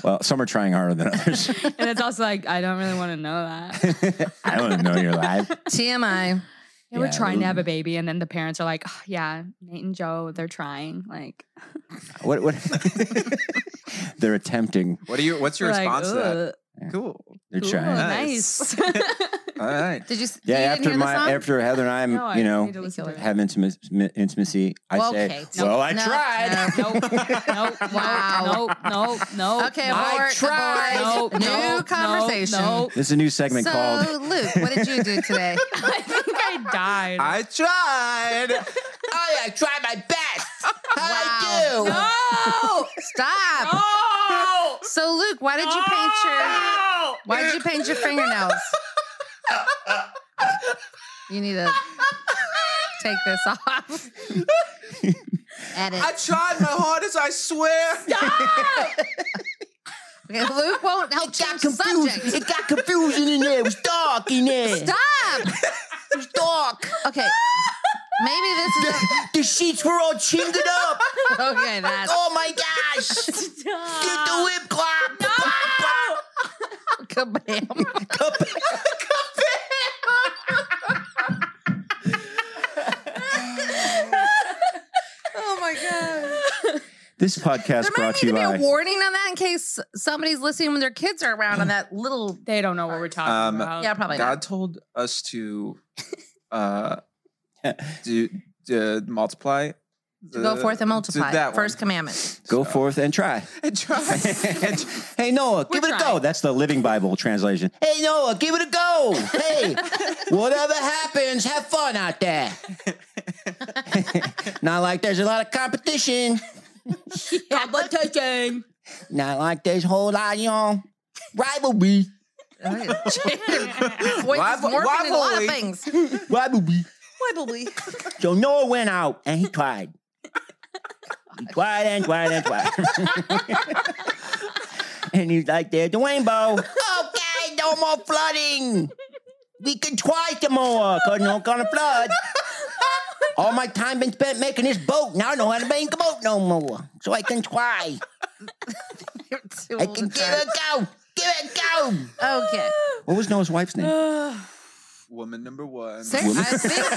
S1: Well, some are trying harder than others.
S4: and it's also like, I don't really want to know that.
S1: I don't know your life.
S6: TMI.
S4: They were
S1: Yeah,
S4: trying to
S1: ooh.
S4: have a baby, and then the parents are like, "Oh, "Yeah, Nate and Joe, they're trying." Like,
S1: What what? they're attempting.
S9: What are you? What's your
S4: Like,
S9: response to that?
S4: ugh.
S9: Cool.
S1: They're
S4: "Ooh,
S1: trying.
S4: nice.
S9: All right.
S6: Did you? s-
S1: Yeah,
S6: you didn't
S1: after
S6: hear the
S1: my
S6: song?
S1: after Heather and I,
S6: No, I
S1: you
S6: need to listen to
S1: know,
S6: it.
S1: have intimacy, intimacy I
S6: Well,
S1: say,
S6: okay.
S1: well,
S6: Nope.
S1: I
S6: No,
S1: tried.
S4: nope, nope, nope, nope, nope.
S6: Okay,
S4: nope,
S6: abort,
S4: tried.
S6: abort.
S4: Nope,
S6: New
S4: nope,
S6: conversation.
S4: nope.
S1: This is a new segment
S6: so,
S1: called.
S6: Luke, what did you do today?
S4: I think I died.
S9: I tried.
S6: Oh,
S8: I uh, try my best.
S6: Wow. No! Stop. So Luke, why did you paint your why did you paint your fingernails? you need to take this off. Edit.
S8: I tried my hardest. I swear.
S6: Okay, Luke won't help change the subject.
S8: It got confusing in there. It was dark in there.
S6: Stop.
S8: It was dark.
S6: Okay. Maybe this is
S8: the, the sheets were all chingered up.
S6: Okay, that's
S8: Oh my gosh! Get the whip clap!
S6: kabam. Oh my god.
S1: This podcast
S6: There
S1: brought
S6: might
S1: to you
S6: need to be
S1: by.
S6: a warning on that in case somebody's listening when their kids are around on that little
S4: They don't know what we're talking
S9: Um,
S4: about.
S6: Yeah, probably
S9: God
S6: not.
S9: told us to uh, do, do multiply.
S6: to go forth and multiply.
S9: that one.
S6: First commandment.
S1: Go forth and try.
S9: And try.
S1: Hey Noah, give it a go. That's the Living Bible translation.
S8: Hey Noah, give it a go. Hey, whatever happens, have fun out there.
S1: Not like there's a lot of competition.
S8: Competition. Not like there's whole lot of you know, rivalry.
S6: Boy, this is
S8: Wobble-
S6: morphing in a lot
S8: wobbly.
S6: of things.
S8: Rivalry.
S6: Wobbly.
S8: So Noah went out and he tried. He tried and tried and tried. and he's like, there's the rainbow. Okay, no more flooding. We can try some more, cause no gonna flood. All my time been spent making this boat. Now I don't know how to make a boat no more. So I can try. I can give it a go. Give it a go.
S6: Okay.
S1: What was Noah's wife's name?
S9: Woman number one.
S6: Sir, I think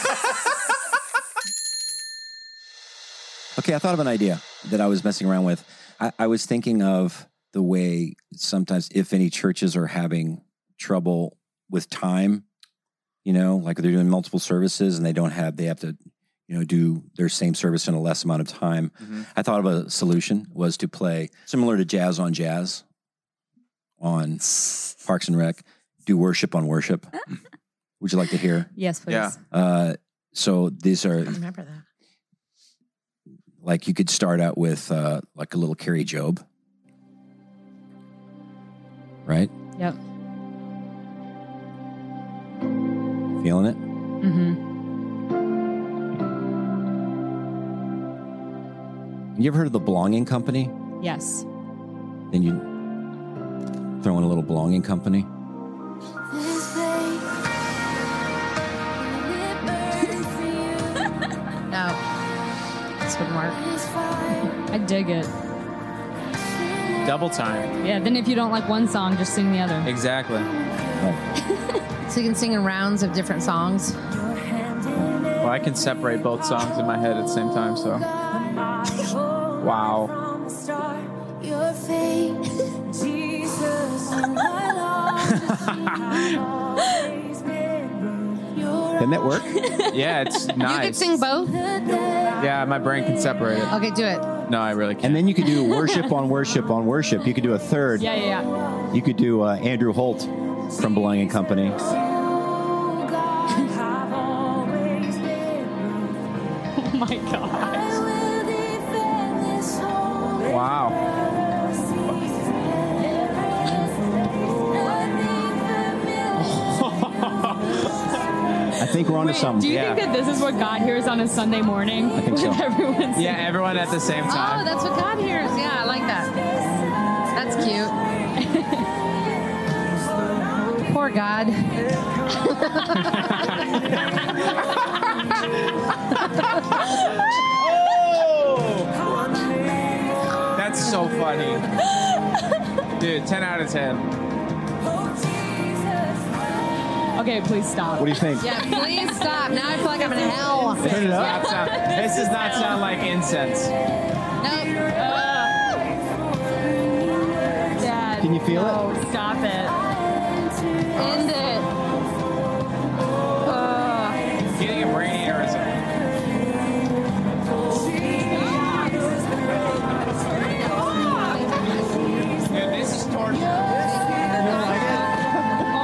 S1: Okay, I thought of an idea that I was messing around with. I, I was thinking of the way sometimes, if any churches are having trouble with time, you know, like they're doing multiple services and they don't have, they have to, you know, do their same service in a less amount of time. I thought of a solution was to play similar to jazz on jazz on Parks and Rec, do worship on worship. Would you like to hear?
S4: Yes, please.
S1: Uh, so these are
S6: remember that.
S1: like you could start out with uh, like a little Carrie Job, right?
S4: Yep.
S1: Feeling it?
S4: Mm-hmm. Mm-hmm.
S1: You ever heard of the Belonging Company?
S4: Yes.
S1: Then you throw in a little Belonging Company.
S6: No. This wouldn't work.
S4: I dig it.
S19: Double time.
S4: Yeah. Then if you don't like one song, just sing the other.
S19: Exactly.
S6: So you can sing in rounds of different songs.
S19: Well, I can separate both songs in my head at the same time, so. Wow.
S1: Didn't that work?
S19: Yeah, it's nice.
S6: You could sing both.
S19: Yeah, my brain can separate it.
S6: Okay, do it.
S19: No, I really can't.
S1: And then you could do worship on worship on worship. You could do a third.
S4: Yeah, yeah, yeah.
S1: You could do uh, Andrew Holt from Belonging Company.
S4: my God.
S5: Wow. Oh!
S15: I think we're onto something.
S4: Do you think that this is what God hears on a Sunday morning? I
S15: think so.
S4: Everyone's
S5: Yeah, everyone at the same
S6: Oh,
S5: time.
S6: that's what God hears. Yeah, I like that. That's cute. Poor God.
S5: That's so funny. Dude, 10 out of 10.
S4: Okay, please stop.
S5: What do you think?
S6: yeah, please stop. Now I feel like I'm in hell.
S5: Turn it up. Stop, stop. This does not sound like incense.
S6: Nope.
S4: Dad.
S5: Can you feel
S4: no,
S6: Oh,
S4: it? Stop it. End it. Ugh.
S5: Getting a brain aneurysm. Dude, this is torture.
S4: Oh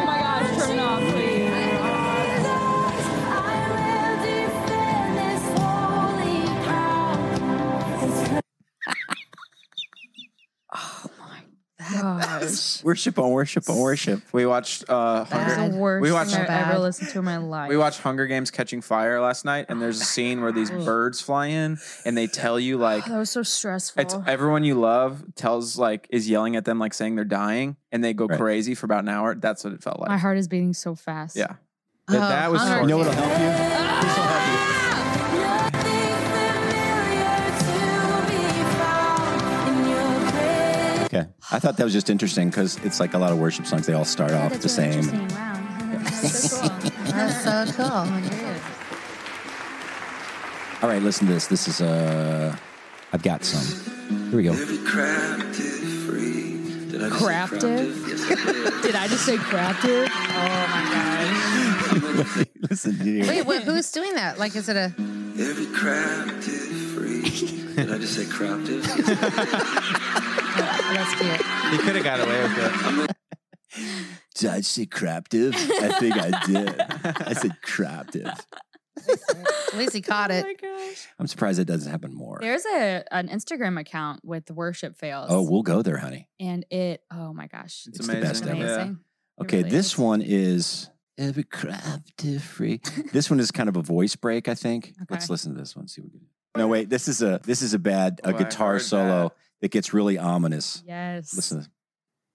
S4: my gosh, turn it off, please.
S20: worship on worship on worship.
S9: We watched. Uh,
S6: That's
S9: Hunger-
S6: the worst
S9: we watched,
S6: thing I've ever listened to in my life.
S9: We watched Hunger Games Catching Fire last night, and there's a scene where these
S6: Ugh.
S9: birds fly in, and they tell you like
S6: Oh,
S4: Oh,
S6: that was so stressful.
S9: it's everyone you love tells like is yelling at them like saying they're dying, and they go crazy for about an hour. That's what it felt like.
S4: My heart is beating so fast.
S9: Yeah, That- that
S6: Oh,
S9: was.
S4: Hunger
S9: torture.
S4: Games. You know what'll help
S9: you?
S1: Okay. I thought that was just interesting because it's like a lot of worship songs. They all start off the same.
S6: That's so cool.
S1: All right, listen to this. This is uh, I've got some. Here we go.
S4: Craftive? Did I just say craftive? Oh my gosh.
S1: listen to you.
S6: Wait, what, who's doing that? Like, is it a?
S8: Every crab is free. Did I just say crab did?
S6: That's cute.
S9: He could have got away with it.
S1: Did I say craptive? I think I did. I said craptive.
S6: At least he caught it.
S1: I'm surprised it doesn't happen more.
S4: Oh There's a an Instagram account with worship fails.
S1: Oh, we'll go there, honey.
S4: and it oh my gosh.
S1: It's, the best ever.
S4: Amazing.
S1: Okay, this one is every craptive free. this one is kind of a voice break, I think. Let's listen to this one. See what we can. No, wait. This is a this is a bad a
S4: Oh, I
S1: guitar
S4: heard
S1: solo that. gets really ominous.
S4: Yes.
S1: Listen. To this.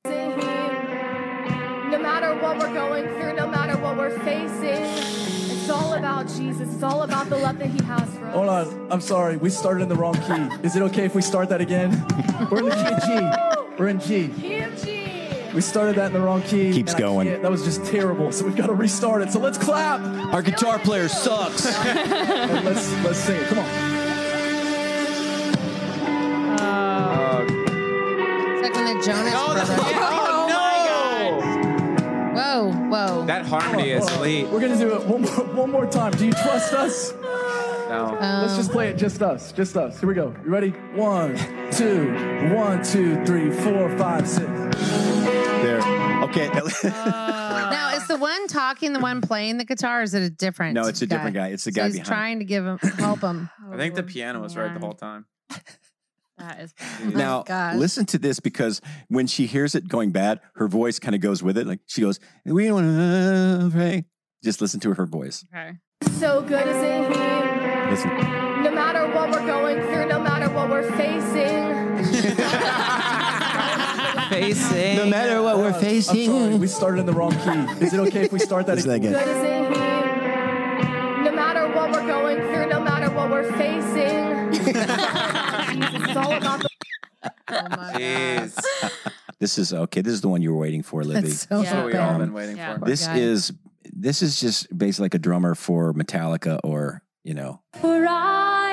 S21: No matter what we're going through, no matter what we're facing, it's all about Jesus. It's all about the love that He has for us.
S22: Hold on. I'm sorry. We started in the wrong key. Is it okay if we start that again? We're in the key of G. We're in G. We started that in the wrong key.
S1: Keeps
S22: and I
S1: going.
S22: can't- That was just terrible. So we've got to restart it. So let's clap. Our guitar player sucks. let's let's sing it. Come on.
S6: It's like when the Jonas
S22: No, that's-
S6: Brothers.
S5: Oh,
S6: Whoa, whoa.
S5: That harmony
S22: Hold
S5: is
S22: on, hold on.
S5: elite.
S22: We're gonna do it one more one more time. Do you trust us?
S5: No.
S22: Let's just play it, just us, just us. Here we go. You ready? One, two, one, two, three, four, five, six.
S1: There. Okay.
S6: Now, is the one talking the one playing the guitar? Or is it a different?
S1: No, it's a different guy. It's the
S6: So
S1: guy
S6: he's
S1: behind.
S6: trying to give him help him.
S9: I think the piano was right the whole time.
S4: That is
S6: Oh
S9: Oh,
S1: now listen to this because when she hears it going bad, her voice kind of goes with it. Like she goes, "We want to pray." Just listen to her voice.
S4: Okay.
S21: So good is in Him.
S1: Listen.
S21: No matter what we're going through, no matter what we're facing.
S22: Facing. No matter what we're facing. We started in the wrong key. Is it okay if we start that again?
S21: Good is in Him. No matter what we're going through, no matter what we're facing. Jesus, it's all about the
S9: Jeez.
S1: This is okay. This is the one you were waiting for, Libby.
S9: That's so That's what we all bad. been waiting Yeah. for.
S1: This
S9: Yeah.
S1: is this is just basically like a drummer for Metallica or you know
S4: For I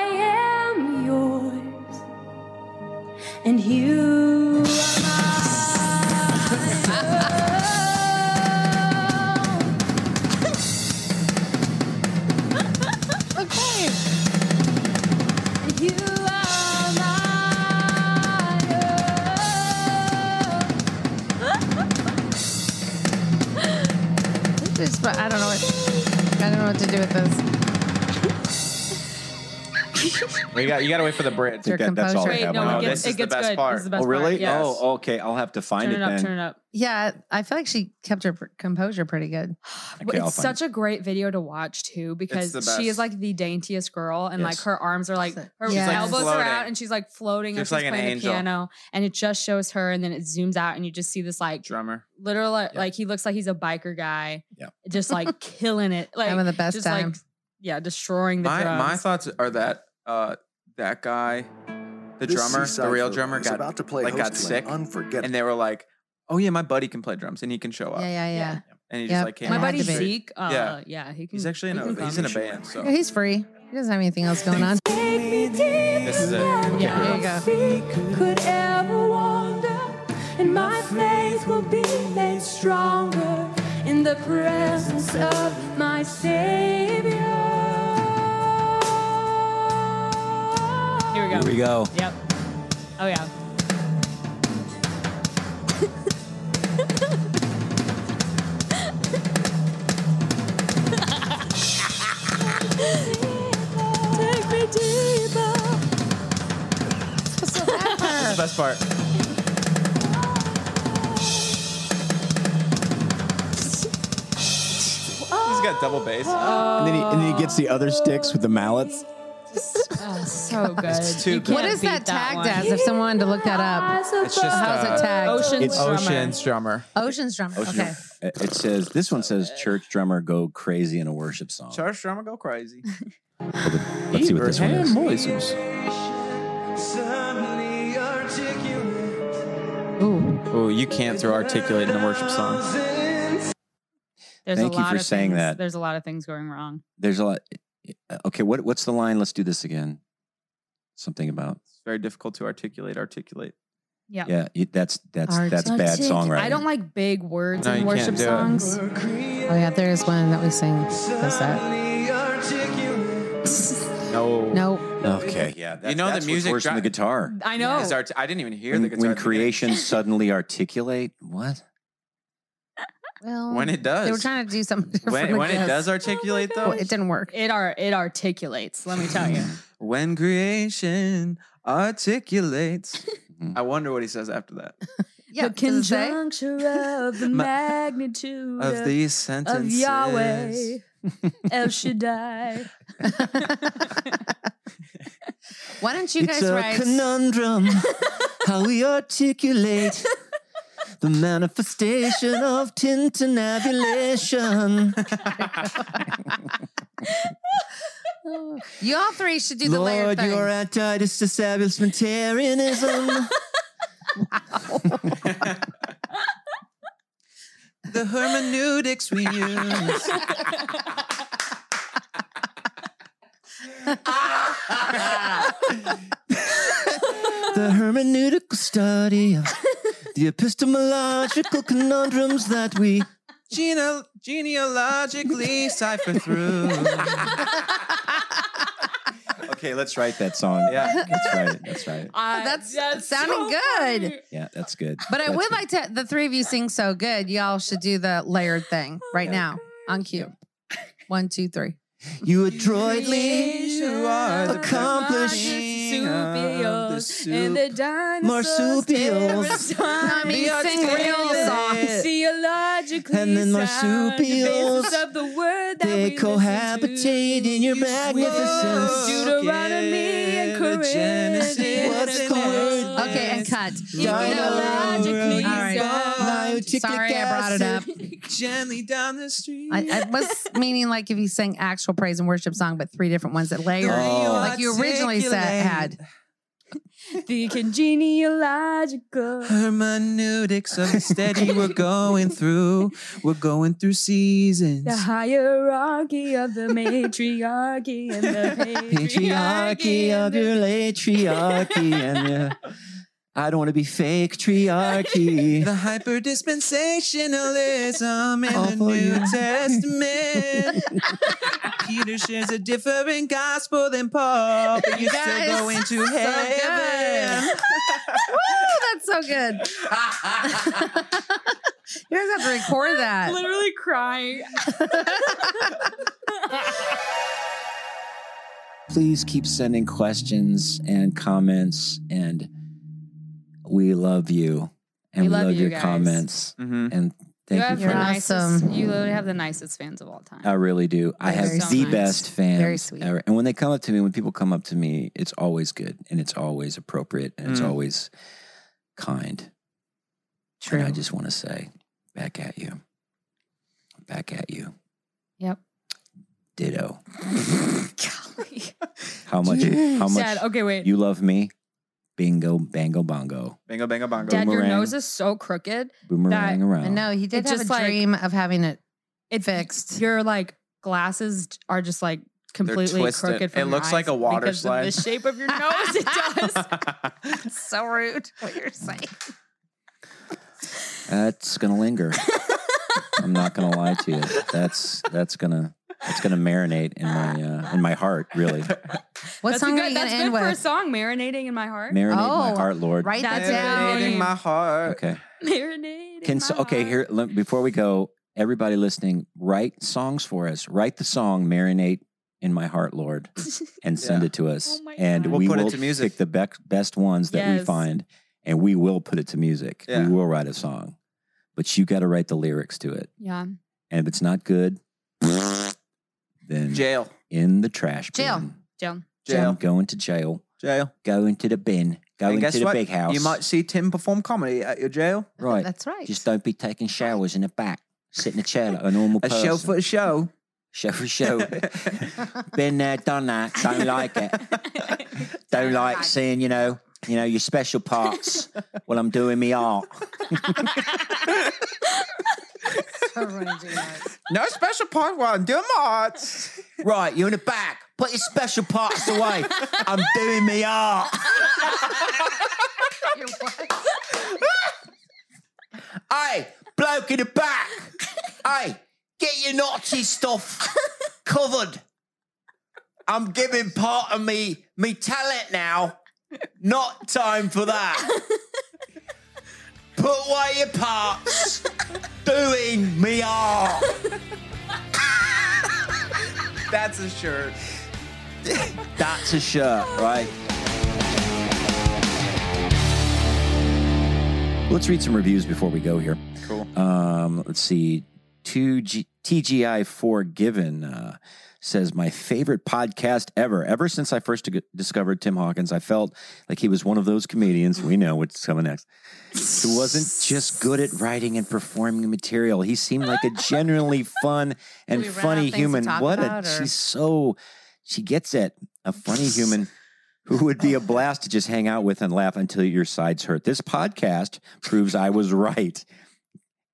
S4: am yours, and you
S6: okay.
S4: You are
S6: This is- I don't know what I don't know what to do with this.
S19: We got you got to wait for the bridge.
S1: They're That- that's all they composure. have
S19: No,
S1: on
S19: it
S1: it.
S19: gets-
S1: This
S19: it
S1: is the
S19: gets
S1: best
S19: good.
S1: part.
S19: This is the best
S1: Oh, really?
S19: part, yes.
S1: Oh, okay. I'll have to find it, then.
S4: up.
S6: Yeah, I feel like she kept her composure pretty good.
S1: Okay, I'll
S4: it's
S1: find
S4: such a great video to watch too because
S6: the
S4: she
S6: best.
S4: is like the daintiest girl and like
S6: Yes.
S4: her arms are like her
S6: She's, like,
S4: elbows are out
S6: floating.
S4: and she's like floating
S6: Just
S4: or she's
S6: like an
S4: playing
S6: angel.
S4: the piano and it just shows her and then it zooms out and you just see this like
S19: drummer
S4: literal like, like, he looks like he's a biker guy
S1: yeah
S4: just like killing it like
S6: Having the best
S4: just, like,
S6: time.
S4: yeah destroying the
S9: my
S4: drums
S9: my thoughts are that uh, that guy, the
S22: This
S9: drummer, the
S22: seaside
S9: real
S22: group
S9: drummer,
S22: is
S9: got
S22: about to play
S9: like got
S22: host to
S9: sick,
S22: an unforgettable-
S9: and they were like, "Oh yeah, my buddy can play drums and he can show up."
S6: Yeah, yeah, yeah.
S9: And he
S6: Yep.
S9: just like came.
S6: My
S9: out
S6: buddy
S9: the street.
S4: Zeke, uh,
S9: yeah,
S4: yeah, he
S9: he's
S4: can-
S9: actually in
S4: he
S9: a
S4: can
S9: he's in a band. So
S6: Yeah, he's free. He doesn't have anything else going on.
S9: this is it. Okay.
S6: Yeah, there you go.
S5: could ever wander, and my faith will be made stronger in the presence of my Savior.
S4: here we
S1: Here
S4: go
S1: we go.
S4: yep oh yeah
S5: Take me deeper.
S19: That's the best part.
S9: He's got double bass.
S3: And then, he, and then he gets the other sticks with the mallets.
S4: oh, so good
S9: It's too
S4: You
S9: good.
S6: What
S4: can't
S6: is that
S4: beat that
S6: tagged
S4: one.
S6: as? If someone wanted to look that up,
S9: It's just
S6: how's
S9: uh,
S6: it tagged?
S19: it's Ocean's drummer.
S6: Ocean's drummer. okay.
S1: It it says this one says church drummer go crazy in a worship song.
S9: Charge drummer go crazy.
S1: Let's see what this one is.
S19: Abraham Moises.
S9: Oh, you can't throw articulate in a worship song.
S4: there's
S1: Thank you
S4: a lot
S1: for
S4: of
S1: saying
S4: things-
S1: that.
S4: there's a lot of things going wrong
S1: There's a lot. uh, Okay, what what's the line? Let's do this again. Something about
S9: It's very difficult to articulate. Articulate.
S4: yeah
S1: yeah. it- That's that's that's bad songwriting.
S4: I don't like big words
S1: No,
S4: in
S1: you
S4: worship
S1: can't do it.
S4: songs.
S6: Oh yeah, there is one that we sing. What's that?
S9: No.
S6: Nope.
S1: Okay, yeah. That,
S9: you know
S1: that's
S9: the
S1: what's
S9: music
S1: worse than the guitar.
S4: I know.
S9: Is art- I didn't even hear the
S1: When,
S9: guitar.
S1: when
S9: at the beginning.
S1: creation suddenly articulate, what?
S6: Well,
S9: When it does.
S6: they were trying to do something different.
S9: When,
S6: with
S9: when it
S6: this.
S9: does articulate though,
S6: Well, it didn't work.
S4: Oh It are it articulates. Let me tell you.
S9: when creation articulates, I wonder what he says after that.
S6: Yeah,
S4: the conjuncture of the
S9: Ma-
S4: magnitude
S9: of these
S4: of
S9: sentences.
S4: Yahweh El Shaddai.
S6: Why don't you
S5: It's
S6: guys
S5: a
S6: write?
S5: conundrum how we articulate the manifestation of tintinabulation.
S6: you all three should do the
S5: Lord,
S6: layered thing. Uh,
S5: your anti-disestablishmentarianism.
S9: the hermeneutics we use.
S5: the hermeneutical study of the epistemological conundrums that we
S9: Gene- genealogically cipher through.
S1: Okay, let's write that song.
S9: Yeah.
S1: let's write it. Let's write it.
S4: I-
S6: that's, sounding good.
S1: Yeah, that's good.
S6: But I
S1: That's
S6: would
S1: good.
S6: like to. The three of you sing so good. Y'all should do the layered thing right now on cue. One, two, three.
S5: you adroitly accomplish.
S4: Marsupials and the dinosaurs.
S5: Marsupials.
S4: I
S5: We
S4: mean, sing real songs.
S5: articulate.
S4: Theologically,
S5: And then
S4: sound, the
S5: marsupials,
S4: basis of the word that
S5: They
S4: we
S5: cohabitate in your magnificence.
S4: Deuteronomy and Corinthians.
S5: What's the word?
S6: Okay, and cut.
S5: Genealogically
S6: All right.
S5: sound.
S6: Sorry, I brought it up.
S9: Gently down the street.
S6: I, I was meaning like if you sang actual praise and worship song, but three different ones that layered,
S5: Oh.
S6: like you originally said, had.
S4: The congeniological
S9: hermeneutics of the steady we're going through. We're going through seasons.
S4: The hierarchy of the matriarchy and the
S5: Patriarchy of your latriarchy and your. I don't want to be fake triarchy.
S9: The hyper dispensationalism in the
S5: for
S9: New
S5: you.
S9: Testament. Peter shares a different gospel than Paul, but you
S6: That
S9: still go
S6: is
S9: into
S6: so
S9: heaven.
S6: Woo, that's so good. you guys have to record that.
S4: Literally crying.
S1: please keep sending questions and comments, and we love you, and
S4: We
S1: we,
S4: love
S1: love,
S4: you
S1: your
S4: guys.
S1: comments, and thank
S4: you have
S1: you
S4: the
S1: for
S4: nicest. You literally have the nicest fans of all time.
S1: I really do. I
S4: They're
S1: have
S4: so
S1: the
S4: nice.
S1: best fans
S4: Very sweet.
S1: ever. And when they come up to me, when people come up to me, it's always good and it's always appropriate and it's
S18: Mm.
S1: always kind. True. And I just want to say, back at you. Back at you.
S4: Yep.
S1: Ditto. How much how much
S4: Dad, okay, wait.
S1: you love me? Bingo bango bongo.
S9: Bingo, bango, bongo.
S4: Dad, your
S1: Boomerang.
S4: nose is so crooked.
S1: Boomerang
S4: that-
S1: around.
S6: No, he did
S4: It
S6: have
S4: just,
S6: a
S4: like-
S6: dream of having it.
S4: It fixed. Your like glasses are just like completely
S9: twisted.
S4: crooked. From
S9: It
S4: your
S9: looks like
S4: eyes
S9: a water
S4: because
S9: slide.
S4: Of the shape of your nose, it does.
S6: so rude what you're saying.
S1: That's gonna linger. I'm not gonna lie to you. That's that's gonna that's gonna marinate in my uh, in my heart, really.
S6: What
S4: that's a
S6: song
S4: good,
S6: are you
S4: that's
S6: gonna
S4: good
S6: end
S4: for a
S6: with? Oh,
S4: song, marinating in my heart.
S1: Marinate my heart, Lord.
S4: Write that down.
S9: Hitting my heart.
S1: Okay.
S4: Marinating.
S1: Can so, okay here let, before we go, everybody listening, write songs for us. Write the song "Marinate in My Heart, Lord," and send it to us, and
S9: We'll
S1: we
S9: put it
S1: will
S9: to music.
S1: pick the bec- best ones that
S9: Yes.
S1: we find, and we will put it to music.
S9: Yeah.
S1: We will write a song, but you got to write the lyrics to it.
S4: Yeah.
S1: And if it's not good, then
S9: jail
S1: in the trash bin.
S4: Jail. Jail.
S1: I'm going to jail.
S9: Jail.
S1: Go into the bin. Go
S9: And guess
S1: into the
S9: what?
S1: big house.
S9: You might see Tim perform comedy at your jail.
S1: Right.
S6: That's right.
S1: Just don't be taking showers in the back. Sit in a chair like a normal
S9: A
S1: person.
S9: show for a show.
S1: Show for show. Been there, done that. Don't like it. Don't like seeing, you know, you know, your special parts while I'm doing me art.
S9: No special part while I'm doing my arts.
S1: Right, you're in the back. Put your special parts away. I'm doing me art. Hey, bloke in the back. hey, get your Nazi stuff covered. I'm giving part of me me talent now. Not time for that. Put away your parts. Doing me art.
S9: That's a shirt.
S1: That's a shirt, right? Let's read some reviews before we go here.
S9: Cool.
S1: Um, let's see. Two G- TGI Forgiven uh, says, My favorite podcast ever. Ever since I first dig- discovered Tim Hawkins, I felt like he was one of those comedians. We know what's coming next. Who wasn't just good at writing and performing material. He seemed like a genuinely fun and
S6: we run out of
S1: funny
S6: things to
S1: human.
S6: talk
S1: What a.
S6: about, or-
S1: She's so. She gets it. A funny human who would be a blast to just hang out with and laugh until your sides hurt. This podcast proves I was right.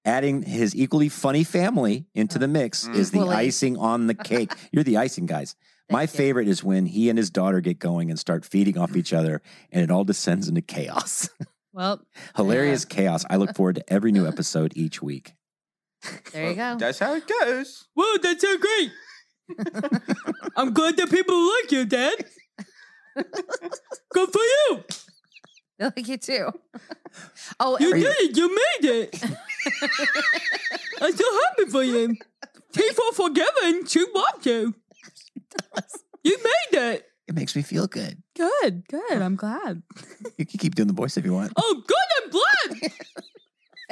S1: Adding his equally funny family into the mix is the
S6: Equally.
S1: icing on the cake. You're the icing guys. My favorite is when he and his daughter get going and start feeding off each other, and it all descends into chaos.
S4: Well,
S1: Hilarious chaos. I look forward to every new episode each week.
S4: there you go.
S9: That's how it goes.
S4: Whoa, that's so great. I'm glad that people like you, Dad. Good for you.
S6: They like you too. Oh,
S4: You
S6: every-
S4: did it. You made it. I'm so happy for you. People forgiven to love you. You made it.
S1: It makes me feel good.
S4: Good, good. I'm glad.
S1: You can keep doing the voice if you want.
S4: Oh, good. I'm glad.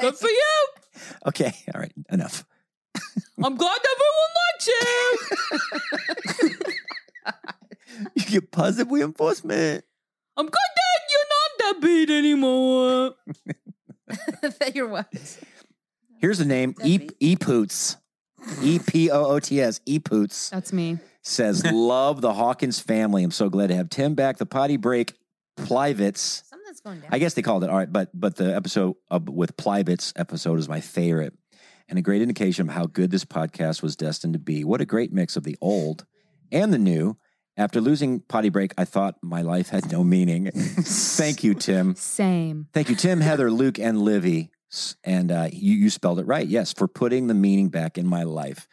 S4: Good for you.
S1: Okay. All right. Enough.
S4: I'm glad everyone likes you.
S1: You get positive reinforcement.
S4: I'm glad that you're not that beat anymore.
S6: that you're what?
S1: Here's the name E E Poots. E P O O T S. E Poots
S4: That's me.
S1: says, Love the Hawkins family. I'm so glad to have Tim back. The potty break Plivates.
S6: Something's going down.
S1: I guess they called it. All right, but but the episode uh, with Plivates episode is my favorite. And a great indication of how good this podcast was destined to be. What a great mix of the old and the new. After losing potty break, I thought my life had no meaning. Thank you, Tim.
S4: Same.
S1: Thank you, Tim, Heather, Luke, and Livy. S- And uh, you, you spelled it right. Yes, for putting the meaning back in my life.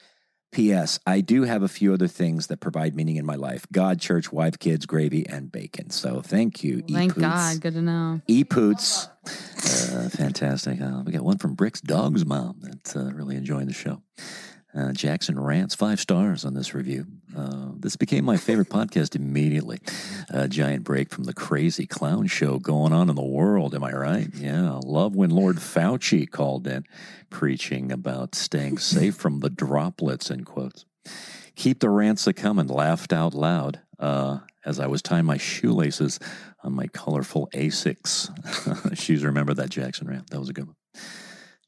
S1: P.S. I do have a few other things that provide meaning in my life God, church, wife, kids, gravy, and bacon. So thank you. E.
S4: Thank
S1: Poots.
S4: God. Good to know.
S1: E. Poots. Uh, fantastic. Uh, we got one from Brick's dog's mom that's uh, really enjoying the show. Uh, Jackson rants five stars on this review. Uh, this became my favorite podcast immediately. A giant break from the crazy clown show going on in the world. Am I right? Yeah. Love when Lord Fauci called in, preaching about staying safe from the droplets. In quotes. Keep the rants a coming. Laughed out loud uh, as I was tying my shoelaces on my colorful Asics shoes. Remember that Jackson rant? That was a good one.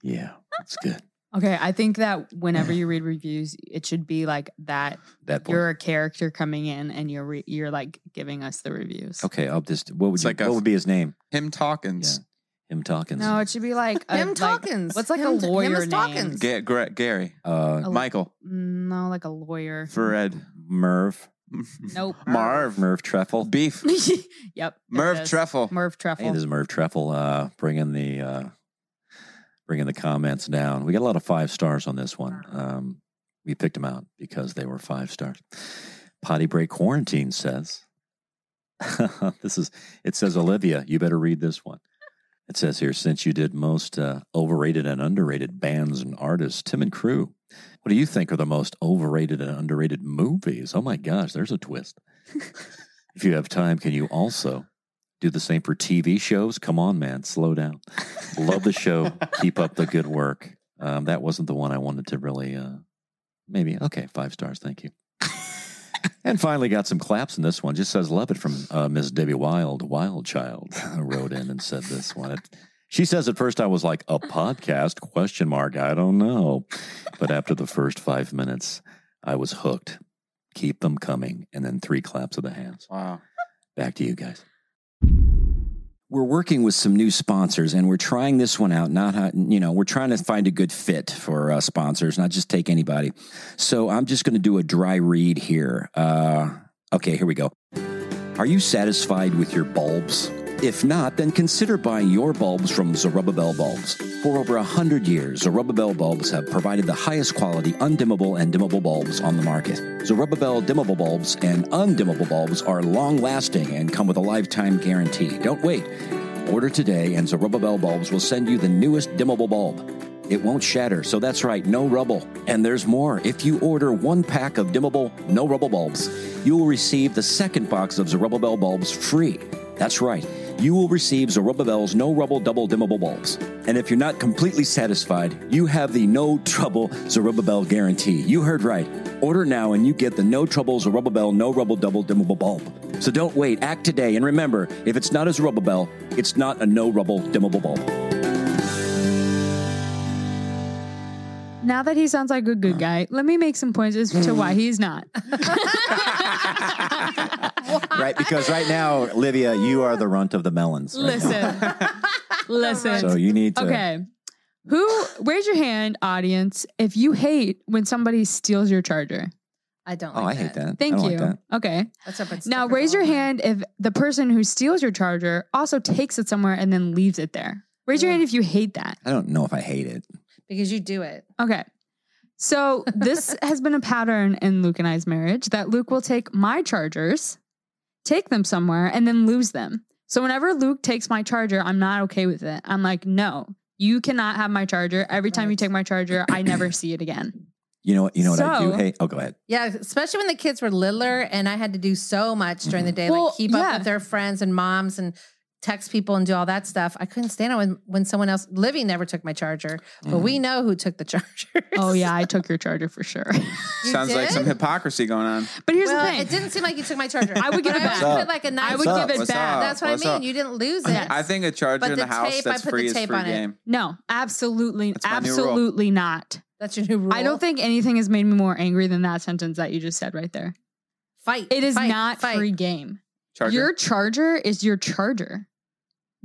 S1: Yeah, that's good.
S4: Okay, I think that whenever you read reviews, it should be like that.
S1: That
S4: you're a character coming in, and you're re- you're like giving us the reviews.
S1: Okay, I'll just what would
S9: It's
S1: you,
S9: like a-
S1: what would be his name?
S9: Him Talkins.
S1: Him Talkins.
S4: No, it should be like a,
S6: Him
S4: like-
S6: Talkins.
S4: what's like
S6: Him- him
S4: a
S6: is
S4: lawyer name?
S6: Talkins.
S9: Ga- Gra- Gary.
S1: Uh,
S4: A-
S9: Michael.
S4: No, like a lawyer.
S9: Fred.
S1: Merv.
S4: Nope.
S9: Marv.
S1: Merv Treffel.
S9: Beef.
S4: yep.
S9: Merv
S4: it is.
S9: Treffel.
S4: Merv
S1: Hey, this
S4: Treffel.
S1: is Merv Treffel. Uh, bringing the uh, bringing the comments down. We got a lot of five stars on this one. Um, we picked them out because they were five stars. Potty break quarantine says. this is it says Olivia. You better read this one. It says here since you did most uh, overrated and underrated bands and artists, Tim and Crew. What do you think are the most overrated and underrated movies? Oh my gosh, there's a twist. if you have time, can you also do the same for TV shows? Come on, man, slow down. Love the show. Keep up the good work. Um, that wasn't the one I wanted to really. Uh, maybe okay, five stars. Thank you. And finally, got some claps in this one. Just says, "Love it" from uh, Miss Debbie Wild. Wild Child wrote in and said this one. It- she says, "At first, I was like a podcast question mark. I don't know, but after the first five minutes, I was hooked. Keep them coming, and then three claps of the hands.
S9: Wow.
S1: Back to you guys." we're working with some new sponsors and we're trying this one out not how- you know we're trying to find a good fit for uh, sponsors not just take anybody so i'm just going to do a dry read here uh, okay here we go are you satisfied with your bulbs? If not, then consider buying your bulbs from Zerubbabel Bulbs. For over 100 years, Zerubbabel Bulbs have provided the highest quality undimmable and dimmable bulbs on the market. Zerubbabel dimmable bulbs and undimmable bulbs are long lasting and come with a lifetime guarantee. Don't wait. Order today, and Zerubbabel Bulbs will send you the newest dimmable bulb. It won't shatter, so that's right, no rubble. And there's more. If you order one pack of dimmable, no rubble bulbs, you will receive the second box of Zerubbabel bulbs free. That's right, you will receive Zerubbabel's no rubble double dimmable bulbs. And if you're not completely satisfied, you have the no trouble Zerubbabel guarantee. You heard right. Order now and you get the no trouble Zerubbabel no rubble double dimmable bulb. So don't wait, act today. And remember, if it's not a Zerubbabel, it's not a no rubble dimmable bulb.
S4: Now that he sounds like a
S1: Uh.
S4: good guy, let me make some points as to why he's not.
S1: Right, because right now, Livia, you are the runt of the melons. right now.
S4: Listen, listen.
S1: So you need to-
S4: Okay. Who? Raise your hand, audience, if you hate when somebody steals your charger.
S6: I don't.
S1: Oh,
S6: like
S1: I hate that.
S4: Thank
S1: I don't
S4: you.
S1: Like
S4: Okay.
S6: That's up. It's
S4: Now raise your hand if the person who steals your charger also takes it somewhere and then leaves it there. Raise
S6: Mm.
S4: your hand if you hate that.
S1: that. I don't know if I hate it.
S6: because you do it.
S4: Okay. So this has been a pattern in Luke and I's marriage that Luke will take my chargers, take them somewhere, and then lose them. So whenever Luke takes my charger, I'm not okay with it. I'm like, no, you cannot have my charger. Every time you take my charger, I never see it again.
S1: You know what? You know what I do
S4: So-
S1: hate? Oh, go ahead.
S6: Yeah, especially when the kids were littler and I had to do so much during the day,
S4: Mm-hmm. Well,
S6: like keep
S4: yeah.
S6: up with their friends and moms and text people and do all that stuff. I couldn't stand it when, when someone else, Livy never took my charger, but
S4: Mm.
S6: we know who took the charger.
S4: Oh yeah, I took your charger for sure.
S9: Sounds like some hypocrisy going on.
S4: But here's
S6: Well,
S4: the thing.
S6: it didn't seem like you took my charger.
S4: I would give
S6: But
S4: it
S6: I
S4: back.
S6: put,
S9: What's up?
S6: like a nice.
S4: I would give it
S9: What's
S4: back.
S9: up?
S6: That's what
S9: What's
S6: I mean.
S9: up?
S6: You didn't lose it.
S9: I think a charger
S6: But
S9: in
S6: the
S9: the house
S6: tape, I
S9: that's
S6: put the
S9: free is
S6: tape
S9: free
S6: on it.
S9: game.
S4: No, absolutely,
S9: my new rule.
S4: absolutely not.
S6: That's your new rule.
S4: I don't think anything has made me more angry than that sentence that you just said right there.
S6: fight.
S4: It is
S6: fight,
S4: not
S6: fight.
S4: free game.
S9: Charger.
S4: Your charger is your charger.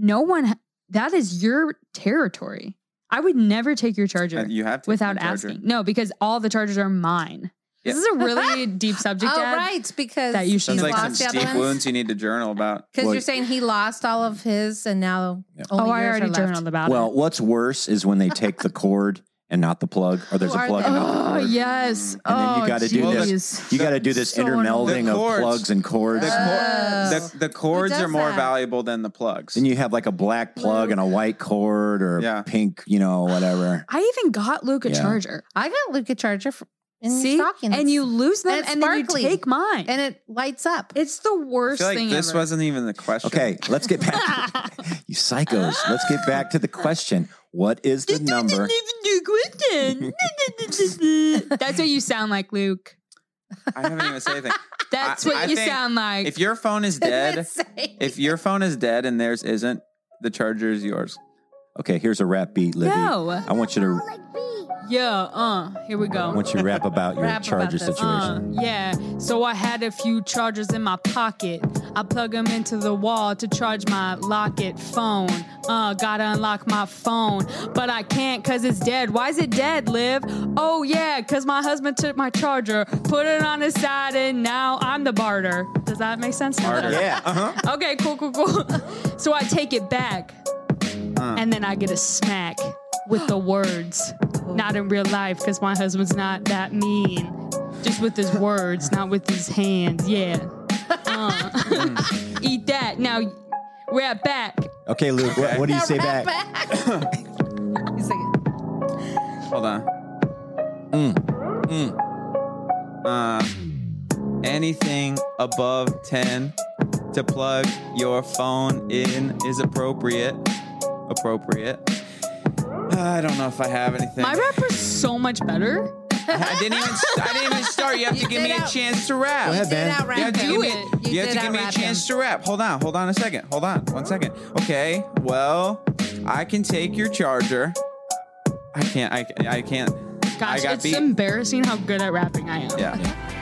S4: No one, that is your territory. I would never take your charger
S9: Uh, you have to
S4: without
S9: your charger.
S4: asking. No, because all the chargers are mine.
S9: Yeah.
S4: This is a really deep subject.
S6: Oh
S4: Dad.
S6: right, because
S4: That you should
S9: Sounds like
S4: You
S9: some
S6: lost the other
S9: deep
S6: ones?
S9: wounds you need to journal about.
S6: Because you're saying he lost all of his and now
S4: Oh,
S6: only
S4: I
S6: yours
S4: already
S6: are left.
S4: journaled about
S1: Well, what's worse is when they take the cord and not the plug, or there's
S4: Who
S1: a
S4: are
S1: plug.
S4: they?
S1: And not the
S4: Oh,
S1: plug.
S4: yes.
S1: And then
S4: oh,
S1: you got to do this.
S4: jeez.
S1: You got to do this
S4: So
S1: intermelding
S4: annoying.
S1: of
S4: The cords.
S1: plugs and cords.
S9: The, cor- the, the cords
S1: does
S9: are more
S1: that?
S9: valuable than the plugs.
S1: Then you have like a black plug and a white cord, or pink, you know, whatever.
S4: I even got Luke a
S1: Yeah.
S4: charger.
S6: I got Luke a charger for, in
S4: See?
S6: stockings.
S4: And you lose them and,
S6: it's
S4: then you
S6: sparkly.
S4: take mine.
S6: And it lights up.
S4: It's the
S9: I
S4: worst
S9: feel like
S4: thing
S9: this
S4: ever.
S9: wasn't even the question.
S1: Okay, let's get back. you psychos, let's get back to the question. What is the number?
S4: That's what you sound like, Luke.
S9: I haven't even said anything.
S4: That's
S9: I-
S4: what
S9: I
S4: you
S9: think
S4: sound like.
S9: If your phone is dead, if your phone is dead and theirs isn't, the charger is yours.
S1: Okay, here's a rap beat, Libby.
S4: No.
S1: I want you to
S4: Yeah, uh, here we go.
S18: Once you rap about your
S4: Rap
S18: charger
S4: about this.
S18: situation.
S4: Uh, yeah, so I had a few chargers in my pocket. I plug them into the wall to charge my locket phone. Uh, gotta unlock my phone, but I can't cause it's dead. Why is it dead, Liv? Oh, yeah, cause my husband took my charger, put it on his side, and now I'm the barter. Does that make sense? now?
S5: Barter. Yeah, uh-huh.
S4: Okay, cool, cool, cool. so I take it back and then I get a smack with the words. Not in real life, because my husband's not that mean. Just with his words, not with his hands. Yeah. Uh. Eat that. Now, rap back.
S1: Okay, Luke, what, what do you say back?
S9: Hold on. Mm, Uh, anything above 10 to plug your phone in is appropriate. Appropriate. I don't know if I have anything.
S4: My rap was so much better.
S9: I didn't even. I didn't even start. You have to give me a chance to rap.
S4: Go ahead, You did man. outrap
S9: You have to
S4: him.
S9: give
S4: Do
S9: me,
S4: it. You
S9: you have
S4: did
S9: to give me a
S4: outrap
S9: chance to rap. Hold on. Hold on a second. Hold on. One second. Okay. Well, I can take your charger. I can't. I, I can't. I
S4: Gosh,
S9: got
S4: it's
S9: beat.
S4: embarrassing how good at rapping I am.
S9: yeah.